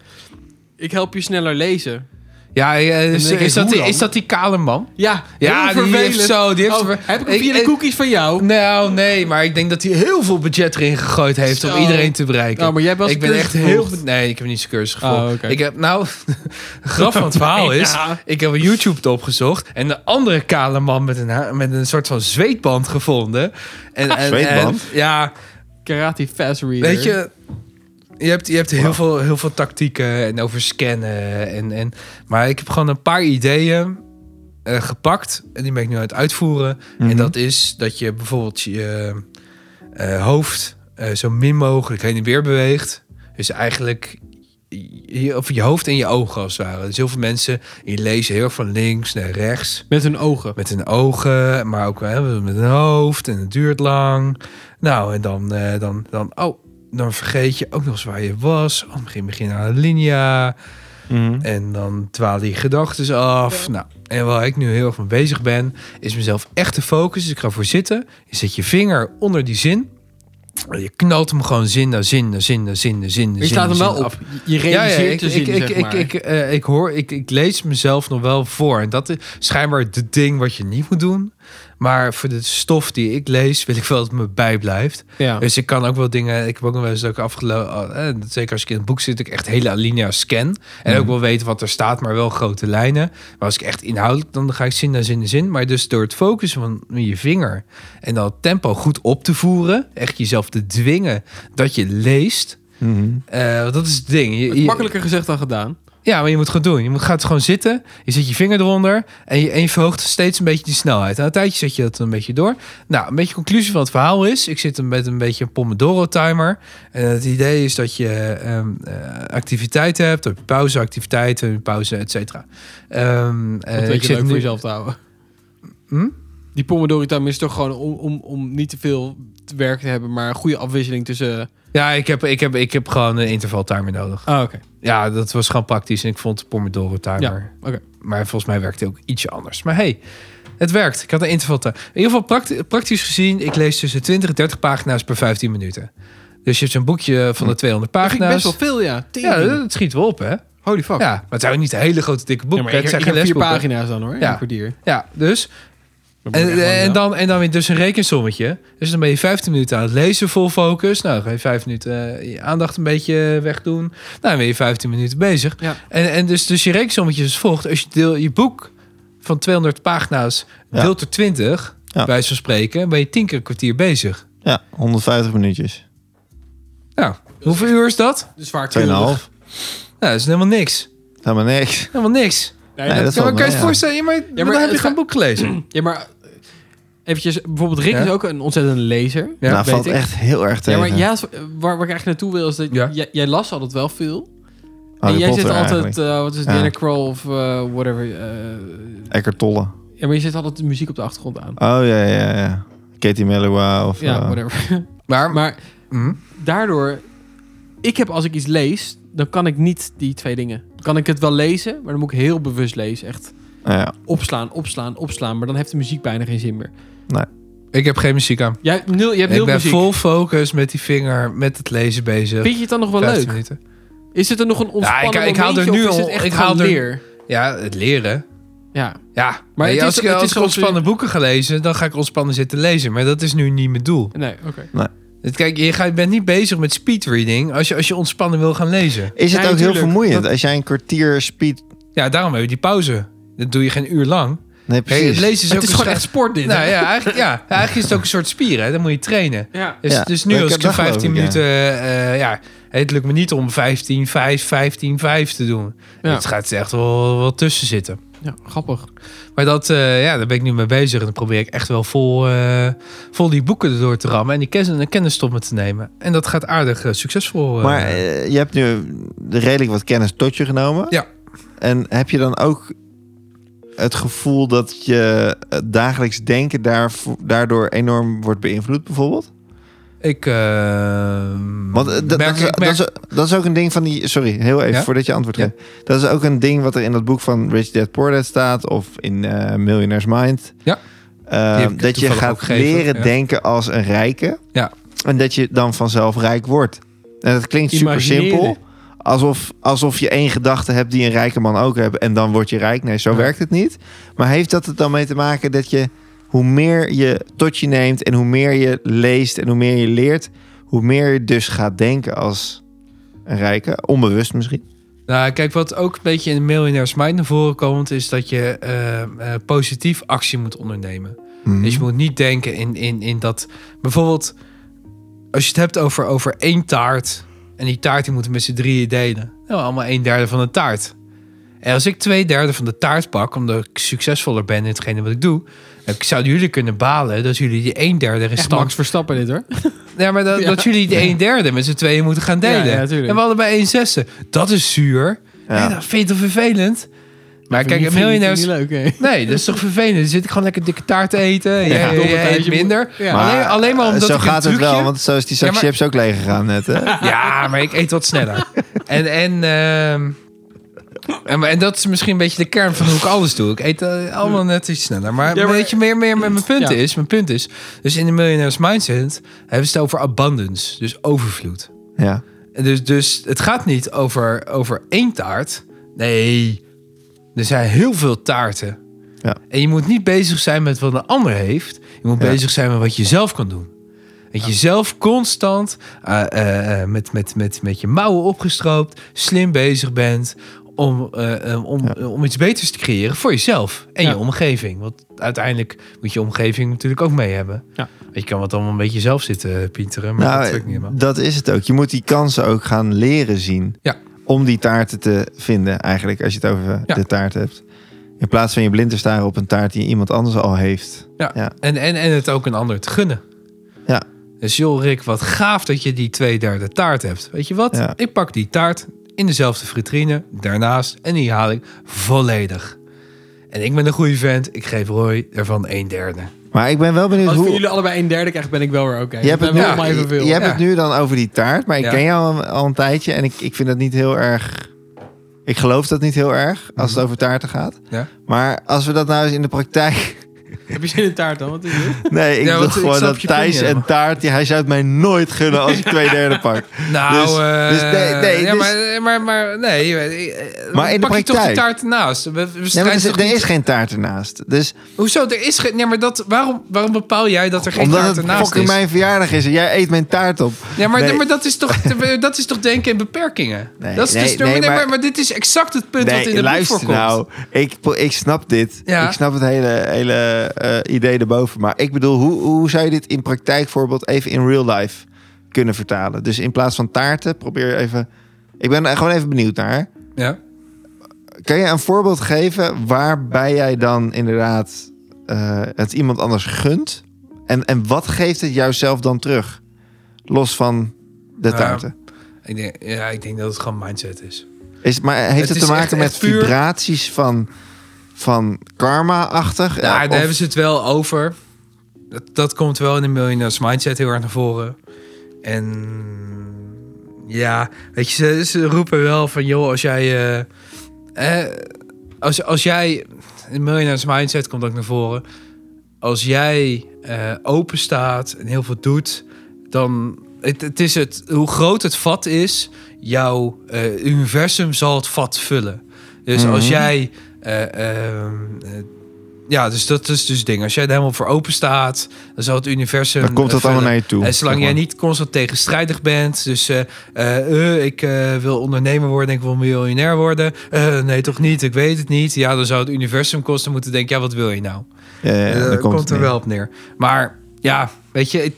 Speaker 1: Ik help je sneller lezen.
Speaker 3: ja, ja,
Speaker 1: dan
Speaker 3: is,
Speaker 1: denk ik,
Speaker 3: is, dat
Speaker 1: hoe
Speaker 3: die,
Speaker 1: dan?
Speaker 3: is dat die kale man?
Speaker 1: Ja,
Speaker 3: Ja,
Speaker 1: heel
Speaker 3: die
Speaker 1: vervelend.
Speaker 3: heeft zo... Die heeft
Speaker 1: Oh,
Speaker 3: verve-
Speaker 1: heb ik een
Speaker 3: Ik-
Speaker 1: via de
Speaker 3: ik-
Speaker 1: cookies van jou?
Speaker 3: Nou, nee, maar ik denk dat hij heel veel budget erin gegooid heeft
Speaker 1: Zo.
Speaker 3: om iedereen te bereiken.
Speaker 1: Oh, maar jij hebt wel eens
Speaker 3: ik
Speaker 1: een
Speaker 3: ben echt
Speaker 1: cursus
Speaker 3: heel...
Speaker 1: gevolgd.
Speaker 3: Nee, ik heb niet zo'n cursus gevolgd.
Speaker 1: Oh, oké.
Speaker 3: Ik heb, nou, de grap van het verhaal is...
Speaker 1: Ja.
Speaker 3: Ik heb op YouTube het opgezocht en de andere kale man met een, ha- met een soort van zweetband gevonden. En, en,
Speaker 2: Zweetband?
Speaker 3: en- ja,
Speaker 1: Karate fast reader.
Speaker 3: weet je... Je hebt, je hebt heel,
Speaker 2: Wauw.
Speaker 3: veel, heel veel tactieken en over scannen. En, en, maar ik heb gewoon een paar ideeën eh, gepakt. En die ben ik nu aan het uitvoeren.
Speaker 2: Mhm.
Speaker 3: En dat is dat je bijvoorbeeld je eh, hoofd eh, zo min mogelijk heen en weer beweegt. Dus eigenlijk je, of je hoofd en je ogen als het ware. Dus heel veel mensen die lezen heel erg van links naar rechts.
Speaker 1: Met hun ogen.
Speaker 3: Met hun ogen, maar ook hè, met hun hoofd. En het duurt lang. Nou, en dan, eh, dan, dan, oh, dan vergeet je ook nog eens waar je was. Oh, begin, begin aan de linia. Eh,
Speaker 2: Mhm.
Speaker 3: En dan dwalen die gedachten af. Nou, en waar ik nu heel erg mee bezig ben, is mezelf echt te focussen. Dus ik ga voor zitten. Je zet je vinger onder die zin. Je knalt hem gewoon zin na zin na zin na zin na zin. na
Speaker 1: Je
Speaker 3: zin
Speaker 1: slaat
Speaker 3: na
Speaker 1: hem wel op.
Speaker 3: zin af.
Speaker 1: Je
Speaker 3: Ja, ja,
Speaker 1: realiseert
Speaker 3: ik,
Speaker 1: je
Speaker 3: ik,
Speaker 1: zin,
Speaker 3: ik,
Speaker 1: zeg
Speaker 3: ik,
Speaker 1: maar.
Speaker 3: ik, eh, ik hoor, ik, ik lees mezelf nog wel voor. En dat is schijnbaar het ding wat je niet moet doen. Maar voor de stof die ik lees, wil ik wel dat het me bijblijft.
Speaker 1: Ja.
Speaker 3: Dus ik kan ook wel dingen. Ik heb ook nog wel eens dat ik afgelopen. zeker als ik in het boek zit, dat ik echt hele alinea's scan. En
Speaker 1: Mhm.
Speaker 3: ook wel weten wat er staat, maar wel grote lijnen. Maar als ik echt inhoudelijk, dan ga ik zin na zin na zin. Maar dus door het focussen van je vinger en dat tempo goed op te voeren, echt jezelf te dwingen dat je leest.
Speaker 2: Mhm.
Speaker 3: eh, want dat is het ding. Je,
Speaker 1: Wordt
Speaker 3: je-
Speaker 1: Makkelijker gezegd dan gedaan.
Speaker 3: Ja, maar je moet het gewoon doen. Je moet, gaat gewoon zitten. Je zet je vinger eronder. En je, en je verhoogt steeds een beetje die snelheid. Na een tijdje zet je dat een beetje door. Nou, een beetje conclusie van het verhaal is... ik zit met een beetje een Pomodoro-timer. En het idee is dat je ehm, eh, activiteiten hebt. Dan heb je pauze, activiteiten, pauze, et cetera. Ehm, eh,
Speaker 1: Dat weet je leuk
Speaker 3: nu-
Speaker 1: voor jezelf te houden.
Speaker 3: Hm?
Speaker 1: Die pomodori time is toch gewoon om, om, om niet te veel te werk te hebben, maar een goede afwisseling tussen... eh,
Speaker 3: Ja, ik heb, ik, heb, ik heb gewoon een intervaltimer nodig.
Speaker 1: Ah, oké.
Speaker 3: Ja, dat was gewoon praktisch. En ik vond de Pomodoro-timer...
Speaker 1: Ja, oké.
Speaker 3: Maar volgens mij werkt het ook ietsje anders. Maar hey, het werkt. Ik had een interval. In ieder geval prakt- praktisch gezien, ik lees tussen 20 en 30 pagina's per 15 minuten. Dus je hebt zo'n boekje van de 200
Speaker 1: Dat Hm. vind ik
Speaker 3: pagina's.
Speaker 1: best wel veel, ja.
Speaker 3: ja,
Speaker 1: Tering.
Speaker 3: dat schiet wel op, hè?
Speaker 1: Holy fuck.
Speaker 3: Ja, maar het zijn ook niet hele grote dikke
Speaker 1: Ja,
Speaker 3: boeken.
Speaker 1: maar
Speaker 3: hè?
Speaker 1: ik,
Speaker 3: het
Speaker 1: ik
Speaker 3: zijn geen
Speaker 1: heb vier
Speaker 3: lesboeken.
Speaker 1: pagina's dan hoor,
Speaker 3: Ja.
Speaker 1: ja. een kwartier.
Speaker 3: Ja, dus
Speaker 1: Dat moet ik echt
Speaker 3: en,
Speaker 1: wel
Speaker 3: en,
Speaker 1: doen.
Speaker 3: dan, en dan weer dus een rekensommetje. Dus dan ben je 15 minuten aan het lezen, vol focus. Nou, dan ga je 5 minuten eh, je aandacht een beetje wegdoen. Nou, dan ben je 15 minuten bezig.
Speaker 1: Ja.
Speaker 3: En, en dus, dus je rekensommetje is als volgt. Als je deel, je boek van 200 pagina's
Speaker 2: Ja.
Speaker 3: deelt er 20,
Speaker 2: Ja.
Speaker 3: bij wijze van spreken, ben je 10 keer een kwartier bezig.
Speaker 2: Ja, 150 minuutjes.
Speaker 3: Nou, hoeveel uur is dat?
Speaker 1: Dus vaak
Speaker 2: 2,5.
Speaker 1: twintig.
Speaker 2: Helemaal
Speaker 3: Nou, dat is helemaal niks.
Speaker 2: niks.
Speaker 3: Helemaal niks.
Speaker 1: Nee,
Speaker 2: Nee,
Speaker 1: dat-
Speaker 2: dat
Speaker 3: Ja, maar
Speaker 2: valt
Speaker 3: kan je
Speaker 2: mee,
Speaker 3: je
Speaker 2: ja.
Speaker 3: voorstellen? Ja, maar,
Speaker 1: maar
Speaker 3: dan heb
Speaker 1: het
Speaker 3: je
Speaker 1: ga-
Speaker 3: geen boek gelezen.
Speaker 1: Ja, maar eh, eventjes, bijvoorbeeld Rick
Speaker 3: Ja?
Speaker 1: is ook een ontzettende lezer.
Speaker 3: Ja,
Speaker 2: nou,
Speaker 1: weet
Speaker 2: valt
Speaker 1: ik.
Speaker 2: echt heel erg
Speaker 1: Ja,
Speaker 2: tegen.
Speaker 1: maar ja, waar, waar ik eigenlijk naartoe wil is dat
Speaker 3: Ja. Oh,
Speaker 1: jij, jij las altijd wel veel.
Speaker 2: Harry
Speaker 1: en jij
Speaker 2: Potter
Speaker 1: zit altijd,
Speaker 2: eigenlijk.
Speaker 1: eh, wat is het,
Speaker 2: Ja.
Speaker 1: Dinner Crawl of eh, whatever. eh,
Speaker 2: Eckart Tolle.
Speaker 1: ja, maar je zet altijd de muziek op de achtergrond aan.
Speaker 2: Oh, ja, ja, ja. Katie Melua of...
Speaker 1: ja,
Speaker 2: eh,
Speaker 1: whatever.
Speaker 3: Maar,
Speaker 1: maar
Speaker 3: hm?
Speaker 1: daardoor, ik heb als ik iets lees, dan kan ik niet die twee dingen. Dan kan ik het wel lezen, maar dan moet ik heel bewust lezen. Echt
Speaker 2: nou ja.
Speaker 1: opslaan, opslaan, opslaan. Maar dan heeft de muziek bijna geen zin meer.
Speaker 3: ik heb geen muziek aan.
Speaker 1: Jij, hebt nul, je hebt
Speaker 3: Ik
Speaker 1: nul
Speaker 3: ben
Speaker 1: muziek.
Speaker 3: vol focus met die vinger, met het lezen bezig.
Speaker 1: Vind je het dan nog wel
Speaker 3: 15
Speaker 1: leuk?
Speaker 3: minuten.
Speaker 1: Is het er nog een ontspannen
Speaker 3: ik- ik haal er
Speaker 1: momentje
Speaker 3: nu
Speaker 1: of is
Speaker 3: al-
Speaker 1: het echt
Speaker 3: ik
Speaker 1: gewoon
Speaker 3: haal er-
Speaker 1: leer?
Speaker 3: Ja, het leren.
Speaker 1: Ja.
Speaker 3: Ja,
Speaker 1: Maar
Speaker 3: maar
Speaker 1: het is-
Speaker 3: als ik,
Speaker 1: het is
Speaker 3: als ik
Speaker 1: gewoon-
Speaker 3: ontspannen boeken ga lezen, dan ga ik ontspannen zitten lezen. Maar dat is nu niet mijn doel.
Speaker 1: Nee, oké.
Speaker 3: Het- Kijk, je, gaat, je bent niet bezig met speedreading als je, als je ontspannen wil gaan lezen.
Speaker 2: Is het
Speaker 1: Ja,
Speaker 2: ook heel
Speaker 1: natuurlijk.
Speaker 2: vermoeiend als jij een kwartier speed...
Speaker 3: Ja, daarom heb je die pauze. Dat doe je geen uur lang.
Speaker 2: Nee,
Speaker 3: Kijk, het
Speaker 2: precies.
Speaker 3: lezen is
Speaker 1: Maar
Speaker 3: ook
Speaker 1: het is
Speaker 3: een
Speaker 1: gewoon echt
Speaker 3: soort-
Speaker 1: sport dit.
Speaker 3: Nou
Speaker 1: hè?
Speaker 3: ja eigenlijk, ja, eigenlijk is het ook een soort spier, hè. Dan moet je trainen.
Speaker 1: ja.
Speaker 3: Dus,
Speaker 2: Ja,
Speaker 3: dus nu
Speaker 2: dat-
Speaker 3: als ik
Speaker 2: dat
Speaker 3: in
Speaker 2: geloof
Speaker 3: 15
Speaker 2: ik, ja.
Speaker 3: minuten... eh, ja, het lukt me niet om 15, 5, 15, 5 te doen.
Speaker 1: Ja.
Speaker 3: Het gaat echt wel, wel tussen zitten.
Speaker 1: Ja, grappig.
Speaker 3: Maar dat, eh, ja, daar ben ik nu mee bezig. En dan probeer ik echt wel vol, eh, vol die boeken erdoor te rammen. En die kennis, en kennis tot me te nemen. En dat gaat aardig eh, succesvol. eh.
Speaker 2: Maar eh, je hebt nu redelijk wat kennis tot je genomen.
Speaker 3: Ja.
Speaker 2: En heb je dan ook het gevoel dat je eh, dagelijks denken daarvo- daardoor enorm wordt beïnvloed, bijvoorbeeld?
Speaker 3: ik, eh,
Speaker 2: Want eh, dat,
Speaker 3: merk-
Speaker 2: dat, is,
Speaker 3: ik merk-
Speaker 2: dat, is, dat is ook een ding van die... Sorry, heel even
Speaker 3: Ja?
Speaker 2: voordat je antwoord
Speaker 3: Ja.
Speaker 2: geeft. Dat is ook een ding wat er in dat boek van Rich Dad Poor Dad staat... of in eh Millionaire's Mind.
Speaker 3: Ja.
Speaker 2: Eh,
Speaker 3: Die heb ik
Speaker 2: dat je
Speaker 3: toevallig ook
Speaker 2: gaat
Speaker 3: gegeven,
Speaker 2: leren
Speaker 3: ja.
Speaker 2: denken als een rijke.
Speaker 3: Ja.
Speaker 2: En dat je dan vanzelf rijk wordt. En dat klinkt super
Speaker 1: Imagineren.
Speaker 2: simpel. Alsof, alsof je één gedachte hebt die een rijke man ook hebt. En dan word je rijk. Nee, zo
Speaker 3: Ja.
Speaker 2: werkt het niet. Maar heeft dat het dan mee te maken dat je... Hoe meer je tot je neemt en hoe meer je leest en hoe meer je leert, hoe meer je dus gaat denken als een rijke. Onbewust misschien.
Speaker 3: Nou, kijk, wat ook een beetje in de Millionaire's Mind naar voren komt... is dat je eh, eh, positief actie moet ondernemen. Dus
Speaker 1: Mhm.
Speaker 3: je moet niet denken in, in, in dat... Bijvoorbeeld, als je het hebt over, over één taart... en die taart die moeten we met z'n drieën delen. Nou, allemaal een derde van de taart. En als ik twee derde van de taart pak... omdat ik succesvoller ben in hetgene wat ik doe... dan zouden jullie kunnen balen dat jullie die een derde
Speaker 1: Echt
Speaker 3: restant...
Speaker 1: Max Verstappen dit hoor.
Speaker 3: Ja, maar dat,
Speaker 1: Ja.
Speaker 3: dat jullie die een derde met z'n tweeën moeten gaan delen.
Speaker 1: Ja, ja, tuurlijk.
Speaker 3: en we hadden bij een zesde. Dat is zuur. Ja. dat vind je toch vervelend? Maar kijk, een
Speaker 1: Vind je- vind je
Speaker 3: miljonairs...
Speaker 1: niet leuk, hè?
Speaker 3: Nee, dat is toch vervelend? Dan zit ik gewoon lekker dikke taart te eten. Jij,
Speaker 1: Ja.
Speaker 3: jij
Speaker 1: Domme
Speaker 3: eet
Speaker 1: tijdje
Speaker 3: minder.
Speaker 1: moet- ja.
Speaker 3: Maar alleen, alleen maar omdat
Speaker 2: eh, zo
Speaker 3: ik
Speaker 2: gaat
Speaker 3: een
Speaker 2: het
Speaker 3: trucje...
Speaker 2: wel, want zo is die zak
Speaker 3: Ja, maar-
Speaker 2: chips ook leeg gegaan net. Hè?
Speaker 3: Ja, maar ik eet wat sneller. en, en, ehm, en, en dat is misschien een beetje de kern van hoe ik alles doe. Ik eet eh, allemaal net iets sneller. Maar,
Speaker 1: Ja, maar-
Speaker 3: weet je, meer, meer met mijn punt
Speaker 1: Ja.
Speaker 3: is... Mijn punt is, dus in de Millionaires Mindset... hebben ze het over abundance, dus overvloed.
Speaker 2: Ja.
Speaker 3: En Dus, dus het gaat niet over, over één taart. Nee, er zijn heel veel taarten.
Speaker 2: Ja.
Speaker 3: En je moet niet bezig zijn met wat een ander heeft. Je moet
Speaker 2: Ja.
Speaker 3: bezig zijn met wat je zelf kan doen. Dat je zelf constant eh, eh, eh, met, met, met, met je mouwen opgestroopt, slim bezig bent om, eh, eh, om, eh, om iets beters te creëren voor jezelf en
Speaker 1: Ja.
Speaker 3: je omgeving. Want uiteindelijk moet je omgeving natuurlijk ook mee hebben.
Speaker 1: Ja.
Speaker 3: Want Je kan wat allemaal een beetje zelf zitten eh, pieteren, maar dat
Speaker 2: Nou,
Speaker 3: lukt niet helemaal.
Speaker 2: dat is het ook. Je moet die kansen ook gaan leren zien.
Speaker 3: Ja.
Speaker 2: om die taarten te vinden, eigenlijk, als je het over
Speaker 3: Ja.
Speaker 2: de taart hebt. In plaats van je blind te staren op een taart die iemand anders al heeft.
Speaker 3: En, en, en het ook een ander te gunnen.
Speaker 2: Ja.
Speaker 3: Dus joh, Rick, wat gaaf dat je die twee derde taart hebt. Weet je wat?
Speaker 2: Ja.
Speaker 3: Ik pak die taart in dezelfde vitrine, daarnaast, en die haal ik volledig. En ik ben een goede vent, ik geef Roy ervan een derde.
Speaker 2: Maar ik ben wel benieuwd
Speaker 3: Oh,
Speaker 1: Als
Speaker 2: hoe...
Speaker 1: voor jullie allebei een derde krijgt, ben ik wel weer oké.
Speaker 2: Je hebt,
Speaker 1: Dat
Speaker 2: het
Speaker 1: zijn
Speaker 2: nu,
Speaker 1: wel maar
Speaker 2: je-
Speaker 1: evenveel.
Speaker 2: je hebt
Speaker 3: Ja.
Speaker 2: het nu dan over die taart, maar ik
Speaker 3: Ja.
Speaker 2: ken jou al, al een tijdje en ik, ik vind dat niet heel erg. Ik geloof dat niet heel erg als het over taarten gaat.
Speaker 3: Mhm. Ja.
Speaker 2: Maar als we dat nou eens in de praktijk.
Speaker 1: Heb je zin in taart dan? Wat is dit?
Speaker 2: Nee, ik
Speaker 3: Ja,
Speaker 2: wil
Speaker 3: want ik
Speaker 2: gewoon
Speaker 3: snap
Speaker 2: dat
Speaker 3: je
Speaker 2: Thijs
Speaker 3: punt, ja,
Speaker 2: en
Speaker 3: maar-
Speaker 2: taart, die, hij zou het mij nooit gunnen als ik twee derde pak.
Speaker 3: Nou,
Speaker 2: Dus-
Speaker 3: eh,
Speaker 2: dus nee, nee,
Speaker 3: ja,
Speaker 2: dus-
Speaker 3: maar, maar, maar nee. eh,
Speaker 2: Maar in de
Speaker 3: pak je toch die
Speaker 2: praktijk?
Speaker 3: taart ernaast? We, we
Speaker 2: Nee, maar
Speaker 3: strijden
Speaker 2: er, is-
Speaker 3: toch
Speaker 2: er
Speaker 3: niet-
Speaker 2: is geen taart ernaast. Dus
Speaker 3: Hoezo? Er is geen. Nee, maar dat, waarom, waarom bepaal jij dat er geen
Speaker 2: omdat
Speaker 3: taart
Speaker 2: het
Speaker 3: ernaast
Speaker 2: fucking
Speaker 3: is?
Speaker 2: mijn verjaardag is en jij eet mijn taart op.
Speaker 3: Ja, maar,
Speaker 2: Nee.
Speaker 3: maar dat, is toch, dat is toch denken in beperkingen?
Speaker 2: Nee,
Speaker 3: dat is
Speaker 2: nee,
Speaker 3: dus,
Speaker 2: nee,
Speaker 3: maar,
Speaker 2: maar-
Speaker 3: maar, dit is exact het punt wat in de boek
Speaker 2: luister
Speaker 3: voorkomt.
Speaker 2: nou. Ik, pro- ik snap dit.
Speaker 3: Ja.
Speaker 2: Ik snap het hele, hele eh, idee erboven. Maar ik bedoel, hoe, hoe zou je dit in praktijkvoorbeeld even in real life kunnen vertalen? Dus in plaats van taarten, probeer even... Ik ben er gewoon even benieuwd naar.
Speaker 3: Ja.
Speaker 2: Kan je een voorbeeld geven waarbij jij dan inderdaad eh, het iemand anders gunt? En, en wat geeft het jouzelf dan terug? Los van de
Speaker 3: Nou,
Speaker 2: taarten.
Speaker 3: Ik denk, ja, ik denk dat het gewoon mindset is.
Speaker 2: Is, maar heeft het,
Speaker 3: is
Speaker 2: te maken
Speaker 3: echt-
Speaker 2: met
Speaker 3: echt puur-
Speaker 2: vibraties van, van karma-achtig?
Speaker 3: Ja,
Speaker 2: Ja,
Speaker 3: daar
Speaker 2: of-
Speaker 3: hebben ze het wel over. Dat, dat komt wel in de miljonairs mindset heel erg naar voren. En ja, weet je, ze, ze roepen wel van joh, als jij. eh, eh, als, als jij. In miljonairs mindset komt ook naar voren. Als jij eh, open staat en heel veel doet, dan. Het, het is het, hoe groot het vat is, jouw eh, universum zal het vat vullen. Dus als
Speaker 2: Mhm.
Speaker 3: jij eh, ehm, eh, ja, dus dat is dus het ding. Als jij er helemaal voor open staat, dan zal het universum.
Speaker 2: Dan komt
Speaker 3: eh,
Speaker 2: dat allemaal
Speaker 3: verder-
Speaker 2: naar je toe.
Speaker 3: En zolang
Speaker 2: zeg
Speaker 3: jij
Speaker 2: maar.
Speaker 3: niet constant tegenstrijdig bent, dus eh, eh, eh, ik eh, wil ondernemer worden, ik wil miljonair worden. Eh, nee, toch niet, ik weet het niet. Ja, dan zou het universum kosten moeten denken, ja, wat wil je nou?
Speaker 2: Ja, ja, ja,
Speaker 3: Eh,
Speaker 2: dan
Speaker 3: komt,
Speaker 2: het
Speaker 3: er
Speaker 2: neer.
Speaker 3: wel op neer. Maar ja, weet je, ik-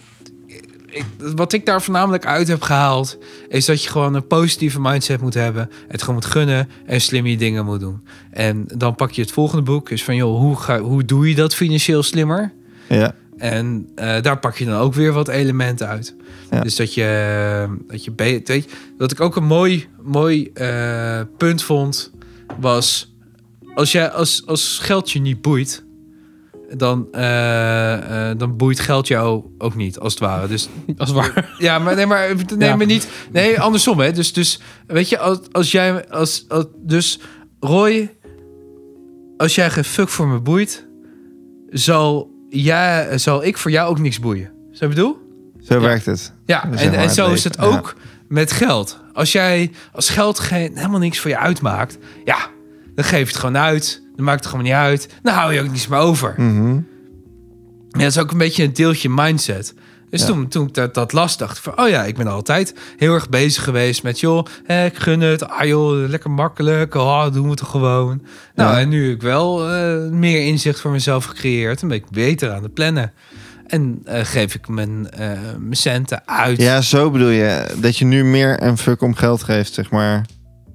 Speaker 3: ik- wat ik daar voornamelijk uit heb gehaald, is dat je gewoon een positieve mindset moet hebben. Het gewoon moet gunnen en slim je dingen moet doen. En dan pak je het volgende boek, is van joh, hoe, ga, hoe doe je dat financieel slimmer?
Speaker 2: Ja.
Speaker 3: En eh, daar pak je dan ook weer wat elementen uit.
Speaker 2: Ja.
Speaker 3: Dus dat je, dat je, be- weet je, wat ik ook een mooi, mooi eh, punt vond, was als, jij, als, als geld je niet boeit, dan, eh, eh, dan boeit geld jou ook niet, als het ware. Dus
Speaker 1: Dat is waar.
Speaker 3: ja, maar nee, maar nee,
Speaker 1: Ja.
Speaker 3: maar niet. Nee, andersom, hè? Dus, dus weet je, als, als jij, als, als- dus Roy, als jij geen fuck voor me boeit, zal, jij, zal ik voor jou ook niks boeien. Is dat wat ik bedoel?
Speaker 2: Zo werkt het.
Speaker 3: Ja,
Speaker 2: Dat is
Speaker 3: en,
Speaker 2: helemaal
Speaker 3: en zo
Speaker 2: het
Speaker 3: is het
Speaker 2: leven, ja.
Speaker 3: ook met geld. Als jij als geld geen, helemaal niks voor je uitmaakt, ja, dan geef je het gewoon uit. Dan maakt het gewoon niet uit. Dan hou je ook niets meer over.
Speaker 2: Mhm.
Speaker 3: Ja, dat is ook een beetje een deeltje mindset. Dus
Speaker 2: Ja.
Speaker 3: toen, toen ik dat, dat las, dacht ik van... oh ja, ik ben altijd heel erg bezig geweest met... joh, eh, ik gun het, ah joh, lekker makkelijk, ah, doen we het toch gewoon. Nou,
Speaker 2: Ja.
Speaker 3: en nu heb ik wel eh, meer inzicht voor mezelf gecreëerd... dan ben ik beter aan het plannen. En eh, geef ik mijn, eh, mijn centen uit.
Speaker 2: Ja, zo bedoel je. Dat je nu meer een fuck om geld geeft, zeg maar.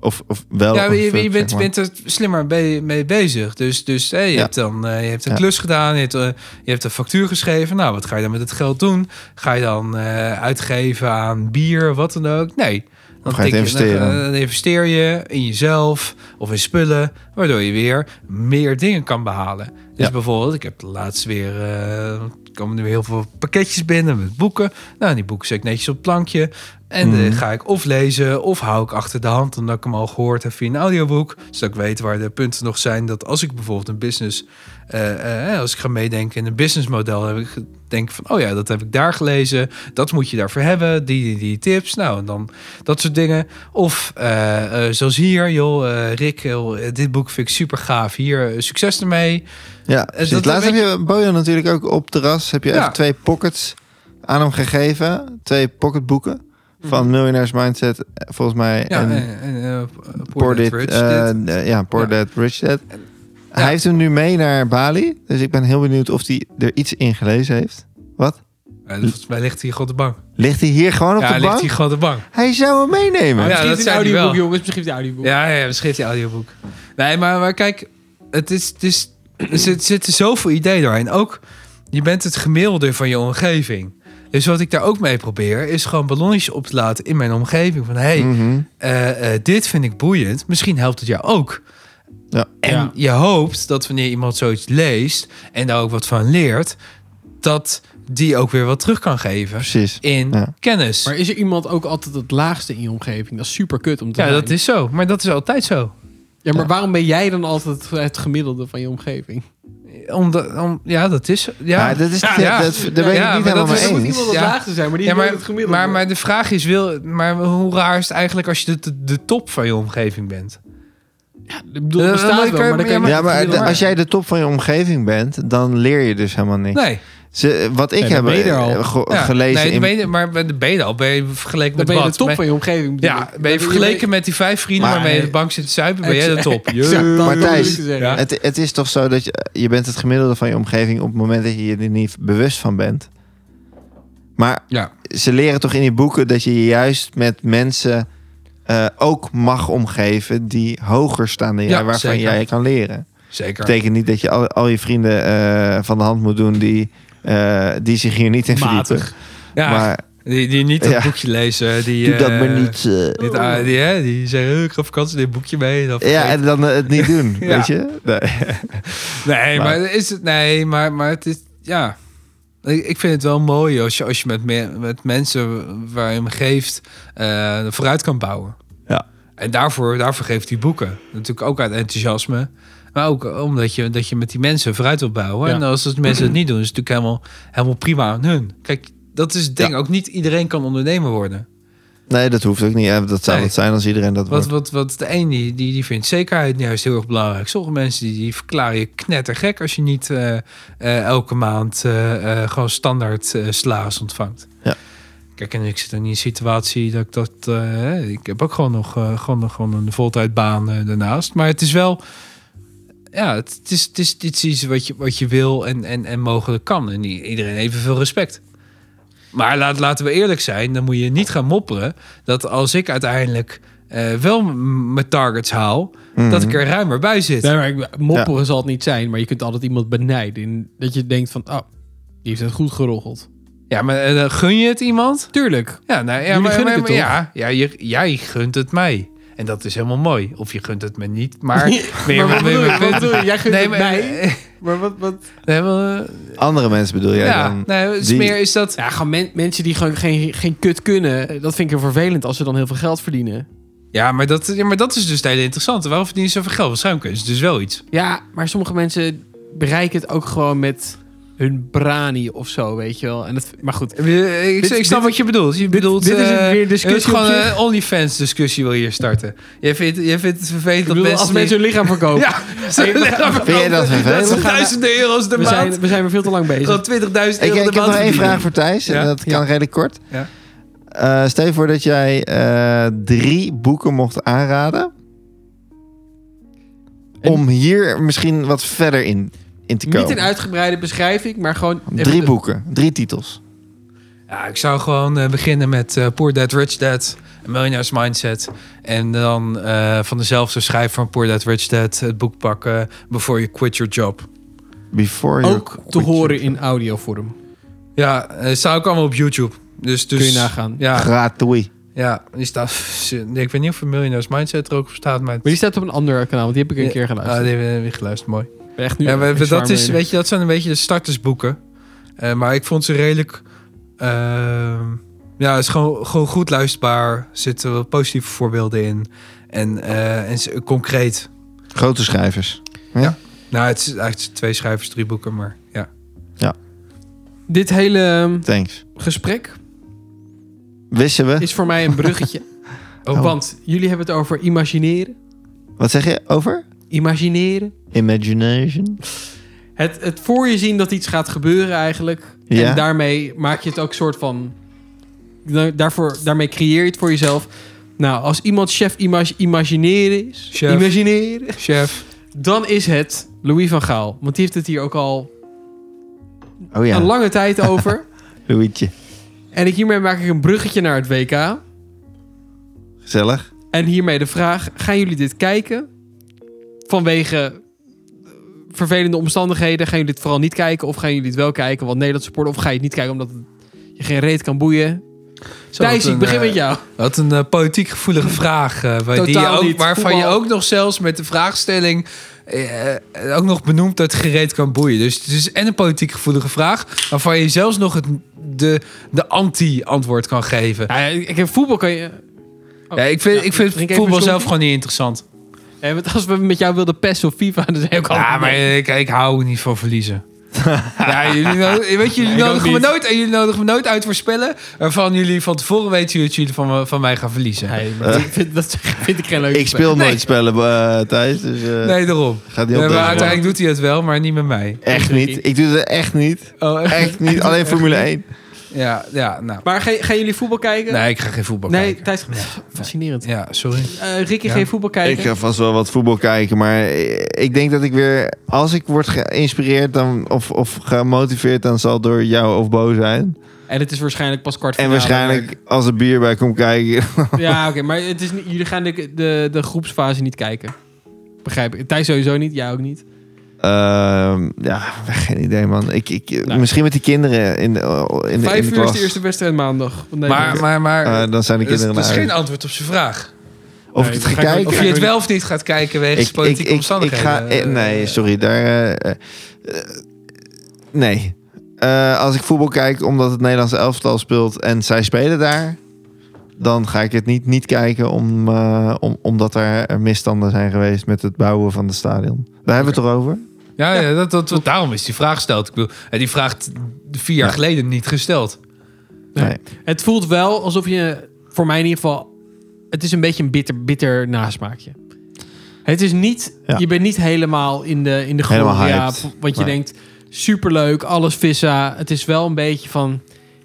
Speaker 2: Of, of wel.
Speaker 3: Ja,
Speaker 2: een
Speaker 3: je,
Speaker 2: fuck,
Speaker 3: je bent,
Speaker 2: zeg maar.
Speaker 3: bent er slimmer be- mee bezig. Dus, dus hé, je,
Speaker 2: Ja.
Speaker 3: hebt dan, eh, je hebt een
Speaker 2: Ja.
Speaker 3: klus gedaan, je hebt, eh, je hebt een factuur geschreven. Nou, wat ga je dan met het geld doen? Ga je dan eh, uitgeven aan bier, wat dan ook? Nee.
Speaker 2: Of
Speaker 3: Dan,
Speaker 2: ga je het
Speaker 3: tik dan,
Speaker 2: investeren?
Speaker 3: eh, dan investeer je in jezelf of in spullen, waardoor je weer meer dingen kan behalen. Dus
Speaker 2: Ja.
Speaker 3: bijvoorbeeld, ik heb laatst weer, eh, er komen nu heel veel pakketjes binnen met boeken. Nou, die boeken zet ik netjes op het plankje. En eh,
Speaker 2: Mhm.
Speaker 3: ga ik of lezen of hou ik achter de hand omdat ik hem al gehoord heb via een audioboek. Zodat ik weet waar de punten nog zijn. Dat als ik bijvoorbeeld een business, eh, eh, als ik ga meedenken in een businessmodel, heb ik ge- denk van, oh ja, dat heb ik daar gelezen. Dat moet je daarvoor hebben. Die, die, die tips. Nou, en dan dat soort dingen. Of eh, eh, zoals hier, joh, eh, Rick, joh, eh, dit boek vind ik super gaaf. Hier, eh, succes ermee.
Speaker 2: Ja,
Speaker 3: Eh, dat-
Speaker 2: precies. laatst
Speaker 3: weet
Speaker 2: heb je Bojan natuurlijk ook op terras. Heb je
Speaker 3: Ja.
Speaker 2: even twee pockets aan hem gegeven. Twee pocketboeken. Van Millionaires Mindset, eh, volgens mij.
Speaker 3: Mhm. Ja,
Speaker 2: en
Speaker 3: en, en, eh,
Speaker 2: Poor
Speaker 3: Poor Dad
Speaker 2: Dad,
Speaker 3: Rich
Speaker 2: eh,
Speaker 3: Dad.
Speaker 2: eh, ja, Poor
Speaker 3: Ja.
Speaker 2: Dad, Rich Dad. Hij heeft hem nu mee naar Bali. Dus ik ben heel benieuwd of hij er iets in gelezen heeft. Wat?
Speaker 3: Ja, volgens mij ligt hij gewoon op de bank.
Speaker 2: Ligt hij hier gewoon op
Speaker 3: ja,
Speaker 2: de
Speaker 3: ligt
Speaker 2: bank?
Speaker 3: hij
Speaker 2: Hij...
Speaker 3: gewoon op de bank.
Speaker 2: zou hem meenemen.
Speaker 3: Ja,
Speaker 1: misschien
Speaker 3: dat
Speaker 1: is het
Speaker 3: zei
Speaker 1: een
Speaker 3: hij
Speaker 1: audioboek,
Speaker 3: wel.
Speaker 1: jongens. Misschien is het een audioboek.
Speaker 3: Ja, ja, misschien heeft hij audioboek. Nee, maar, maar kijk, het is, het is, er zit- zitten zoveel ideeën doorheen. Ook, je bent het gemiddelde van je omgeving. Dus wat ik daar ook mee probeer, is gewoon ballonnetjes op te laten in mijn omgeving. Van, hé, hey,
Speaker 2: Mhm.
Speaker 3: eh, eh, dit vind ik boeiend. Misschien helpt het jou ook.
Speaker 2: Ja.
Speaker 3: En
Speaker 1: Ja.
Speaker 3: je hoopt dat wanneer iemand zoiets leest en daar ook wat van leert, dat die ook weer wat terug kan geven
Speaker 2: Precies.
Speaker 3: in
Speaker 2: Ja.
Speaker 3: kennis.
Speaker 1: Maar is er iemand ook altijd het laagste in je omgeving? Dat is super kut om te
Speaker 3: ja,
Speaker 1: zijn.
Speaker 3: dat is zo. Maar dat is altijd zo.
Speaker 1: ja, maar waarom ben jij dan altijd het gemiddelde van je omgeving?
Speaker 3: Omdat, om, ja, dat is. Ja,
Speaker 2: Ja, dat is,
Speaker 3: Ja,
Speaker 2: dat,
Speaker 3: ja.
Speaker 2: dat- daar ben ik
Speaker 3: Ja,
Speaker 2: niet
Speaker 3: maar dat
Speaker 2: helemaal
Speaker 3: is-
Speaker 1: Er
Speaker 2: mee
Speaker 1: moet
Speaker 3: eens.
Speaker 1: iemand het
Speaker 3: Ja.
Speaker 1: laagste zijn, maar die
Speaker 3: Ja,
Speaker 1: is nooit het
Speaker 3: maar,
Speaker 1: gemiddelde.
Speaker 3: maar, maar de vraag is: wil, maar hoe raar is het eigenlijk als je de, de top van je omgeving bent?
Speaker 1: Ik bedoel,
Speaker 3: Eh,
Speaker 1: het bestaat
Speaker 3: maar
Speaker 1: wel,
Speaker 3: ik kan-
Speaker 1: maar dan kan je
Speaker 3: ja,
Speaker 2: eens. Ja,
Speaker 1: niet
Speaker 2: maar
Speaker 1: het
Speaker 2: de-
Speaker 1: gemiddelde
Speaker 2: als jij de top van je omgeving bent, dan leer je dus helemaal niks.
Speaker 3: Nee,
Speaker 2: Ze, wat ik
Speaker 1: Nee, dan
Speaker 2: heb
Speaker 1: ben je er al.
Speaker 2: eh, ge-
Speaker 3: ja,
Speaker 2: gelezen
Speaker 3: Nee,
Speaker 2: in-
Speaker 3: ben je, maar ben- ben je al? Ben je
Speaker 1: maken. Dan
Speaker 3: vergeleken met
Speaker 1: ben je
Speaker 3: wat?
Speaker 1: de top
Speaker 3: Ben-
Speaker 1: van je omgeving. bedoel
Speaker 3: ja,
Speaker 1: ik.
Speaker 3: ben je
Speaker 1: Dan
Speaker 3: vergeleken met die vijf vrienden
Speaker 1: Maar-
Speaker 3: waarmee je de bank zit te zuipen? Ben jij de top?
Speaker 1: Exact, dat bedoel ik
Speaker 2: Matthijs,
Speaker 1: te zeggen.
Speaker 3: ja.
Speaker 2: Het, het is toch zo dat je, je bent het gemiddelde van je omgeving op het moment dat je je er niet bewust van bent. Maar
Speaker 3: Ja.
Speaker 2: ze leren toch in die boeken dat je je juist met mensen eh, ook mag omgeven die hoger staan dan jij,
Speaker 3: Ja,
Speaker 2: waarvan
Speaker 3: zeker.
Speaker 2: jij kan leren.
Speaker 3: Zeker.
Speaker 2: betekent niet dat je al, al je vrienden eh, van de hand moet doen die, eh, die zich hier niet in verdiepen.
Speaker 1: Matig.
Speaker 3: Ja,
Speaker 2: Maar
Speaker 3: die, die niet dat
Speaker 2: Ja.
Speaker 3: boekje lezen. Die,
Speaker 2: doe dat
Speaker 3: eh,
Speaker 2: maar niet. eh.
Speaker 3: dit- ah, die, hè, die zeggen, eh, ik ga op vakantie, dit boekje mee. Dat
Speaker 2: ja, en dan eh, het niet doen,
Speaker 3: Ja.
Speaker 2: weet je? Nee.
Speaker 3: Nee, maar,
Speaker 2: Maar-
Speaker 3: is het, nee, maar, maar het is, ja. Ik, ik vind het wel mooi als je, als je met, me- met mensen waar je hem geeft, eh, vooruit kan bouwen.
Speaker 2: Ja.
Speaker 3: En daarvoor, daarvoor geeft hij boeken. Natuurlijk ook uit enthousiasme. Maar ook omdat je, dat je met die mensen vooruit wilt bouwen.
Speaker 1: Ja.
Speaker 3: En als dat mensen het niet doen, is het natuurlijk helemaal, helemaal prima aan hun. Kijk, dat is het ding. Ook niet iedereen kan ondernemer worden.
Speaker 2: nee, dat hoeft ook niet. Eh, Dat zou
Speaker 3: Nee.
Speaker 2: het zijn als iedereen dat
Speaker 3: Wat,
Speaker 2: wordt.
Speaker 3: wat, wat de een die, die, die vindt zekerheid juist heel erg belangrijk. Sommige mensen die, die verklaren je knettergek als je niet eh, eh, elke maand eh, eh, gewoon standaard eh salaris ontvangt.
Speaker 2: Ja.
Speaker 3: Kijk, en ik zit in een situatie dat ik dat. eh, ik heb ook gewoon nog, eh, gewoon, nog- gewoon een voltijdbaan eh, daarnaast. Maar het is wel. Ja, het, het is, het, is, het is iets wat je, wat je wil en, en, en mogelijk kan. En i- iedereen evenveel respect. Maar laat, laten we eerlijk zijn, dan moet je niet gaan mopperen dat als ik uiteindelijk eh, wel m- mijn targets haal,
Speaker 2: Mhm.
Speaker 3: dat ik er ruimer bij zit.
Speaker 1: Nee, maar ik- mopperen zal het niet zijn, maar je kunt altijd iemand benijden. in dat je denkt van, oh, die heeft het goed geroggeld.
Speaker 3: Ja, maar eh, dan gun je het iemand?
Speaker 1: Tuurlijk.
Speaker 3: Ja, nou, ja,
Speaker 1: Jullie
Speaker 3: maar,
Speaker 1: gunnen
Speaker 3: maar-
Speaker 1: het toch?
Speaker 3: ja, ja je- jij gunt het mij. En dat is helemaal mooi. Of je gunt het me niet, maar...
Speaker 1: Maar wat
Speaker 3: maar-
Speaker 1: bedoel je?
Speaker 3: maar-
Speaker 1: Wat bedoel je? Jij gunt
Speaker 3: Nee,
Speaker 1: het
Speaker 3: maar-
Speaker 1: mij. Maar wat, wat,
Speaker 3: Nee, maar, eh,
Speaker 2: Andere mensen bedoel jij
Speaker 3: ja,
Speaker 2: dan?
Speaker 3: nee, het is
Speaker 2: die-
Speaker 3: meer is dat...
Speaker 1: Ja, gewoon men- mensen die gewoon geen, geen kut kunnen. Dat vind ik heel vervelend als ze dan heel veel geld verdienen.
Speaker 3: Ja maar, dat, ja, maar dat is dus het hele interessante. Waarom verdienen ze zoveel geld? Waarschijnlijk kunnen ze dus wel iets.
Speaker 1: Ja, maar sommige mensen bereiken het ook gewoon met hun brani of zo, weet je wel. En dat, maar goed.
Speaker 3: Ik, Eh, ik,
Speaker 1: Dit-
Speaker 3: ik snap
Speaker 1: dit-
Speaker 3: wat je bedoelt. Je
Speaker 1: dit-
Speaker 3: bedoelt
Speaker 1: dit is een-
Speaker 3: eh,
Speaker 1: weer een discussie
Speaker 3: Het is gewoon
Speaker 1: op zich.
Speaker 3: een OnlyFans discussie wil je hier starten. Jij vindt, jij vindt het vervelend
Speaker 1: Ik bedoel,
Speaker 3: dat
Speaker 1: als
Speaker 3: mensen...
Speaker 1: mensen hun lichaam verkopen.
Speaker 3: Ja,
Speaker 2: Vind jij dat vervelend?
Speaker 3: zijn duizenden euro's de
Speaker 1: we, zijn,
Speaker 3: maand.
Speaker 1: we zijn weer veel te lang bezig.
Speaker 3: Dat 20.000 euro
Speaker 2: Ik, ik
Speaker 3: de
Speaker 2: heb
Speaker 3: maand.
Speaker 2: nog één
Speaker 3: verdienen.
Speaker 2: vraag voor Thijs.
Speaker 3: Ja?
Speaker 2: En dat kan redelijk kort.
Speaker 3: Ja.
Speaker 2: Eh, stel je voor dat jij eh, drie boeken mocht aanraden.
Speaker 1: En-
Speaker 2: Om hier misschien wat verder in, in te
Speaker 1: Niet
Speaker 2: komen.
Speaker 1: een uitgebreide beschrijving, maar gewoon...
Speaker 2: Drie boeken, drie titels.
Speaker 3: Ja, ik zou gewoon eh, beginnen met eh, Poor Dad, Rich Dad. Een miljonairs mindset. En dan eh, van dezelfde schrijver van Poor Dad, Rich Dad het boek pakken. Before you quit your job.
Speaker 2: Before you
Speaker 1: Ook te horen in audiovorm.
Speaker 3: Ja, eh, staan ook allemaal op YouTube. Dus, dus,
Speaker 1: Kun je nagaan.
Speaker 3: Ja,
Speaker 2: Gratuit.
Speaker 3: ja, die staat. Ik weet niet of een miljonairs mindset er ook op staat, maar.
Speaker 1: Maar die staat op een ander kanaal, want die heb ik een
Speaker 3: Ja.
Speaker 1: keer
Speaker 3: Ah,
Speaker 1: geluisterd.
Speaker 3: die hebben we weer geluisterd, mooi.
Speaker 1: Ik ben Echt nu
Speaker 3: Ja, maar
Speaker 1: echt
Speaker 3: we-
Speaker 1: zwaar
Speaker 3: dat, is,
Speaker 1: mee.
Speaker 3: weet je, dat zijn een beetje de startersboeken. Eh, maar ik vond ze redelijk. ehm, ja, het is gewoon, gewoon goed luisterbaar. Er zitten wel positieve voorbeelden in. En, eh, en ze- concreet.
Speaker 2: Grote schrijvers.
Speaker 3: Nou, het is eigenlijk twee schrijvers, drie boeken, maar ja.
Speaker 1: Dit hele ehm,
Speaker 2: Thanks.
Speaker 1: gesprek
Speaker 2: Wissen we.
Speaker 1: is voor mij een bruggetje.
Speaker 2: Oh.
Speaker 1: Want jullie hebben het over imagineren.
Speaker 2: Wat zeg je over?
Speaker 1: Imagineren.
Speaker 2: Imagination.
Speaker 1: Het, het voor je zien dat iets gaat gebeuren eigenlijk.
Speaker 2: Ja.
Speaker 1: En daarmee maak je het ook soort van... da- Daarvoor, daarmee creëer je het voor jezelf. Nou, als iemand chef imag- imagineren is...
Speaker 3: Chef.
Speaker 1: Imagineren.
Speaker 3: Chef.
Speaker 1: Dan is het Louis van Gaal. Want die heeft het hier ook al
Speaker 2: Oh
Speaker 1: een
Speaker 2: ja.
Speaker 1: lange tijd over.
Speaker 2: Louietje.
Speaker 1: En ik- hiermee maak ik een bruggetje naar het WK.
Speaker 2: Gezellig.
Speaker 1: En hiermee de vraag: gaan jullie dit kijken? Vanwege eh, vervelende omstandigheden, gaan jullie dit vooral niet kijken? Of gaan jullie het wel kijken, want Nederland support? Of ga je het niet kijken omdat het je geen reet kan boeien?
Speaker 3: Zo, wat
Speaker 1: Thijs, ik
Speaker 3: een,
Speaker 1: begin
Speaker 3: eh,
Speaker 1: met jou.
Speaker 3: Wat een eh, politiek gevoelige vraag. eh, bij die je
Speaker 1: Totaal
Speaker 3: ook,
Speaker 1: niet.
Speaker 3: Waarvan
Speaker 1: Voetbal.
Speaker 3: je ook nog zelfs met de vraagstelling... eh, eh, ook nog benoemt dat gereed kan boeien. Dus het is en een politiek gevoelige vraag... waarvan je zelfs nog het, de, de anti-antwoord kan geven.
Speaker 1: Nou ja, ik heb voetbal kan je. Oh,
Speaker 3: ja, ik vind,
Speaker 1: ja,
Speaker 3: ik vind
Speaker 1: drink even
Speaker 3: voetbal
Speaker 1: een
Speaker 3: zelf
Speaker 1: slokje.
Speaker 3: gewoon niet interessant.
Speaker 1: Ja, want als we met jou wilden pesten of FIFA, dan zijn we ook al.
Speaker 3: Ja, maar ik, ik hou niet van verliezen. ja, jullie, no- weet, je, jullie
Speaker 1: ik ook
Speaker 3: nodigen me
Speaker 1: niet.
Speaker 3: nooit, en jullie nodigen me nooit uit voor spellen... waarvan jullie van tevoren weten dat jullie van, me- van mij gaan verliezen.
Speaker 1: Nee, maar ik vind, dat vind ik geen leuk.
Speaker 2: Ik speel nooit spellen eh, Thijs, dus eh,
Speaker 3: Nee, daarom.
Speaker 2: gaat niet
Speaker 3: Ja,
Speaker 2: op
Speaker 3: maar
Speaker 2: deze
Speaker 3: uiteindelijk doet hij het wel, maar niet met mij.
Speaker 2: man. Echt niet. Ik doe het echt niet.
Speaker 3: Oh,
Speaker 2: Echt niet. Alleen Formule 1.
Speaker 3: Ja, ja, nou.
Speaker 1: Maar gaan, gaan jullie voetbal kijken?
Speaker 3: Nee, ik ga geen voetbal
Speaker 1: Nee,
Speaker 3: kijken.
Speaker 1: Thijs. Fascinerend.
Speaker 3: Ja, sorry.
Speaker 1: Eh, Ricky,
Speaker 3: Ja.
Speaker 1: geen voetbal
Speaker 2: Ik
Speaker 1: kijken.
Speaker 2: ga vast wel wat voetbal kijken, maar eh, ik denk dat ik weer, als ik word geïnspireerd dan, of, of gemotiveerd, dan zal het door jou of Bo zijn.
Speaker 1: En het is waarschijnlijk pas kwart
Speaker 2: eh, En waarschijnlijk als er bier bij komt kijken.
Speaker 1: Ja, oké, maar het is niet, jullie gaan de, de, de groepsfase niet kijken. Begrijp ik. Thijs sowieso niet, jij ook niet.
Speaker 2: Ehm, ja, geen idee man. Ik, ik, eh,
Speaker 1: Nou.
Speaker 2: Misschien met die kinderen in de, in de, in de
Speaker 1: Vijf uur is
Speaker 2: klas.
Speaker 1: de eerste wedstrijd maandag. Nee,
Speaker 3: Maar, maar, maar
Speaker 2: Eh, dan zijn de
Speaker 3: dat, is,
Speaker 2: kinderen
Speaker 3: dat is
Speaker 2: naar
Speaker 3: geen
Speaker 2: huis.
Speaker 3: antwoord op zijn vraag.
Speaker 2: Of
Speaker 1: Nee,
Speaker 2: ik het
Speaker 1: dat
Speaker 2: ga
Speaker 1: ga ik
Speaker 2: kijken.
Speaker 1: ook
Speaker 3: Of
Speaker 1: Ja,
Speaker 3: je het
Speaker 1: ik-
Speaker 3: wel of niet gaat kijken wegens politieke omstandigheden.
Speaker 2: Ik ga, eh, nee,
Speaker 3: Eh,
Speaker 2: sorry. Daar, eh, eh, eh, nee. Eh, als ik voetbal kijk omdat het Nederlandse elftal speelt en zij spelen daar, dan ga ik het niet, niet kijken om, eh, om, omdat er misstanden zijn geweest met het bouwen van het stadion. Daar hebben we het erover.
Speaker 3: Ja, ja dat, dat, dat- daarom is die vraag gesteld. Ik bedoel, eh, die vraag t- vier jaar
Speaker 2: Ja.
Speaker 3: geleden niet gesteld.
Speaker 1: Nee.
Speaker 2: Nee.
Speaker 1: Het voelt wel alsof je, voor mij in ieder geval, het is een beetje een bitter, bitter nasmaakje. Het is niet,
Speaker 2: Ja.
Speaker 1: je bent niet helemaal in de, in de
Speaker 2: Helemaal
Speaker 1: gloria,
Speaker 2: hyped.
Speaker 1: want je
Speaker 2: Nee.
Speaker 1: denkt, superleuk, alles vissa. Het is wel een beetje van,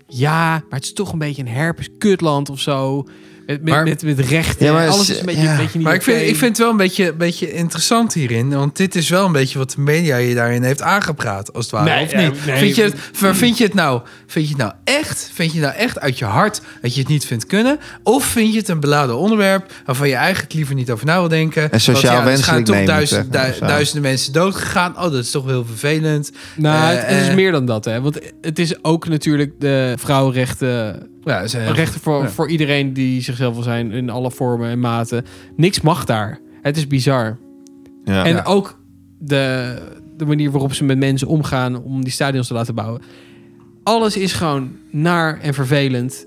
Speaker 1: ja, maar het is toch een beetje een herpes kutland of zo. Met, met,
Speaker 3: Maar-
Speaker 1: met, met rechten,
Speaker 2: Ja, maar
Speaker 1: alles
Speaker 2: is-
Speaker 1: is een beetje,
Speaker 2: ja.
Speaker 1: een beetje niet
Speaker 3: Maar ik vind,
Speaker 1: oké.
Speaker 3: ik vind het wel een beetje, beetje interessant hierin. Want dit is wel een beetje wat de media je daarin heeft aangepraat, als het ware.
Speaker 1: Nee,
Speaker 3: of niet?
Speaker 1: eh, nee.
Speaker 3: Vind, je het, maar vind, je het nou, vind je het nou echt? Vind je het nou echt uit je hart dat je het niet vindt kunnen? Of vind je het een beladen onderwerp waarvan je eigenlijk liever niet over na wil denken?
Speaker 2: En sociaal
Speaker 3: Want ja, er gaan
Speaker 2: wenselijk
Speaker 3: toch
Speaker 2: nemen,
Speaker 3: duizend-
Speaker 2: zeg maar,
Speaker 3: du-
Speaker 2: of zo.
Speaker 3: duizenden mensen doodgegaan. Oh, dat is toch heel vervelend.
Speaker 1: Nou,
Speaker 3: Eh,
Speaker 1: het, het is
Speaker 3: eh.
Speaker 1: meer dan dat, hè. Want het is ook natuurlijk de vrouwenrechten...
Speaker 3: Ja, ze-
Speaker 2: Eh,
Speaker 1: rechten voor,
Speaker 3: ja.
Speaker 1: voor iedereen die zichzelf wil zijn in alle vormen en maten. Niks mag daar. Het is bizar.
Speaker 2: Ja.
Speaker 1: en
Speaker 3: Ja.
Speaker 1: ook de, de manier waarop ze met mensen omgaan om die stadions te laten bouwen. Alles is gewoon naar en vervelend.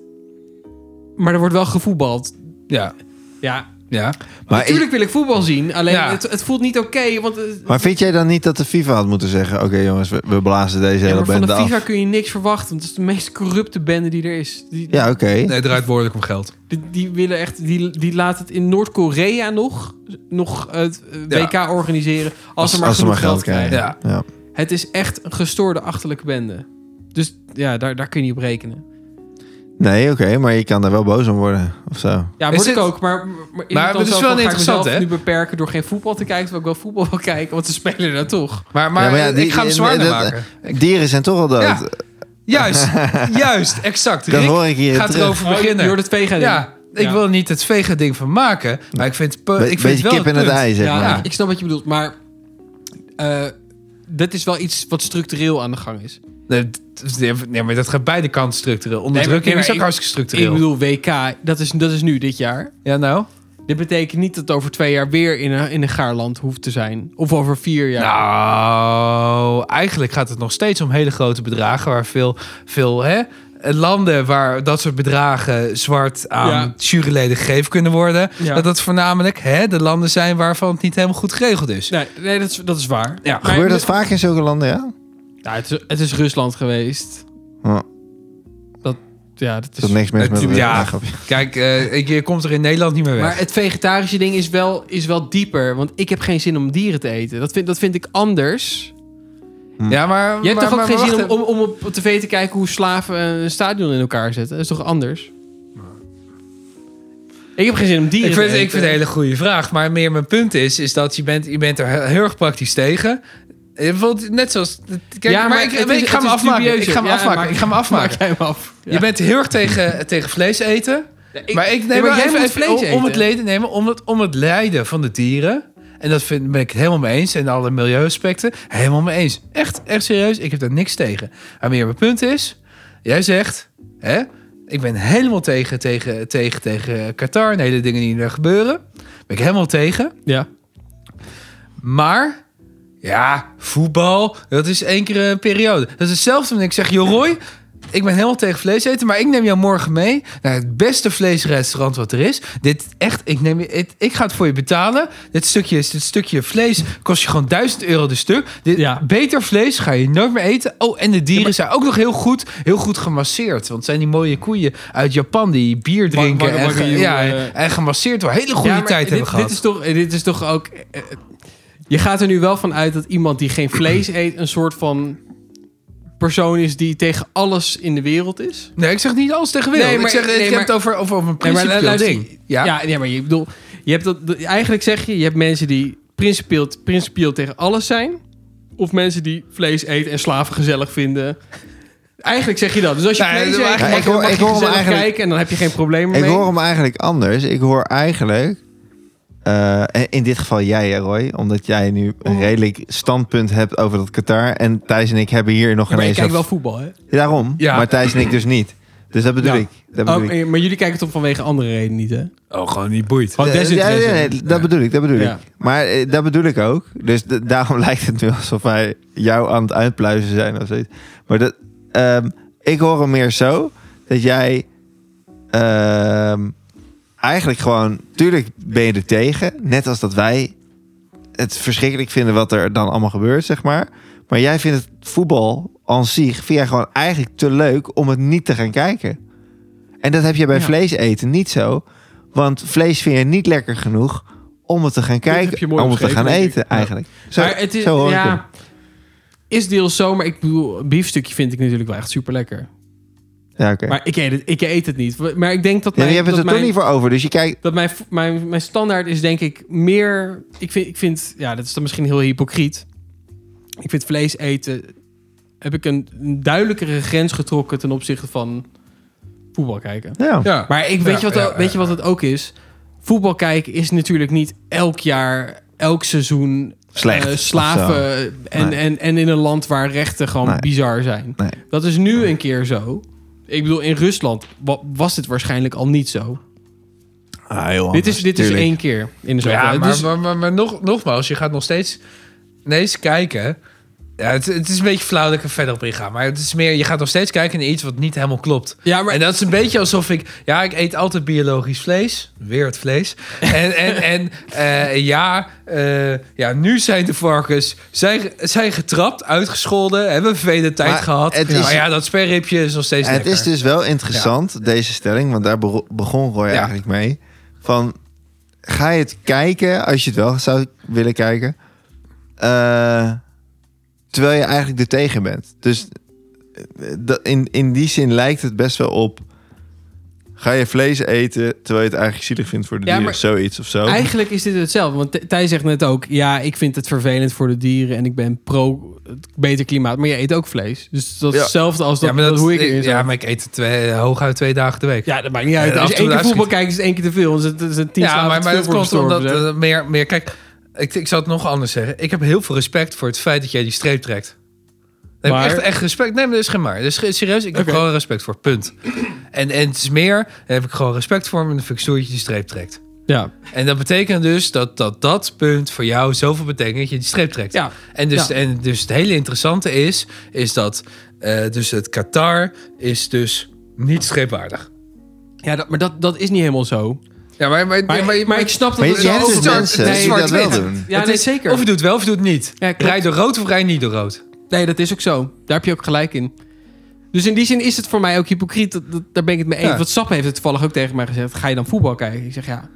Speaker 1: Maar er wordt wel gevoetbald.
Speaker 3: ja,
Speaker 1: Ja,
Speaker 3: ja.
Speaker 2: maar, ik-
Speaker 1: natuurlijk wil ik voetbal zien. Alleen
Speaker 3: Ja.
Speaker 1: het, het voelt niet oké. want het-
Speaker 2: maar vind jij dan niet dat de FIFA had moeten zeggen: Oké jongens, we, we blazen deze
Speaker 1: ja,
Speaker 2: hele
Speaker 1: maar van
Speaker 2: bende
Speaker 1: de FIFA
Speaker 2: af?
Speaker 1: kun je niks verwachten. Want het is de meest corrupte bende die er is. Die,
Speaker 2: Ja, oké.
Speaker 3: Nee, het draait behoorlijk om geld.
Speaker 1: Die, die willen echt, die, die laat het in Noord-Korea nog, nog het eh,
Speaker 3: Ja.
Speaker 1: WK organiseren. Als, ze maar,
Speaker 2: als ze
Speaker 1: genoeg
Speaker 2: maar geld krijgen.
Speaker 3: krijgen.
Speaker 2: Ja.
Speaker 1: Het is echt een gestoorde achterlijke bende. Dus ja, daar, daar kun je niet op rekenen.
Speaker 2: Nee, oké, maar je kan daar wel boos om worden of zo.
Speaker 1: Ja,
Speaker 3: Is
Speaker 1: word ik
Speaker 3: het-
Speaker 1: ook. Maar, maar,
Speaker 3: Maar
Speaker 1: het
Speaker 3: het is wel interessant, hè?
Speaker 1: nu beperken door geen voetbal te kijken, terwijl ik wel voetbal wil kijken, want ze spelen daar toch.
Speaker 3: Maar, maar,
Speaker 2: Ja, maar ja, die-
Speaker 3: ik ga hem
Speaker 2: die-
Speaker 3: zwaarder
Speaker 2: dat-
Speaker 3: maken.
Speaker 2: Dieren zijn toch al dood.
Speaker 3: Ja, Juist, juist, exact.
Speaker 2: dat
Speaker 3: Rick
Speaker 2: hoor ik hier
Speaker 3: gaat
Speaker 2: terug.
Speaker 3: erover beginnen.
Speaker 1: Door Oh, het vega
Speaker 3: Ja, ik
Speaker 1: Ja.
Speaker 3: wil er niet het vega ding van maken, maar ik vind,
Speaker 2: Be-
Speaker 3: ik vind
Speaker 2: beetje
Speaker 3: wel
Speaker 2: kip in het
Speaker 3: punt.
Speaker 2: ei, zeg
Speaker 1: ja,
Speaker 2: maar.
Speaker 1: Ik, ik snap wat je bedoelt, maar eh dat is wel iets wat structureel aan de gang is.
Speaker 3: Nee, d- dus nee, nee, maar dat gaat beide kanten structureel. Onderdrukking
Speaker 1: nee, maar
Speaker 3: is ook
Speaker 1: ik-
Speaker 3: hartstikke structureel.
Speaker 1: Ik bedoel, WK, dat is, dat is nu dit jaar.
Speaker 3: ja, nou?
Speaker 1: Dit betekent niet dat het over twee jaar weer in een, in een gaarland hoeft te zijn. Of over vier jaar.
Speaker 3: Nou, eigenlijk gaat het nog steeds om hele grote bedragen waar veel, veel hè, landen waar dat soort bedragen zwart aan
Speaker 1: Ja.
Speaker 3: juryleden gegeven kunnen worden,
Speaker 1: Ja.
Speaker 3: dat dat voornamelijk hè, de landen zijn waarvan het niet helemaal goed geregeld is.
Speaker 1: Nee, nee dat, is, dat is waar.
Speaker 3: Ja,
Speaker 1: Maar-
Speaker 2: Gebeurt dat vaak in zulke landen, ja?
Speaker 1: Ja, het, is, het is Rusland geweest.
Speaker 2: Ja.
Speaker 1: Dat, ja, dat
Speaker 2: Is
Speaker 1: is...
Speaker 2: dat niks mis
Speaker 3: Het-
Speaker 2: met de
Speaker 3: ja.
Speaker 2: ja. grapje?
Speaker 3: Kijk, eh, ik- je komt er in Nederland niet meer weg.
Speaker 1: maar het vegetarische ding is wel, is wel dieper. Want ik heb geen zin om dieren te eten. Dat vind, dat vind ik anders.
Speaker 3: ja, maar,
Speaker 1: Je hebt
Speaker 3: maar-
Speaker 1: toch ook
Speaker 3: maar
Speaker 1: geen
Speaker 3: wacht
Speaker 1: zin
Speaker 3: even.
Speaker 1: om, om, om op tv te kijken hoe slaven een stadion in elkaar zetten? Dat is toch anders? Ik heb geen zin om dieren
Speaker 3: Ik
Speaker 1: te
Speaker 3: vind,
Speaker 1: eten.
Speaker 3: ik vind het een hele goede vraag. Maar meer mijn punt is, is dat je bent, je bent er heel, heel erg praktisch tegen. Eh, Bijvoorbeeld net zoals... Kijk,
Speaker 1: Ja,
Speaker 3: maar,
Speaker 1: maar
Speaker 3: ik,
Speaker 1: het
Speaker 3: weet-
Speaker 1: is-
Speaker 3: ik ga
Speaker 1: het
Speaker 3: me
Speaker 1: is
Speaker 3: afmaken. Ik
Speaker 1: dubieus,
Speaker 3: ga me
Speaker 1: ja. Ja,
Speaker 3: afmaken.
Speaker 1: maak-
Speaker 3: Ik ga me
Speaker 1: Maak
Speaker 3: afmaken.
Speaker 1: jij hem af.
Speaker 3: Je bent heel erg tegen, tegen vlees eten. maar ik
Speaker 1: nee,
Speaker 3: neem
Speaker 1: maar jij moet
Speaker 3: even, even
Speaker 1: vlees
Speaker 3: om, om het
Speaker 1: eten.
Speaker 3: leden nemen, om het, om het lijden van de dieren. En dat vind, ben ik het helemaal mee eens. En alle milieuaspecten, helemaal mee eens. Echt, echt serieus, ik heb daar niks tegen. Maar meer mijn punt is, jij zegt, hè, ik ben helemaal tegen, tegen, tegen, tegen Qatar en de hele dingen die daar gebeuren. Ben ik helemaal tegen.
Speaker 1: Ja.
Speaker 3: Maar, ja, voetbal, dat is één keer een periode. Dat is hetzelfde wanneer ik zeg, joh Roy, ik ben helemaal tegen vlees eten, maar ik neem jou morgen mee naar het beste vleesrestaurant wat er is. Dit echt, ik, neem, je- het, ik ga het voor je betalen. Dit stukje, is- dit stukje vlees kost je gewoon 1000 euro de stuk. Dit,
Speaker 1: Ja.
Speaker 3: Beter vlees ga je nooit meer eten. Oh, en de dieren zijn ook nog heel goed, heel goed gemasseerd. Want het zijn die mooie koeien uit Japan die bier drinken
Speaker 1: wangen-
Speaker 3: en, ge-
Speaker 1: wangen-
Speaker 3: ja,
Speaker 1: eh,
Speaker 3: en gemasseerd worden. Hele goede
Speaker 1: Ja, maar
Speaker 3: tijd
Speaker 1: dit,
Speaker 3: hebben gehad.
Speaker 1: Dit is, toch, dit is toch ook... eh, eh, je gaat er nu wel van uit dat iemand die geen vlees eet... een soort van persoon is die tegen alles in de wereld is.
Speaker 3: Nee, ik zeg niet alles tegen wil.
Speaker 1: Nee, maar-
Speaker 3: ik zeg,
Speaker 1: nee,
Speaker 3: ik
Speaker 1: maar-
Speaker 3: heb het over, over, over een
Speaker 1: Nee, maar
Speaker 3: principieel
Speaker 1: luister,
Speaker 3: ding. Ja.
Speaker 1: Ja, nee, maar je bedoel, je hebt dat, dat- eigenlijk zeg je, je hebt mensen die principieel, principieel tegen alles zijn. Of mensen die vlees eten en slaven gezellig vinden. Eigenlijk zeg je dat. Dus als je
Speaker 3: Nee,
Speaker 1: vlees
Speaker 3: dat-
Speaker 1: eet,
Speaker 2: Ja,
Speaker 1: mag
Speaker 2: ik
Speaker 1: je,
Speaker 2: hoor-
Speaker 1: mag
Speaker 2: ik
Speaker 1: je
Speaker 2: hoor hem
Speaker 1: gezellig
Speaker 2: eigenlijk-
Speaker 1: kijken en dan heb je geen probleem mee.
Speaker 2: Ik hoor hem eigenlijk anders. Ik hoor eigenlijk... eh, en in dit geval jij, hè, Roy. Omdat jij nu een redelijk standpunt hebt over dat Qatar. En Thijs en ik hebben hier nog
Speaker 1: maar je
Speaker 2: ineens...
Speaker 1: kijkt
Speaker 2: een-
Speaker 1: wel voetbal, hè?
Speaker 2: Daarom.
Speaker 3: Ja.
Speaker 2: Maar Thijs en ik dus niet. Dus dat bedoel
Speaker 1: Ja.
Speaker 2: ik. Dat bedoel
Speaker 1: Oh,
Speaker 2: ik.
Speaker 1: eh, maar jullie kijken het toch vanwege andere redenen niet, hè?
Speaker 3: Oh, gewoon niet boeit.
Speaker 1: Gewoon
Speaker 2: Ja,
Speaker 1: desinteresse.
Speaker 2: ja, ja, dat bedoel ik, dat bedoel
Speaker 1: Ja.
Speaker 2: ik. Maar eh, dat bedoel ik ook. Dus d- daarom lijkt het nu alsof wij jou aan het uitpluizen zijn of zoiets. Maar dat, ehm, ik hoor hem meer zo dat jij ehm, eigenlijk gewoon... Tuurlijk ben je er tegen, net als dat wij het verschrikkelijk vinden wat er dan allemaal gebeurt, zeg maar. Maar jij vindt het voetbal aan zich, vind jij gewoon eigenlijk te leuk om het niet te gaan kijken. En dat heb je bij
Speaker 1: Ja.
Speaker 2: vlees eten niet zo. Want vlees vind je niet lekker genoeg om het te gaan
Speaker 1: heb
Speaker 2: kijken.
Speaker 1: je mooi
Speaker 2: Om het te
Speaker 1: omschreven,
Speaker 2: gaan
Speaker 1: denk ik.
Speaker 2: eten,
Speaker 1: Ja.
Speaker 2: eigenlijk. Zo,
Speaker 1: maar het is,
Speaker 2: zo hoor ik hem.
Speaker 1: ja, is deels zo, maar ik bedoel, een biefstukje vind ik natuurlijk wel echt super lekker.
Speaker 2: Ja, oké.
Speaker 1: Maar ik eet, het, ik eet het niet. Maar ik denk dat
Speaker 2: Ja,
Speaker 1: mijn,
Speaker 2: je hebt het
Speaker 1: dat
Speaker 2: er
Speaker 1: mijn,
Speaker 2: toch niet voor over. Dus je kijkt...
Speaker 1: dat mijn, mijn, mijn standaard is denk ik meer... Ik vind, ik vind, ja, dat is dan misschien heel hypocriet. Ik vind vlees eten... Heb ik een, een duidelijkere grens getrokken ten opzichte van voetbal kijken.
Speaker 2: Ja.
Speaker 3: Ja.
Speaker 1: Maar ik, weet,
Speaker 3: Ja,
Speaker 1: je wat,
Speaker 3: ja,
Speaker 1: weet je wat het ook is? Voetbal kijken is natuurlijk niet elk jaar, elk seizoen
Speaker 2: Slecht,
Speaker 1: eh, slaven. En,
Speaker 2: Nee.
Speaker 1: en, en in een land waar rechten gewoon
Speaker 2: Nee.
Speaker 1: bizar zijn.
Speaker 2: Nee.
Speaker 1: Dat is nu een keer zo. Ik bedoel, in Rusland wa- was dit waarschijnlijk al niet zo.
Speaker 3: Ah,
Speaker 1: dit is, dit is
Speaker 2: tuurlijk.
Speaker 1: één keer in de zoveel.
Speaker 3: Ja,
Speaker 1: jaar.
Speaker 3: maar,
Speaker 1: Dus-
Speaker 3: maar, maar, maar nog, nogmaals, je gaat nog steeds ineens kijken. Ja, het, het is een beetje flauw dat ik er verder op inga. Maar het is meer, je gaat nog steeds kijken naar iets wat niet helemaal klopt.
Speaker 1: ja, maar
Speaker 3: en dat is een beetje alsof ik... Ja, ik eet altijd biologisch vlees. Weer het vlees. En, en, en eh, ja, eh, ja, nu zijn de varkens zijn, zijn getrapt, uitgescholden. Hebben een vervelende tijd
Speaker 2: Maar
Speaker 3: gehad.
Speaker 2: het is-
Speaker 3: maar ja, dat sperripje is nog steeds
Speaker 2: Het
Speaker 3: lekker.
Speaker 2: is dus wel interessant, deze stelling, want daar bero- begon Roy
Speaker 3: Ja.
Speaker 2: eigenlijk mee. Van, ga je het kijken als je het wel zou willen kijken, eh, terwijl je eigenlijk er tegen bent? Dus eh, dat- in, in die zin lijkt het best wel op, ga je vlees eten terwijl je het eigenlijk zielig vindt voor de
Speaker 1: Ja,
Speaker 2: dieren,
Speaker 1: maar
Speaker 2: zoiets of zo.
Speaker 1: Eigenlijk is dit hetzelfde. Want Th- Thij zegt net ook: ja, ik vind het vervelend voor de dieren en ik ben pro het beter klimaat. Maar je eet ook vlees. Dus dat is
Speaker 2: Ja.
Speaker 1: hetzelfde als dat,
Speaker 3: ja, maar
Speaker 1: dat
Speaker 3: dat,
Speaker 1: hoe ik erin
Speaker 3: ja,
Speaker 1: zat.
Speaker 3: maar ik eet het twee, hooguit twee dagen de week.
Speaker 1: Ja, dat maakt niet uit.
Speaker 3: Eh,
Speaker 1: Als
Speaker 3: af
Speaker 1: je
Speaker 3: en toe
Speaker 1: één keer
Speaker 3: luister
Speaker 1: voetbal
Speaker 3: ik-
Speaker 1: kijkt, is het één keer te veel. Dus het is een tien
Speaker 3: Ja,
Speaker 1: slaven
Speaker 3: maar,
Speaker 1: te
Speaker 3: maar
Speaker 1: veel
Speaker 3: dat
Speaker 1: voor
Speaker 3: komt
Speaker 1: gestorven
Speaker 3: omdat
Speaker 1: zijn.
Speaker 3: eh, meer, meer... Kijk, ik, ik zal het nog anders zeggen. Ik heb heel veel respect voor het feit dat jij die streep trekt. Nee, maar...
Speaker 1: Maar-
Speaker 3: echt, echt respect. Nee, maar dat is geen maar. Dus serieus, ik heb
Speaker 1: Oké.
Speaker 3: gewoon respect voor. Punt. En, en het is meer, daar heb ik gewoon respect voor. En dan vind ik stoer dat je die streep trekt.
Speaker 1: Ja,
Speaker 3: En dat betekent dus dat dat, dat punt voor jou zoveel betekent dat je die streep trekt.
Speaker 1: ja.
Speaker 3: En dus,
Speaker 1: Ja.
Speaker 3: en dus het hele interessante is, is dat eh, dus het Qatar is dus niet streepwaardig.
Speaker 1: ja dat, maar dat, dat is niet helemaal zo.
Speaker 3: Ja, maar, maar,
Speaker 1: Maar, maar, ik snap dat
Speaker 2: Maar je
Speaker 1: het
Speaker 2: je
Speaker 1: zo
Speaker 2: hebt dus
Speaker 1: overkomt.
Speaker 2: mensen
Speaker 1: Nee,
Speaker 2: die
Speaker 1: maar-
Speaker 2: dat wel
Speaker 3: zwart-wit.
Speaker 2: doen.
Speaker 1: Ja,
Speaker 3: Het
Speaker 1: nee,
Speaker 3: is-
Speaker 1: zeker.
Speaker 3: Of je doet wel of je doet niet.
Speaker 1: Ja, klopt.
Speaker 3: Rijd door rood of rij niet door rood.
Speaker 1: Nee, dat is ook zo. Daar heb je ook gelijk in. Dus in die zin is het voor mij ook hypocriet. Dat, dat- daar ben ik het mee eens.
Speaker 3: Ja.
Speaker 1: Want Sap heeft het toevallig ook tegen mij gezegd. Ga je dan voetbal kijken? Ik zeg ja.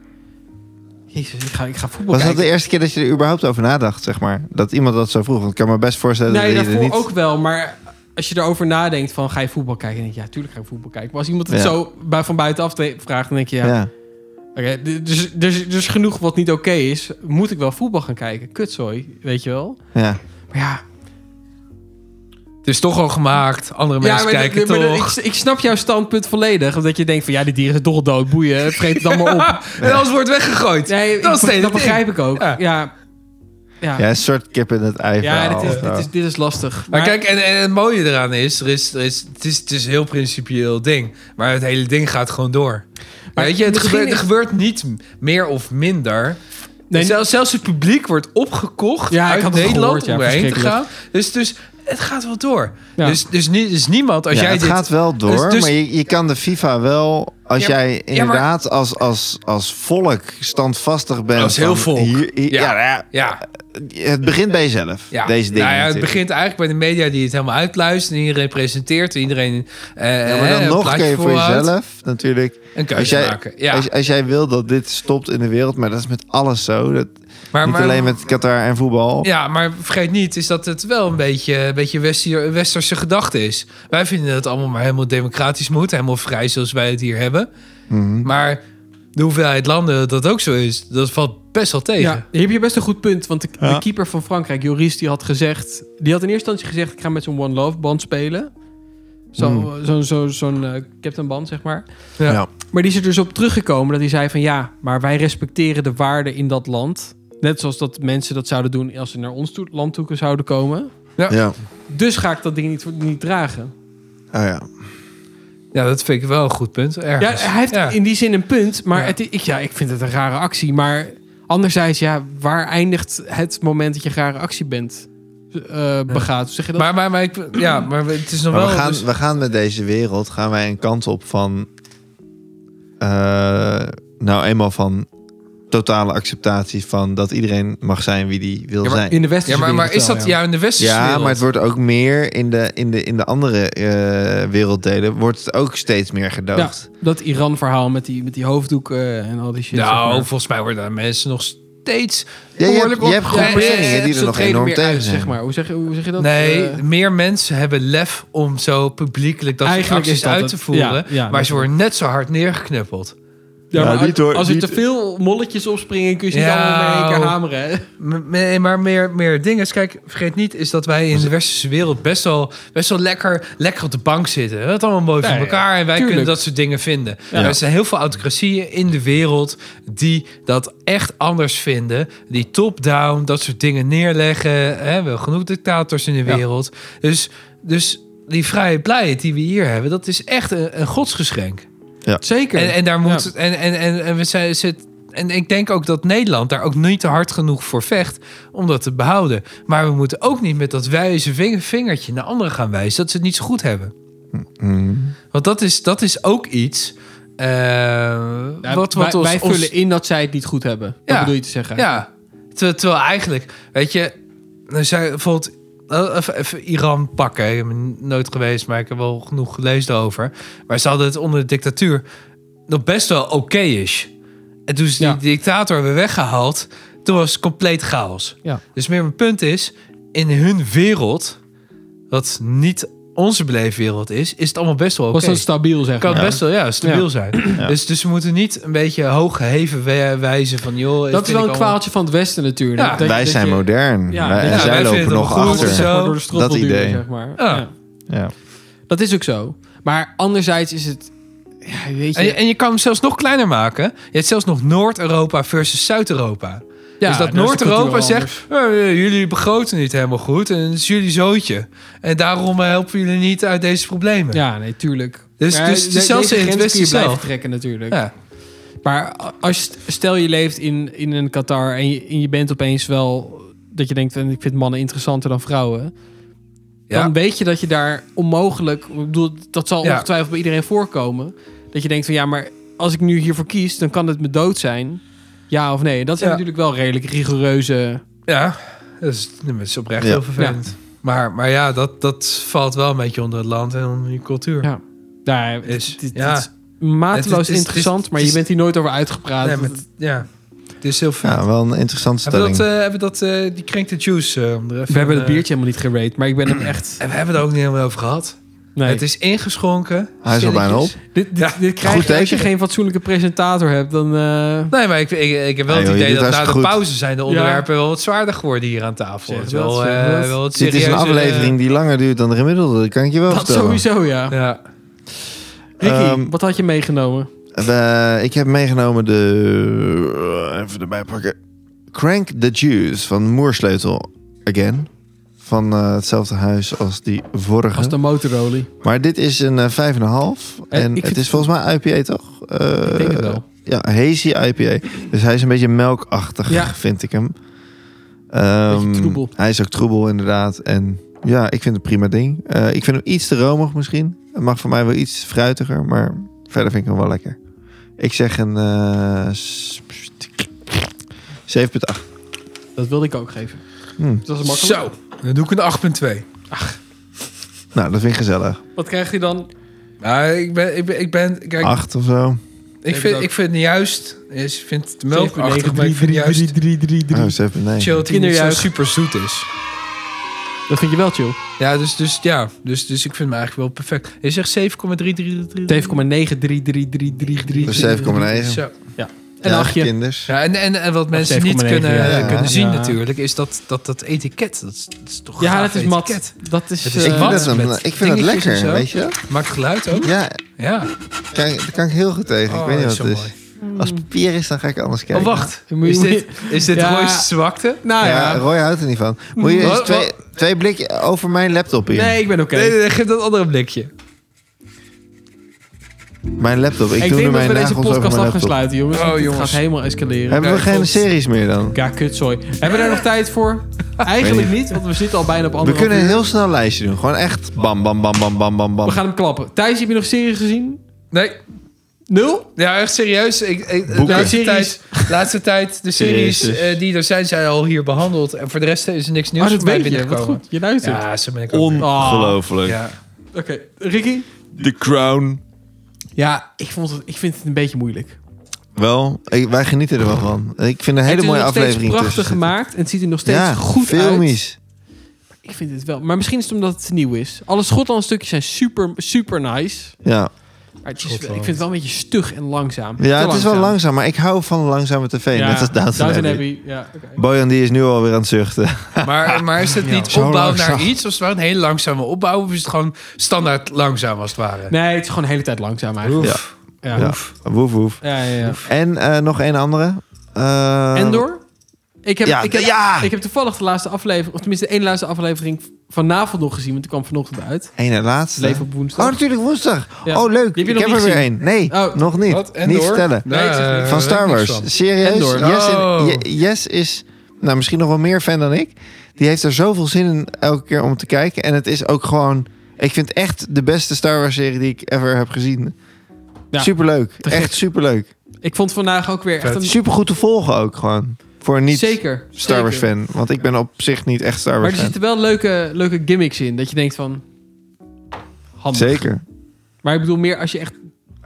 Speaker 1: Jezus, ik ga, ik ga voetbal
Speaker 2: Was dat
Speaker 1: kijken.
Speaker 2: de eerste keer dat je er überhaupt over nadacht, zeg maar? Dat iemand dat zo vroeg? Want ik kan me best voorstellen
Speaker 1: nee,
Speaker 2: dat je er
Speaker 1: daarvoor
Speaker 2: niet...
Speaker 1: ook wel. Maar als je erover nadenkt van ga je voetbal kijken? Dan denk je ja, tuurlijk ga ik voetbal kijken. Maar als iemand het
Speaker 2: Ja.
Speaker 1: zo bij, van buitenaf te- vraagt, dan denk je ja.
Speaker 2: Ja.
Speaker 1: Oké, d- dus, dus, dus genoeg wat niet oké is. Moet ik wel voetbal gaan kijken? Kutzooi, weet je wel.
Speaker 2: ja.
Speaker 1: Maar ja,
Speaker 3: Dus toch al gemaakt. Andere mensen
Speaker 1: maar
Speaker 3: kijken
Speaker 1: dat- maar dat-
Speaker 3: toch.
Speaker 1: ik, ik snap jouw standpunt volledig. Omdat je denkt van ja, die dieren zijn toch al dood, boeien. Vreet het dan maar op.
Speaker 3: Ah, En alles wordt weggegooid.
Speaker 1: Nee,
Speaker 3: Dat is het
Speaker 1: ik,
Speaker 3: hele
Speaker 1: dat
Speaker 3: ding.
Speaker 1: begrijp ik ook.
Speaker 3: Ja.
Speaker 1: Ja, ja. ja.
Speaker 2: Ja, een soort kip in het ei verhaal
Speaker 1: dit, is,
Speaker 2: of zo.
Speaker 1: dit, is, dit is lastig.
Speaker 3: Maar, kijk, en, en het mooie eraan is, er is, er is, het is, het is een heel principieel ding. Maar het hele ding gaat gewoon door.
Speaker 1: Maar
Speaker 3: Weet je, het
Speaker 1: misschien
Speaker 3: gebeurt, er
Speaker 1: is-
Speaker 3: gebeurt niet m- meer of minder.
Speaker 1: Nee,
Speaker 3: zelfs, zelfs het publiek wordt opgekocht
Speaker 1: Ja, ik
Speaker 3: uit
Speaker 1: had het
Speaker 3: Nederland
Speaker 1: gehoord, ja,
Speaker 3: om erheen te gaan.
Speaker 1: verschrikkelijk.
Speaker 3: Dus, dus het gaat wel door.
Speaker 1: Ja.
Speaker 3: Dus, dus, nie- dus niemand, als
Speaker 2: Ja,
Speaker 3: jij
Speaker 2: het
Speaker 3: dit...
Speaker 2: gaat wel door,
Speaker 3: dus- dus-
Speaker 2: maar je, je kan de FIFA wel... Als
Speaker 3: Ja, maar-
Speaker 2: jij
Speaker 3: ja, maar-
Speaker 2: inderdaad als, als, als volk standvastig bent...
Speaker 3: Als heel
Speaker 2: van
Speaker 3: volk.
Speaker 2: hier- hier-
Speaker 3: Ja.
Speaker 2: ja. nou ja,
Speaker 3: Ja,
Speaker 2: het begint bij jezelf,
Speaker 3: ja.
Speaker 2: deze dingen
Speaker 3: Nou ja, het
Speaker 2: natuurlijk.
Speaker 3: begint eigenlijk bij de media die het helemaal uitluistert. En iedereen presenteert. en Iedereen eh,
Speaker 2: Ja, maar dan
Speaker 3: een
Speaker 2: nog
Speaker 3: plaatje
Speaker 2: kun je voor
Speaker 3: voorhoudt.
Speaker 2: jezelf natuurlijk...
Speaker 3: Een keuze
Speaker 2: Als jij,
Speaker 3: maken. Ja.
Speaker 2: als, als jij wil dat dit stopt in de wereld, maar dat is met alles zo. Dat,
Speaker 3: maar,
Speaker 2: niet
Speaker 3: maar-
Speaker 2: alleen met Qatar en voetbal.
Speaker 3: Ja, maar vergeet niet, is dat het wel een beetje, een beetje westier- westerse gedachte is. Wij vinden dat allemaal maar helemaal democratisch moet, helemaal vrij zoals wij het hier hebben.
Speaker 2: Mhm.
Speaker 3: Maar de hoeveelheid landen dat ook zo is, dat valt best wel tegen.
Speaker 1: Ja, hier heb je best een goed punt. Want de, de
Speaker 2: Ja.
Speaker 1: keeper van Frankrijk, Joris, die had gezegd... Die had in eerste instantie gezegd... ik ga met zo'n One Love band spelen. Zo'n
Speaker 2: Mm.
Speaker 1: zo, zo, zo'n, eh, captain band, zeg maar.
Speaker 3: Ja.
Speaker 2: Ja.
Speaker 1: Maar die is er dus op teruggekomen dat hij zei van... ja, maar wij respecteren de waarden in dat land. Net zoals dat mensen dat zouden doen... als ze naar ons toe- land toe zouden komen.
Speaker 2: Ja.
Speaker 1: Dus ga ik dat ding niet, niet dragen.
Speaker 2: Oh ja.
Speaker 3: Ja, dat vind ik wel een goed punt.
Speaker 1: Ja,
Speaker 3: ergens.
Speaker 1: hij heeft
Speaker 3: Ja.
Speaker 1: in die zin een punt. Maar
Speaker 3: Ja.
Speaker 1: Het, i- ik, ja, ik vind het een rare actie. Maar anderzijds, ja, waar eindigt het moment dat je rare actie bent eh, begaat? Hoe Zeg je dat?
Speaker 3: Maar, maar, maar, ik, ja, maar het is nog
Speaker 2: Maar
Speaker 3: wel...
Speaker 2: we, gaan,
Speaker 3: dus-
Speaker 2: we gaan met deze wereld gaan wij een kant op van. eh, nou, eenmaal van totale acceptatie van dat iedereen mag zijn wie die wil
Speaker 3: Ja, maar
Speaker 2: zijn.
Speaker 1: in de westerse
Speaker 3: ja, maar, maar
Speaker 1: wereld
Speaker 3: is
Speaker 1: wel,
Speaker 3: dat ja. in de westerse
Speaker 2: Ja,
Speaker 3: wereld?
Speaker 2: maar het wordt ook meer in de, in de, in de andere eh, werelddelen wordt het ook steeds meer gedoogd.
Speaker 1: Dat Iran-verhaal met die, met die hoofddoek eh, en al die shit. zeg
Speaker 3: Nou,
Speaker 1: maar.
Speaker 3: volgens mij worden daar mensen nog steeds
Speaker 2: Ja, je hebt,
Speaker 3: behoorlijk
Speaker 2: je
Speaker 3: op-
Speaker 2: hebt
Speaker 3: Ja,
Speaker 2: groeperingen
Speaker 3: ja, ja, ja,
Speaker 2: die
Speaker 1: Ze
Speaker 2: er nog
Speaker 1: treden
Speaker 2: enorm
Speaker 1: meer
Speaker 2: tegen
Speaker 1: uit,
Speaker 2: zijn.
Speaker 1: zeg maar. Hoe zeg, je- hoe zeg je dat?
Speaker 3: Nee,
Speaker 1: Eh,
Speaker 3: meer mensen hebben lef om zo publiekelijk dat soort
Speaker 1: Eigenlijk is
Speaker 3: acties
Speaker 1: dat
Speaker 3: uit
Speaker 1: het.
Speaker 3: te voeren.
Speaker 1: Ja, ja,
Speaker 3: maar
Speaker 1: dat
Speaker 3: ze worden net zo hard neergeknuppeld.
Speaker 1: ja,
Speaker 2: Ja,
Speaker 1: maar
Speaker 2: niet hoor,
Speaker 1: als er
Speaker 2: niet-
Speaker 1: te veel molletjes opspringen, kun je ze niet
Speaker 3: Ja,
Speaker 1: allemaal in één
Speaker 3: oh.
Speaker 1: keer hameren. hè?
Speaker 3: M- Nee, maar meer, meer dingen. is, Kijk, vergeet niet is dat wij in de westerse wereld best wel, best wel lekker, lekker op de bank zitten. Dat is allemaal mooi
Speaker 1: Ja,
Speaker 3: van
Speaker 1: ja,
Speaker 3: elkaar en wij
Speaker 1: tuurlijk.
Speaker 3: kunnen dat soort dingen vinden.
Speaker 1: Ja.
Speaker 3: Er zijn heel veel autocratieën in de wereld die dat echt anders vinden. Die top-down dat soort dingen neerleggen. Hè, we hebben genoeg dictators in de
Speaker 1: Ja.
Speaker 3: wereld. Dus, dus die vrije blijheid die we hier hebben, dat is echt een, een godsgeschenk.
Speaker 1: Zeker.
Speaker 3: En, en daar moet. En, en, en, en we zijn, zit, en ik denk ook dat Nederland daar ook niet te hard genoeg voor vecht om dat te behouden. Maar we moeten ook niet met dat wijze ving- vingertje naar anderen gaan wijzen dat ze het niet zo goed hebben.
Speaker 2: Mhm.
Speaker 3: Want dat is, dat is ook iets. eh,
Speaker 1: Ja,
Speaker 3: wat,
Speaker 1: wij,
Speaker 3: wat ons,
Speaker 1: wij
Speaker 3: ons-
Speaker 1: vullen in dat zij het niet goed hebben. Dat
Speaker 3: Ja.
Speaker 1: bedoel je te zeggen.
Speaker 3: ja, Ter- terwijl eigenlijk, weet je, er zijn bijvoorbeeld eh, even, even Iran pakken. Ik heb er nooit geweest, maar ik heb wel genoeg gelezen over. Maar ze hadden het onder de dictatuur nog best wel oké is. En toen ze
Speaker 1: Ja.
Speaker 3: die dictator hebben weggehaald, toen was het compleet chaos.
Speaker 1: Ja.
Speaker 3: Dus meer mijn punt is, in hun wereld, wat niet onze beleefwereld is, is het allemaal best wel oké.
Speaker 1: Was dat stabiel, zeg
Speaker 3: kan
Speaker 1: maar.
Speaker 3: best wel ja, stabiel zijn. Dus, dus we moeten niet een beetje hooggeheven we- wijzen van... joh,
Speaker 1: Dat is wel een
Speaker 3: kwaal.
Speaker 1: kwaaltje van het Westen natuurlijk.
Speaker 3: Ja,
Speaker 1: Dat je-
Speaker 2: Wij
Speaker 1: dat
Speaker 2: zijn
Speaker 1: je-
Speaker 2: modern.
Speaker 1: Ja,
Speaker 2: Wij- en
Speaker 1: ja,
Speaker 3: wij
Speaker 2: zij
Speaker 3: vinden
Speaker 2: lopen
Speaker 3: het
Speaker 2: nog
Speaker 3: wel goed.
Speaker 2: achter.
Speaker 1: Zeg maar
Speaker 3: Zo,
Speaker 1: door de strot
Speaker 2: dat
Speaker 1: wil duwen,
Speaker 2: idee.
Speaker 1: zeg maar.
Speaker 3: Ja.
Speaker 1: Ja.
Speaker 2: Ja.
Speaker 1: Dat is ook zo. Maar anderzijds is het... Ja, weet je...
Speaker 3: En je, en je kan hem zelfs nog kleiner maken. Je hebt zelfs nog Noord-Europa versus Zuid-Europa.
Speaker 1: ja,
Speaker 3: dus
Speaker 1: daar
Speaker 3: dat
Speaker 1: is de
Speaker 3: Noord-Europa
Speaker 1: cultuur wel
Speaker 3: zegt... eh, jullie begroten niet helemaal goed en het is jullie zootje. En daarom eh, helpen jullie niet uit deze problemen.
Speaker 1: anders. Ja, nee, tuurlijk.
Speaker 3: Dus-
Speaker 1: Maar
Speaker 3: dus
Speaker 1: de-
Speaker 3: zelfs
Speaker 1: deze
Speaker 3: in het
Speaker 1: grens kun
Speaker 3: Westen
Speaker 1: je blijven
Speaker 3: zelf.
Speaker 1: trekken natuurlijk.
Speaker 3: Ja.
Speaker 1: Maar als je, stel je leeft in, in een Qatar en je, en je bent opeens wel... Dat je denkt, van, ik vind mannen interessanter dan vrouwen.
Speaker 3: Ja.
Speaker 1: Dan weet je dat je daar onmogelijk... Ik bedoel, dat zal
Speaker 3: Ja.
Speaker 1: ongetwijfeld bij iedereen voorkomen. Dat je denkt van ja, maar als ik nu hiervoor kies... dan kan het me dood zijn. Ja of nee? Dat zijn
Speaker 3: Ja.
Speaker 1: natuurlijk wel redelijk rigoureuze...
Speaker 3: Ja, dat is, dat is oprecht
Speaker 2: Ja.
Speaker 3: heel vervelend. Maar, maar ja, dat, dat valt wel een beetje onder het land en onder je cultuur.
Speaker 1: Ja. Nou, ja,
Speaker 3: Is-
Speaker 1: het, het- het
Speaker 3: ja.
Speaker 1: is mateloos
Speaker 3: Het is- het is-
Speaker 1: interessant,
Speaker 3: het is-
Speaker 1: maar je bent hier nooit over uitgepraat.
Speaker 3: Nee, maar het- ja. Het is heel vervelend.
Speaker 2: Ja, wel een interessante
Speaker 3: hebben we
Speaker 2: stelling.
Speaker 3: dat, eh, hebben we dat eh, die krenkte juice? eh, om er even,
Speaker 1: we hebben het
Speaker 3: eh,
Speaker 1: biertje helemaal niet gerate, maar ik ben hem echt...
Speaker 3: En we hebben het er ook niet helemaal over gehad.
Speaker 1: Nee.
Speaker 3: Het is ingeschonken.
Speaker 2: Hij is al bijna op.
Speaker 3: Stilletjes.
Speaker 1: Dit, dit,
Speaker 3: Ja.
Speaker 1: dit krijg
Speaker 2: Goed
Speaker 1: je als je
Speaker 2: teken.
Speaker 1: geen fatsoenlijke presentator hebt, dan... eh,
Speaker 3: Nee, maar ik, ik, ik heb wel
Speaker 2: Nee,
Speaker 3: het
Speaker 2: joh, je doet
Speaker 3: idee dat na de
Speaker 2: hartstikke goed.
Speaker 3: pauze zijn de onderwerpen wel wat zwaarder geworden hier aan tafel.
Speaker 1: Zeg
Speaker 3: Het is
Speaker 1: dat,
Speaker 3: wel,
Speaker 1: zeg
Speaker 3: eh,
Speaker 1: dat.
Speaker 3: wel wat
Speaker 2: Dit is een
Speaker 3: serieuzer,
Speaker 2: aflevering die langer duurt dan de gemiddelde. Dat kan ik je wel
Speaker 1: dat
Speaker 2: vertellen.
Speaker 1: sowieso, ja.
Speaker 3: eh, ja.
Speaker 1: Ricky,
Speaker 2: Ehm,
Speaker 1: wat had je meegenomen?
Speaker 2: Eh, ik heb meegenomen de... Even erbij pakken. Crank the Juice van Moersleutel. Again. Van eh, hetzelfde huis als die vorige.
Speaker 1: Als de motorolie.
Speaker 2: Maar dit is een eh, 5,5.
Speaker 1: Eh,
Speaker 2: En
Speaker 1: ik
Speaker 2: het
Speaker 1: vind-
Speaker 2: is volgens mij IPA, toch? Eh,
Speaker 1: Ik denk het wel.
Speaker 2: Ja, hazy IPA. Dus hij is een beetje melkachtig,
Speaker 1: Ja.
Speaker 2: vind ik hem. Ehm,
Speaker 1: Beetje troebel.
Speaker 2: Hij is ook troebel, inderdaad. En ja, ik vind het een prima ding. Eh, ik vind hem iets te romig misschien. Het mag voor mij wel iets fruitiger, maar verder vind ik hem wel lekker. Ik zeg een eh, s- 7,8.
Speaker 1: Dat wilde ik ook geven.
Speaker 2: Hm.
Speaker 1: Dat was makkelijk.
Speaker 3: Zo, dan doe ik een 8.2.
Speaker 2: Nou, dat vind ik gezellig.
Speaker 1: Wat krijgt hij dan?
Speaker 3: Nou, ik ben, ik ben, ik ben kijk,
Speaker 2: 8 of zo.
Speaker 3: ik
Speaker 1: Ik ook.
Speaker 3: vind, ik vind het juist, is, ik vind het melkachtig, maar ik vind juist
Speaker 1: 7,9.
Speaker 2: Oh, 7,9.
Speaker 3: chill dat hij niet zo
Speaker 1: Kinderjuich.
Speaker 3: super zoet is.
Speaker 1: Dat vind je wel chill.
Speaker 3: Ja, dus, dus, ja, dus, dus ik vind hem eigenlijk wel perfect. Je zegt 7,333.
Speaker 1: 7,93333.
Speaker 2: Dus 7,9.
Speaker 3: Zo.
Speaker 1: En
Speaker 2: Ja,
Speaker 1: achtje.
Speaker 2: kinders.
Speaker 3: Ja, en, en, en wat mensen niet
Speaker 1: 7,9,
Speaker 3: kunnen, eh,
Speaker 2: ja.
Speaker 3: kunnen zien
Speaker 1: Ja.
Speaker 3: natuurlijk, is dat, dat, dat etiket. Dat is, dat is toch
Speaker 1: Ja,
Speaker 3: gaaf
Speaker 1: dat is
Speaker 3: etiket.
Speaker 1: mat. Dat is...
Speaker 3: Het
Speaker 1: eh,
Speaker 3: is
Speaker 2: ik vind,
Speaker 3: wat?
Speaker 2: dat hem-
Speaker 3: Met
Speaker 2: ik vind het
Speaker 3: dingetjes en
Speaker 2: lekker,
Speaker 3: zo.
Speaker 2: weet je?
Speaker 3: Maakt geluid ook?
Speaker 2: Ja,
Speaker 3: Ja.
Speaker 2: kan, daar kan ik heel goed tegen.
Speaker 3: Oh,
Speaker 2: ik weet niet
Speaker 3: dat
Speaker 2: wat
Speaker 3: is
Speaker 2: het
Speaker 3: zo
Speaker 2: is. Als
Speaker 1: Mm.
Speaker 2: het papier is, dan ga ik anders kijken.
Speaker 3: Oh, wacht.
Speaker 1: Moet je-
Speaker 3: Is dit, is dit
Speaker 1: Ja.
Speaker 3: Roy's zwakte?
Speaker 1: Nou
Speaker 2: ja,
Speaker 1: ja. Mm.
Speaker 2: Roy houdt er niet van. Moet je eens
Speaker 3: Wat-
Speaker 2: twee, twee blikken over mijn laptop hier.
Speaker 1: Nee, ik ben oké.
Speaker 3: Nee, nee, nee, geef dat andere blikje.
Speaker 2: Mijn laptop. Ik,
Speaker 1: Ik
Speaker 2: doe nu
Speaker 1: denk dat
Speaker 2: mijn
Speaker 1: we deze
Speaker 2: nagels over
Speaker 1: podcast
Speaker 2: mijn
Speaker 1: af gaan
Speaker 2: laptop.
Speaker 1: sluiten, jongens.
Speaker 3: Oh,
Speaker 1: want dit
Speaker 3: jongens.
Speaker 1: gaat helemaal escaleren.
Speaker 2: Hebben we
Speaker 3: Ja,
Speaker 2: geen
Speaker 3: klopt.
Speaker 2: series meer dan?
Speaker 1: Ja, kutzooi. Hebben we daar nog tijd voor? Eigenlijk niet, want we zitten al bijna op
Speaker 2: We
Speaker 1: andere.
Speaker 2: kunnen een heel snel een lijstje doen. Gewoon echt bam, bam, bam, bam, bam, bam, bam.
Speaker 1: We gaan hem klappen. Thijs, heb je nog series gezien?
Speaker 3: Nee,
Speaker 1: Nul?
Speaker 3: ja, echt serieus. Ik, ik, de
Speaker 2: Boeken. dus.
Speaker 3: laatste,
Speaker 1: Series.
Speaker 3: tijd, laatste tijd, de series
Speaker 2: Jezus.
Speaker 3: eh, die er zijn, zijn al hier behandeld. En voor de rest is er niks nieuws
Speaker 1: Maar Ah, dat
Speaker 3: voor mij
Speaker 1: weet je. Wat
Speaker 3: binnengekomen.
Speaker 1: goed. Je luistert.
Speaker 3: Ja, zo ben ik ook.
Speaker 1: Ongelooflijk.
Speaker 2: Ongelooflijk.
Speaker 3: Ja.
Speaker 1: Oké, Ricky?
Speaker 2: The Crown.
Speaker 1: Ja, ik, vond het, ik vind het een beetje moeilijk.
Speaker 2: Wel, ik- wij genieten er wel van. Ik vind een hele mooie
Speaker 1: Het
Speaker 2: aflevering
Speaker 1: is nog steeds
Speaker 2: tussen
Speaker 1: prachtig
Speaker 2: zitten.
Speaker 1: gemaakt en het ziet er nog steeds
Speaker 2: ja,
Speaker 1: goed uit.
Speaker 2: filmisch.
Speaker 1: Ik vind het wel. Maar misschien is het omdat het nieuw is. Alle Schotland stukjes zijn super, super nice.
Speaker 2: Ja,
Speaker 1: Maar het is, ik
Speaker 3: Schotland.
Speaker 1: vind het wel een beetje stug en langzaam. Te
Speaker 2: ja het is wel langzaam, maar ik hou van langzame tv. net als Downton
Speaker 1: Downton
Speaker 2: Abbey.
Speaker 1: Abbey. Ja, oké.
Speaker 2: Bojan die is nu alweer aan het zuchten.
Speaker 3: Maar, maar is het
Speaker 1: Ja.
Speaker 3: niet
Speaker 2: Zo
Speaker 3: opbouw naar
Speaker 2: langzaam.
Speaker 3: iets? Als het ware een hele langzame opbouw? Of is het gewoon standaard langzaam als het ware?
Speaker 1: Nee, het is gewoon de hele tijd langzaam eigenlijk.
Speaker 3: Oef.
Speaker 1: Ja.
Speaker 2: Ja.
Speaker 1: Ja.
Speaker 2: Woef, woef.
Speaker 1: Ja, ja, ja.
Speaker 2: En eh, nog één andere. Eh,
Speaker 1: Endor? Ik heb,
Speaker 2: ja,
Speaker 1: ik, heb,
Speaker 2: ja!
Speaker 1: ik heb toevallig de laatste aflevering, of tenminste de ene laatste aflevering vanavond nog gezien, want die kwam vanochtend uit.
Speaker 2: Eén en laatste.
Speaker 1: Leven op woensdag.
Speaker 2: Oh, natuurlijk woensdag.
Speaker 1: Ja.
Speaker 2: Oh, leuk.
Speaker 1: Die heb je
Speaker 2: ik heb
Speaker 1: nog
Speaker 2: er
Speaker 1: niet
Speaker 2: weer één. Nee,
Speaker 1: Oh,
Speaker 2: nog niet.
Speaker 3: Wat? En
Speaker 2: niet
Speaker 3: door?
Speaker 2: vertellen.
Speaker 3: Nee, ik zeg
Speaker 1: Eh,
Speaker 3: niet.
Speaker 2: van
Speaker 3: Daar
Speaker 2: Star
Speaker 3: weet ik
Speaker 2: Wars.
Speaker 3: niks van.
Speaker 2: Serieus?
Speaker 1: Endor.
Speaker 2: Yes, in-
Speaker 3: Oh.
Speaker 2: Je- yes is, nou misschien nog wel meer fan dan ik. Die heeft er zoveel zin in elke keer om te kijken. En het is ook gewoon, ik vind het echt de beste Star Wars serie die ik ever heb gezien.
Speaker 1: Ja.
Speaker 2: Superleuk.
Speaker 1: Te gek.
Speaker 2: Echt superleuk.
Speaker 1: Ik vond vandaag ook weer echt een...
Speaker 2: Supergoed te volgen ook gewoon. Voor een niet
Speaker 1: zeker.
Speaker 2: Star Wars
Speaker 1: zeker.
Speaker 2: fan. Want ik ben op zich niet echt Star
Speaker 1: Maar
Speaker 2: Wars
Speaker 1: er
Speaker 2: fan.
Speaker 1: zitten wel leuke, leuke gimmicks in, dat je denkt van... Handig.
Speaker 2: Zeker.
Speaker 1: Maar ik bedoel meer als je echt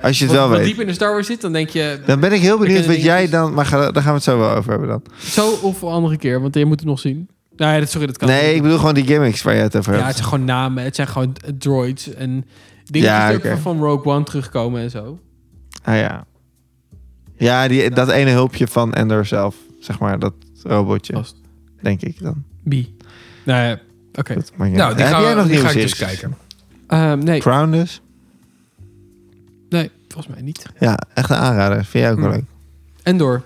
Speaker 2: Als je
Speaker 1: wat,
Speaker 2: het wel
Speaker 1: wat
Speaker 2: weet.
Speaker 1: diep in de Star Wars zit, dan denk je
Speaker 2: Dan ben ik heel benieuwd
Speaker 1: ken
Speaker 2: wat
Speaker 1: de
Speaker 2: jij
Speaker 1: dingetjes.
Speaker 2: dan... Maar ga, daar gaan we het zo wel over hebben dan.
Speaker 1: zo of een andere keer, want je moet het nog zien. Nee, dat, sorry, dat kan
Speaker 2: Nee,
Speaker 1: niet.
Speaker 2: ik bedoel gewoon die gimmicks waar jij het over
Speaker 1: Ja, het
Speaker 2: hebt.
Speaker 1: zijn gewoon namen, het zijn gewoon d- droids en dingen
Speaker 2: Ja,
Speaker 1: die ook
Speaker 2: oké.
Speaker 1: van- van Rogue One terugkomen en zo.
Speaker 2: Ah ja. Ja, die, dat ene hulpje van Ender zelf. Zeg maar, dat robotje.
Speaker 1: Vast.
Speaker 2: Denk ik dan.
Speaker 1: Bi. Nou ja, oké.
Speaker 2: Goed, maar ja.
Speaker 3: Nou, die,
Speaker 2: Heb
Speaker 3: gaan,
Speaker 2: jij nog
Speaker 3: die
Speaker 2: nieuwe
Speaker 3: ga ik dus
Speaker 2: series?
Speaker 3: kijken.
Speaker 1: Ehm, nee,
Speaker 2: Crown dus?
Speaker 1: nee, volgens mij niet.
Speaker 2: Ja, echt een aanrader. Vind jij ook wel
Speaker 3: Hm.
Speaker 2: leuk.
Speaker 1: En door.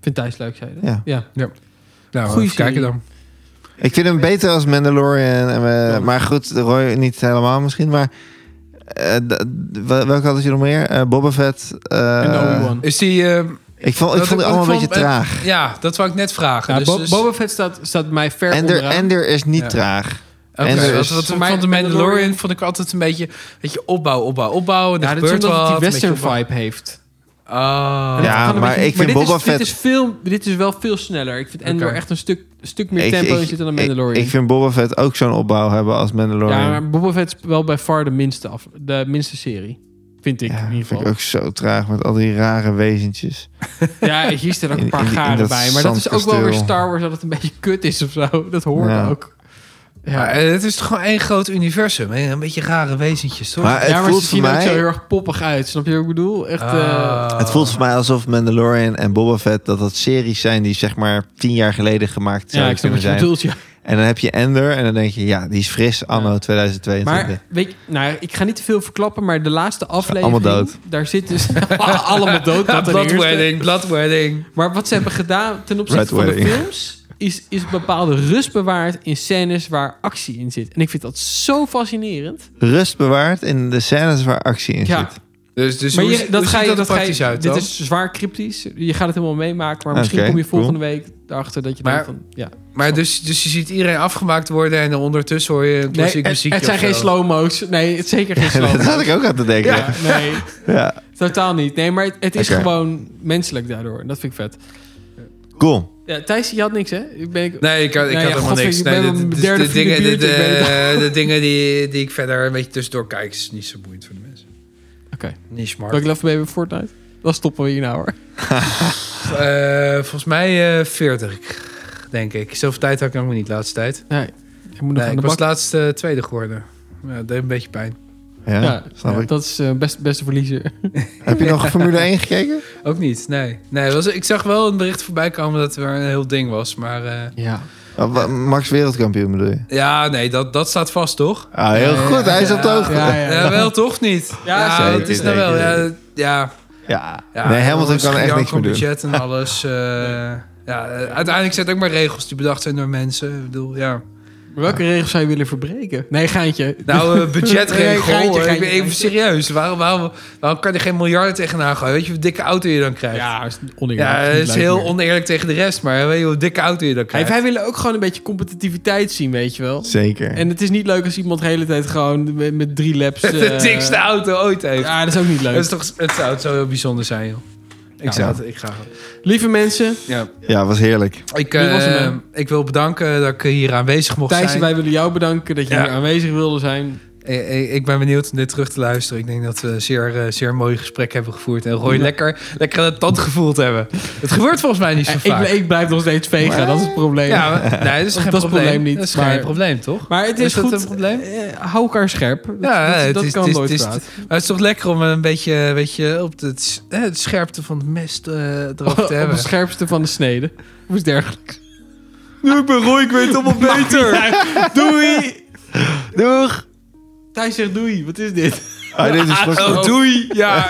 Speaker 1: Vindt Thijs leuk, zei je dat?
Speaker 2: Ja.
Speaker 3: Nou,
Speaker 1: Goeie
Speaker 3: Goeie kijken
Speaker 1: serie.
Speaker 3: dan.
Speaker 2: Ik vind hem beter als Mandalorian. En, eh,
Speaker 1: Ja.
Speaker 2: Maar goed, Roy niet helemaal misschien. Maar eh, d- d- wel- welke had je nog meer? Eh, Boba Fett. eh,
Speaker 1: en Obi-Wan.
Speaker 3: Is die... eh,
Speaker 2: Ik vond, ik
Speaker 3: Dat
Speaker 2: vond
Speaker 3: ik
Speaker 2: het allemaal een
Speaker 3: ook
Speaker 2: beetje
Speaker 3: vond, eh,
Speaker 2: traag.
Speaker 3: ja, dat wou ik net vragen.
Speaker 1: Ja,
Speaker 3: dus,
Speaker 1: Bo-
Speaker 3: dus-
Speaker 1: Boba Fett staat, staat mij ver
Speaker 2: Ender,
Speaker 1: onderaan.
Speaker 2: Ender is niet
Speaker 3: Ja.
Speaker 2: traag.
Speaker 3: Oké,
Speaker 2: en er
Speaker 3: wat-
Speaker 2: is-
Speaker 3: wat
Speaker 1: Voor
Speaker 3: ik
Speaker 1: mij
Speaker 3: vond de
Speaker 1: Mandalorian-
Speaker 3: Mandalorian vond ik altijd een beetje, weet je, opbouw, opbouw, opbouw. En er
Speaker 1: Ja, Oh, dat is
Speaker 3: gebeurt
Speaker 1: omdat
Speaker 3: wat.
Speaker 1: het die
Speaker 3: een beetje
Speaker 1: western
Speaker 3: opbouw.
Speaker 1: vibe heeft.
Speaker 3: Ah.
Speaker 1: En dat
Speaker 2: Ja,
Speaker 1: kan een
Speaker 2: maar ik vind
Speaker 1: dit
Speaker 2: Boba
Speaker 1: is,
Speaker 2: Vet-
Speaker 1: Dit is, veel, dit is wel veel sneller. Ik vind Endor
Speaker 3: Oké.
Speaker 1: echt een stuk, een stuk meer tempo in zitten dan Mandalorian.
Speaker 2: Ik, ik vind Boba Fett ook zo'n opbouw hebben als Mandalorian.
Speaker 1: ja, maar Boba Fett is wel bij far de minste, af, de minste serie. Vind ik
Speaker 2: Ja,
Speaker 1: in ieder
Speaker 2: vind
Speaker 1: geval.
Speaker 2: ik ook zo traag met al die rare wezentjes.
Speaker 1: Ja, hier staan ook
Speaker 2: In-
Speaker 1: een paar
Speaker 2: in die- in
Speaker 1: garen
Speaker 2: dat
Speaker 1: bij. Maar dat is ook wel weer
Speaker 2: zandkasteel.
Speaker 1: Star Wars dat het een beetje kut is of zo. Dat hoort
Speaker 2: Ja.
Speaker 1: ook.
Speaker 3: Maar, eh, het is toch gewoon één groot universum. hè? Een beetje rare wezentjes, toch?
Speaker 2: Maar het
Speaker 1: ja, maar
Speaker 2: voelt
Speaker 1: ze
Speaker 2: voor
Speaker 1: zien er ook zo heel
Speaker 2: mij...
Speaker 1: erg poppig uit. Snap je wat ik bedoel? Echt, eh,
Speaker 3: Ah.
Speaker 2: Het voelt voor mij alsof Mandalorian en Boba Fett... dat dat series zijn die zeg maar tien jaar geleden gemaakt
Speaker 1: ja,
Speaker 2: zouden
Speaker 1: ik snap
Speaker 2: kunnen
Speaker 1: wat je
Speaker 2: zijn.
Speaker 1: bedoelt, ja.
Speaker 2: En dan heb je Ender en dan denk je... ja, die is fris anno 2022.
Speaker 1: Maar weet je, nou, ik ga niet te veel verklappen, maar de laatste aflevering...
Speaker 2: allemaal dood.
Speaker 1: Daar zit dus... allemaal dood,
Speaker 3: Ja,
Speaker 1: dat ten
Speaker 3: blood
Speaker 1: eerste.
Speaker 3: wedding, blood wedding.
Speaker 1: Maar wat ze hebben gedaan ten opzichte van
Speaker 2: Red wedding.
Speaker 1: de films... Is, is bepaalde rust bewaard in scènes waar actie in zit. En ik vind dat zo fascinerend.
Speaker 2: Rust bewaard in de scènes waar actie in
Speaker 1: Ja.
Speaker 2: zit.
Speaker 3: Dus, dus
Speaker 1: maar
Speaker 3: hoe,
Speaker 1: je-
Speaker 3: ziet- hoe ziet
Speaker 1: ga je-
Speaker 3: dat er
Speaker 1: ga je-
Speaker 3: praktisch uit
Speaker 1: Dit
Speaker 3: dan?
Speaker 1: is dus- zwaar cryptisch. Je gaat het helemaal meemaken. Maar misschien
Speaker 2: Oké,
Speaker 1: kom je volgende week erachter dat je
Speaker 3: Maar-
Speaker 1: denkt van... Ja.
Speaker 3: Maar dus, dus je ziet iedereen afgemaakt worden en ondertussen hoor je een
Speaker 1: Nee,
Speaker 3: klassiek
Speaker 1: het,
Speaker 3: muziekje
Speaker 1: het zijn
Speaker 3: of
Speaker 1: geen
Speaker 3: zo.
Speaker 1: slow-mo's. Nee, het is zeker geen
Speaker 2: dat
Speaker 1: slow-mo's.
Speaker 2: had ik ook aan te denken.
Speaker 1: Ja, nee,
Speaker 2: ja.
Speaker 1: totaal niet. Nee, maar het, het is
Speaker 2: Oké.
Speaker 1: gewoon menselijk daardoor. En dat vind ik vet.
Speaker 2: Cool.
Speaker 1: Ja, Thijs, je had niks, hè? Ik ben ik...
Speaker 3: Nee, ik had, ik
Speaker 1: Nee, ja,
Speaker 3: had helemaal
Speaker 1: godver,
Speaker 3: niks.
Speaker 1: ik
Speaker 3: Nee,
Speaker 1: ben
Speaker 3: dit-
Speaker 1: op
Speaker 3: dit-
Speaker 1: mijn
Speaker 3: dit-
Speaker 1: derde
Speaker 3: de dingen,
Speaker 1: figuurtje,
Speaker 3: dit,
Speaker 1: ik weet
Speaker 3: eh, de dingen die, die ik verder een beetje tussendoor kijk, is niet zo boeiend voor de mensen.
Speaker 1: Oké.
Speaker 3: Niche
Speaker 1: Welk
Speaker 3: markt.
Speaker 1: level ben je bij Fortnite? Dan stoppen we hier nou, hoor.
Speaker 3: Eh, volgens mij eh 40, denk ik. Zoveel tijd had ik nog niet de laatste tijd.
Speaker 1: Nee, ik moet nog
Speaker 3: Nee,
Speaker 1: aan
Speaker 3: ik
Speaker 1: de
Speaker 3: was
Speaker 1: bak.
Speaker 3: laatst eh, tweede geworden. Ja, dat deed een beetje pijn.
Speaker 2: Ja,
Speaker 1: Ja,
Speaker 2: snap
Speaker 1: ja,
Speaker 2: ik.
Speaker 1: dat is eh, best, beste verliezer.
Speaker 2: Heb je nog Formule 1 gekeken?
Speaker 3: Ook niet, nee. nee het was, ik zag wel een bericht voorbij komen dat het weer een heel ding was. Maar eh,
Speaker 1: Ja.
Speaker 2: Oh, wa- Max wereldkampioen bedoel je?
Speaker 3: ja, nee, dat, dat staat vast, toch?
Speaker 2: Ah, heel
Speaker 1: Ja, ja,
Speaker 2: goed. Hij is
Speaker 3: ja.
Speaker 2: op de hoogte.
Speaker 1: Ja,
Speaker 2: Ja,
Speaker 1: ja.
Speaker 3: Ja, wel toch niet?
Speaker 1: Ja,
Speaker 2: zeker,
Speaker 3: dat is nou wel.
Speaker 2: zeker.
Speaker 3: Ja, ja, ja,
Speaker 2: nee, Hamilton
Speaker 3: alles
Speaker 2: kan er echt
Speaker 3: gejank
Speaker 2: niks
Speaker 3: om
Speaker 2: meer doen.
Speaker 3: budget en alles. eh, ja, eh, uiteindelijk zijn het ook maar regels die bedacht zijn door mensen. Ik bedoel, ja.
Speaker 1: Maar welke regels zou je willen verbreken? Nee, geintje.
Speaker 3: Nou, eh,
Speaker 1: Nee,
Speaker 3: budgetregel.
Speaker 1: geintje,
Speaker 3: hoor. ik
Speaker 1: geintje,
Speaker 3: ben even
Speaker 1: geintje.
Speaker 3: serieus. Waarom, waarom, waarom kan je geen miljarden tegenaan gooien? Weet je hoe dikke auto je dan krijgt?
Speaker 1: Ja, is oneerlijk.
Speaker 3: eh, Ja,
Speaker 1: Niet
Speaker 3: het is
Speaker 1: leuk
Speaker 3: heel
Speaker 1: meer.
Speaker 3: oneerlijk tegen de rest, maar weet je hoe dikke auto je dan
Speaker 1: Hey,
Speaker 3: krijgt?
Speaker 1: wij willen ook gewoon een beetje competitiviteit zien, weet je wel.
Speaker 2: Zeker.
Speaker 1: En het is niet leuk als iemand de hele tijd gewoon met, met drie laps...
Speaker 3: de
Speaker 1: eh,
Speaker 3: dikste auto ooit heeft.
Speaker 1: Ja, dat is ook niet leuk.
Speaker 3: het, is toch, het zou het zou heel bijzonder zijn, joh. Ik
Speaker 1: Ja.
Speaker 3: zou het, ik ga.
Speaker 1: Lieve mensen,
Speaker 3: Ja.
Speaker 2: Ja, was heerlijk.
Speaker 3: Ik,
Speaker 1: Dit was hem,
Speaker 3: eh,
Speaker 1: hè?
Speaker 3: ik wil bedanken dat ik hier aanwezig mocht
Speaker 1: Thijs,
Speaker 3: zijn.
Speaker 1: wij willen jou bedanken dat je
Speaker 3: Ja.
Speaker 1: hier aanwezig wilde zijn.
Speaker 3: Ik, eh, ik- ik ben benieuwd om dit terug te luisteren. Ik denk dat we een zeer, eh, zeer mooi gesprek hebben gevoerd. En Roy
Speaker 1: Ja.
Speaker 3: lekker, lekker aan de tand gevoeld hebben. Het gebeurt volgens mij niet zo
Speaker 1: Eh,
Speaker 3: vaak.
Speaker 1: Ik, ik blijf nog steeds vegen, dat is het probleem.
Speaker 3: ja, maar- nee, dat is
Speaker 1: Dat
Speaker 3: geen
Speaker 1: is het
Speaker 3: probleem.
Speaker 1: probleem niet,
Speaker 3: Dat is
Speaker 1: maar-
Speaker 3: geen probleem, toch?
Speaker 1: Maar het is,
Speaker 3: Is dat
Speaker 1: goed.
Speaker 3: een probleem?
Speaker 1: eh, hou elkaar scherp. Dat,
Speaker 3: Ja,
Speaker 1: dat-
Speaker 3: het
Speaker 1: dat
Speaker 3: is-
Speaker 1: kan
Speaker 3: het is-
Speaker 1: nooit
Speaker 3: het is-
Speaker 1: kwaad.
Speaker 3: Maar het is toch lekker om een beetje, weet je, op de, s- eh, de scherpte van het mes eh, erover te
Speaker 1: Op
Speaker 3: hebben.
Speaker 1: het scherpste van de snede. Of iets dergelijks.
Speaker 3: Nu ik ben Roy, ik weet het allemaal beter.
Speaker 1: Doei!
Speaker 2: Doeg!
Speaker 1: Thijs zegt doei. Wat is dit?
Speaker 2: Ah, dit is
Speaker 3: Oh, doei. Ja.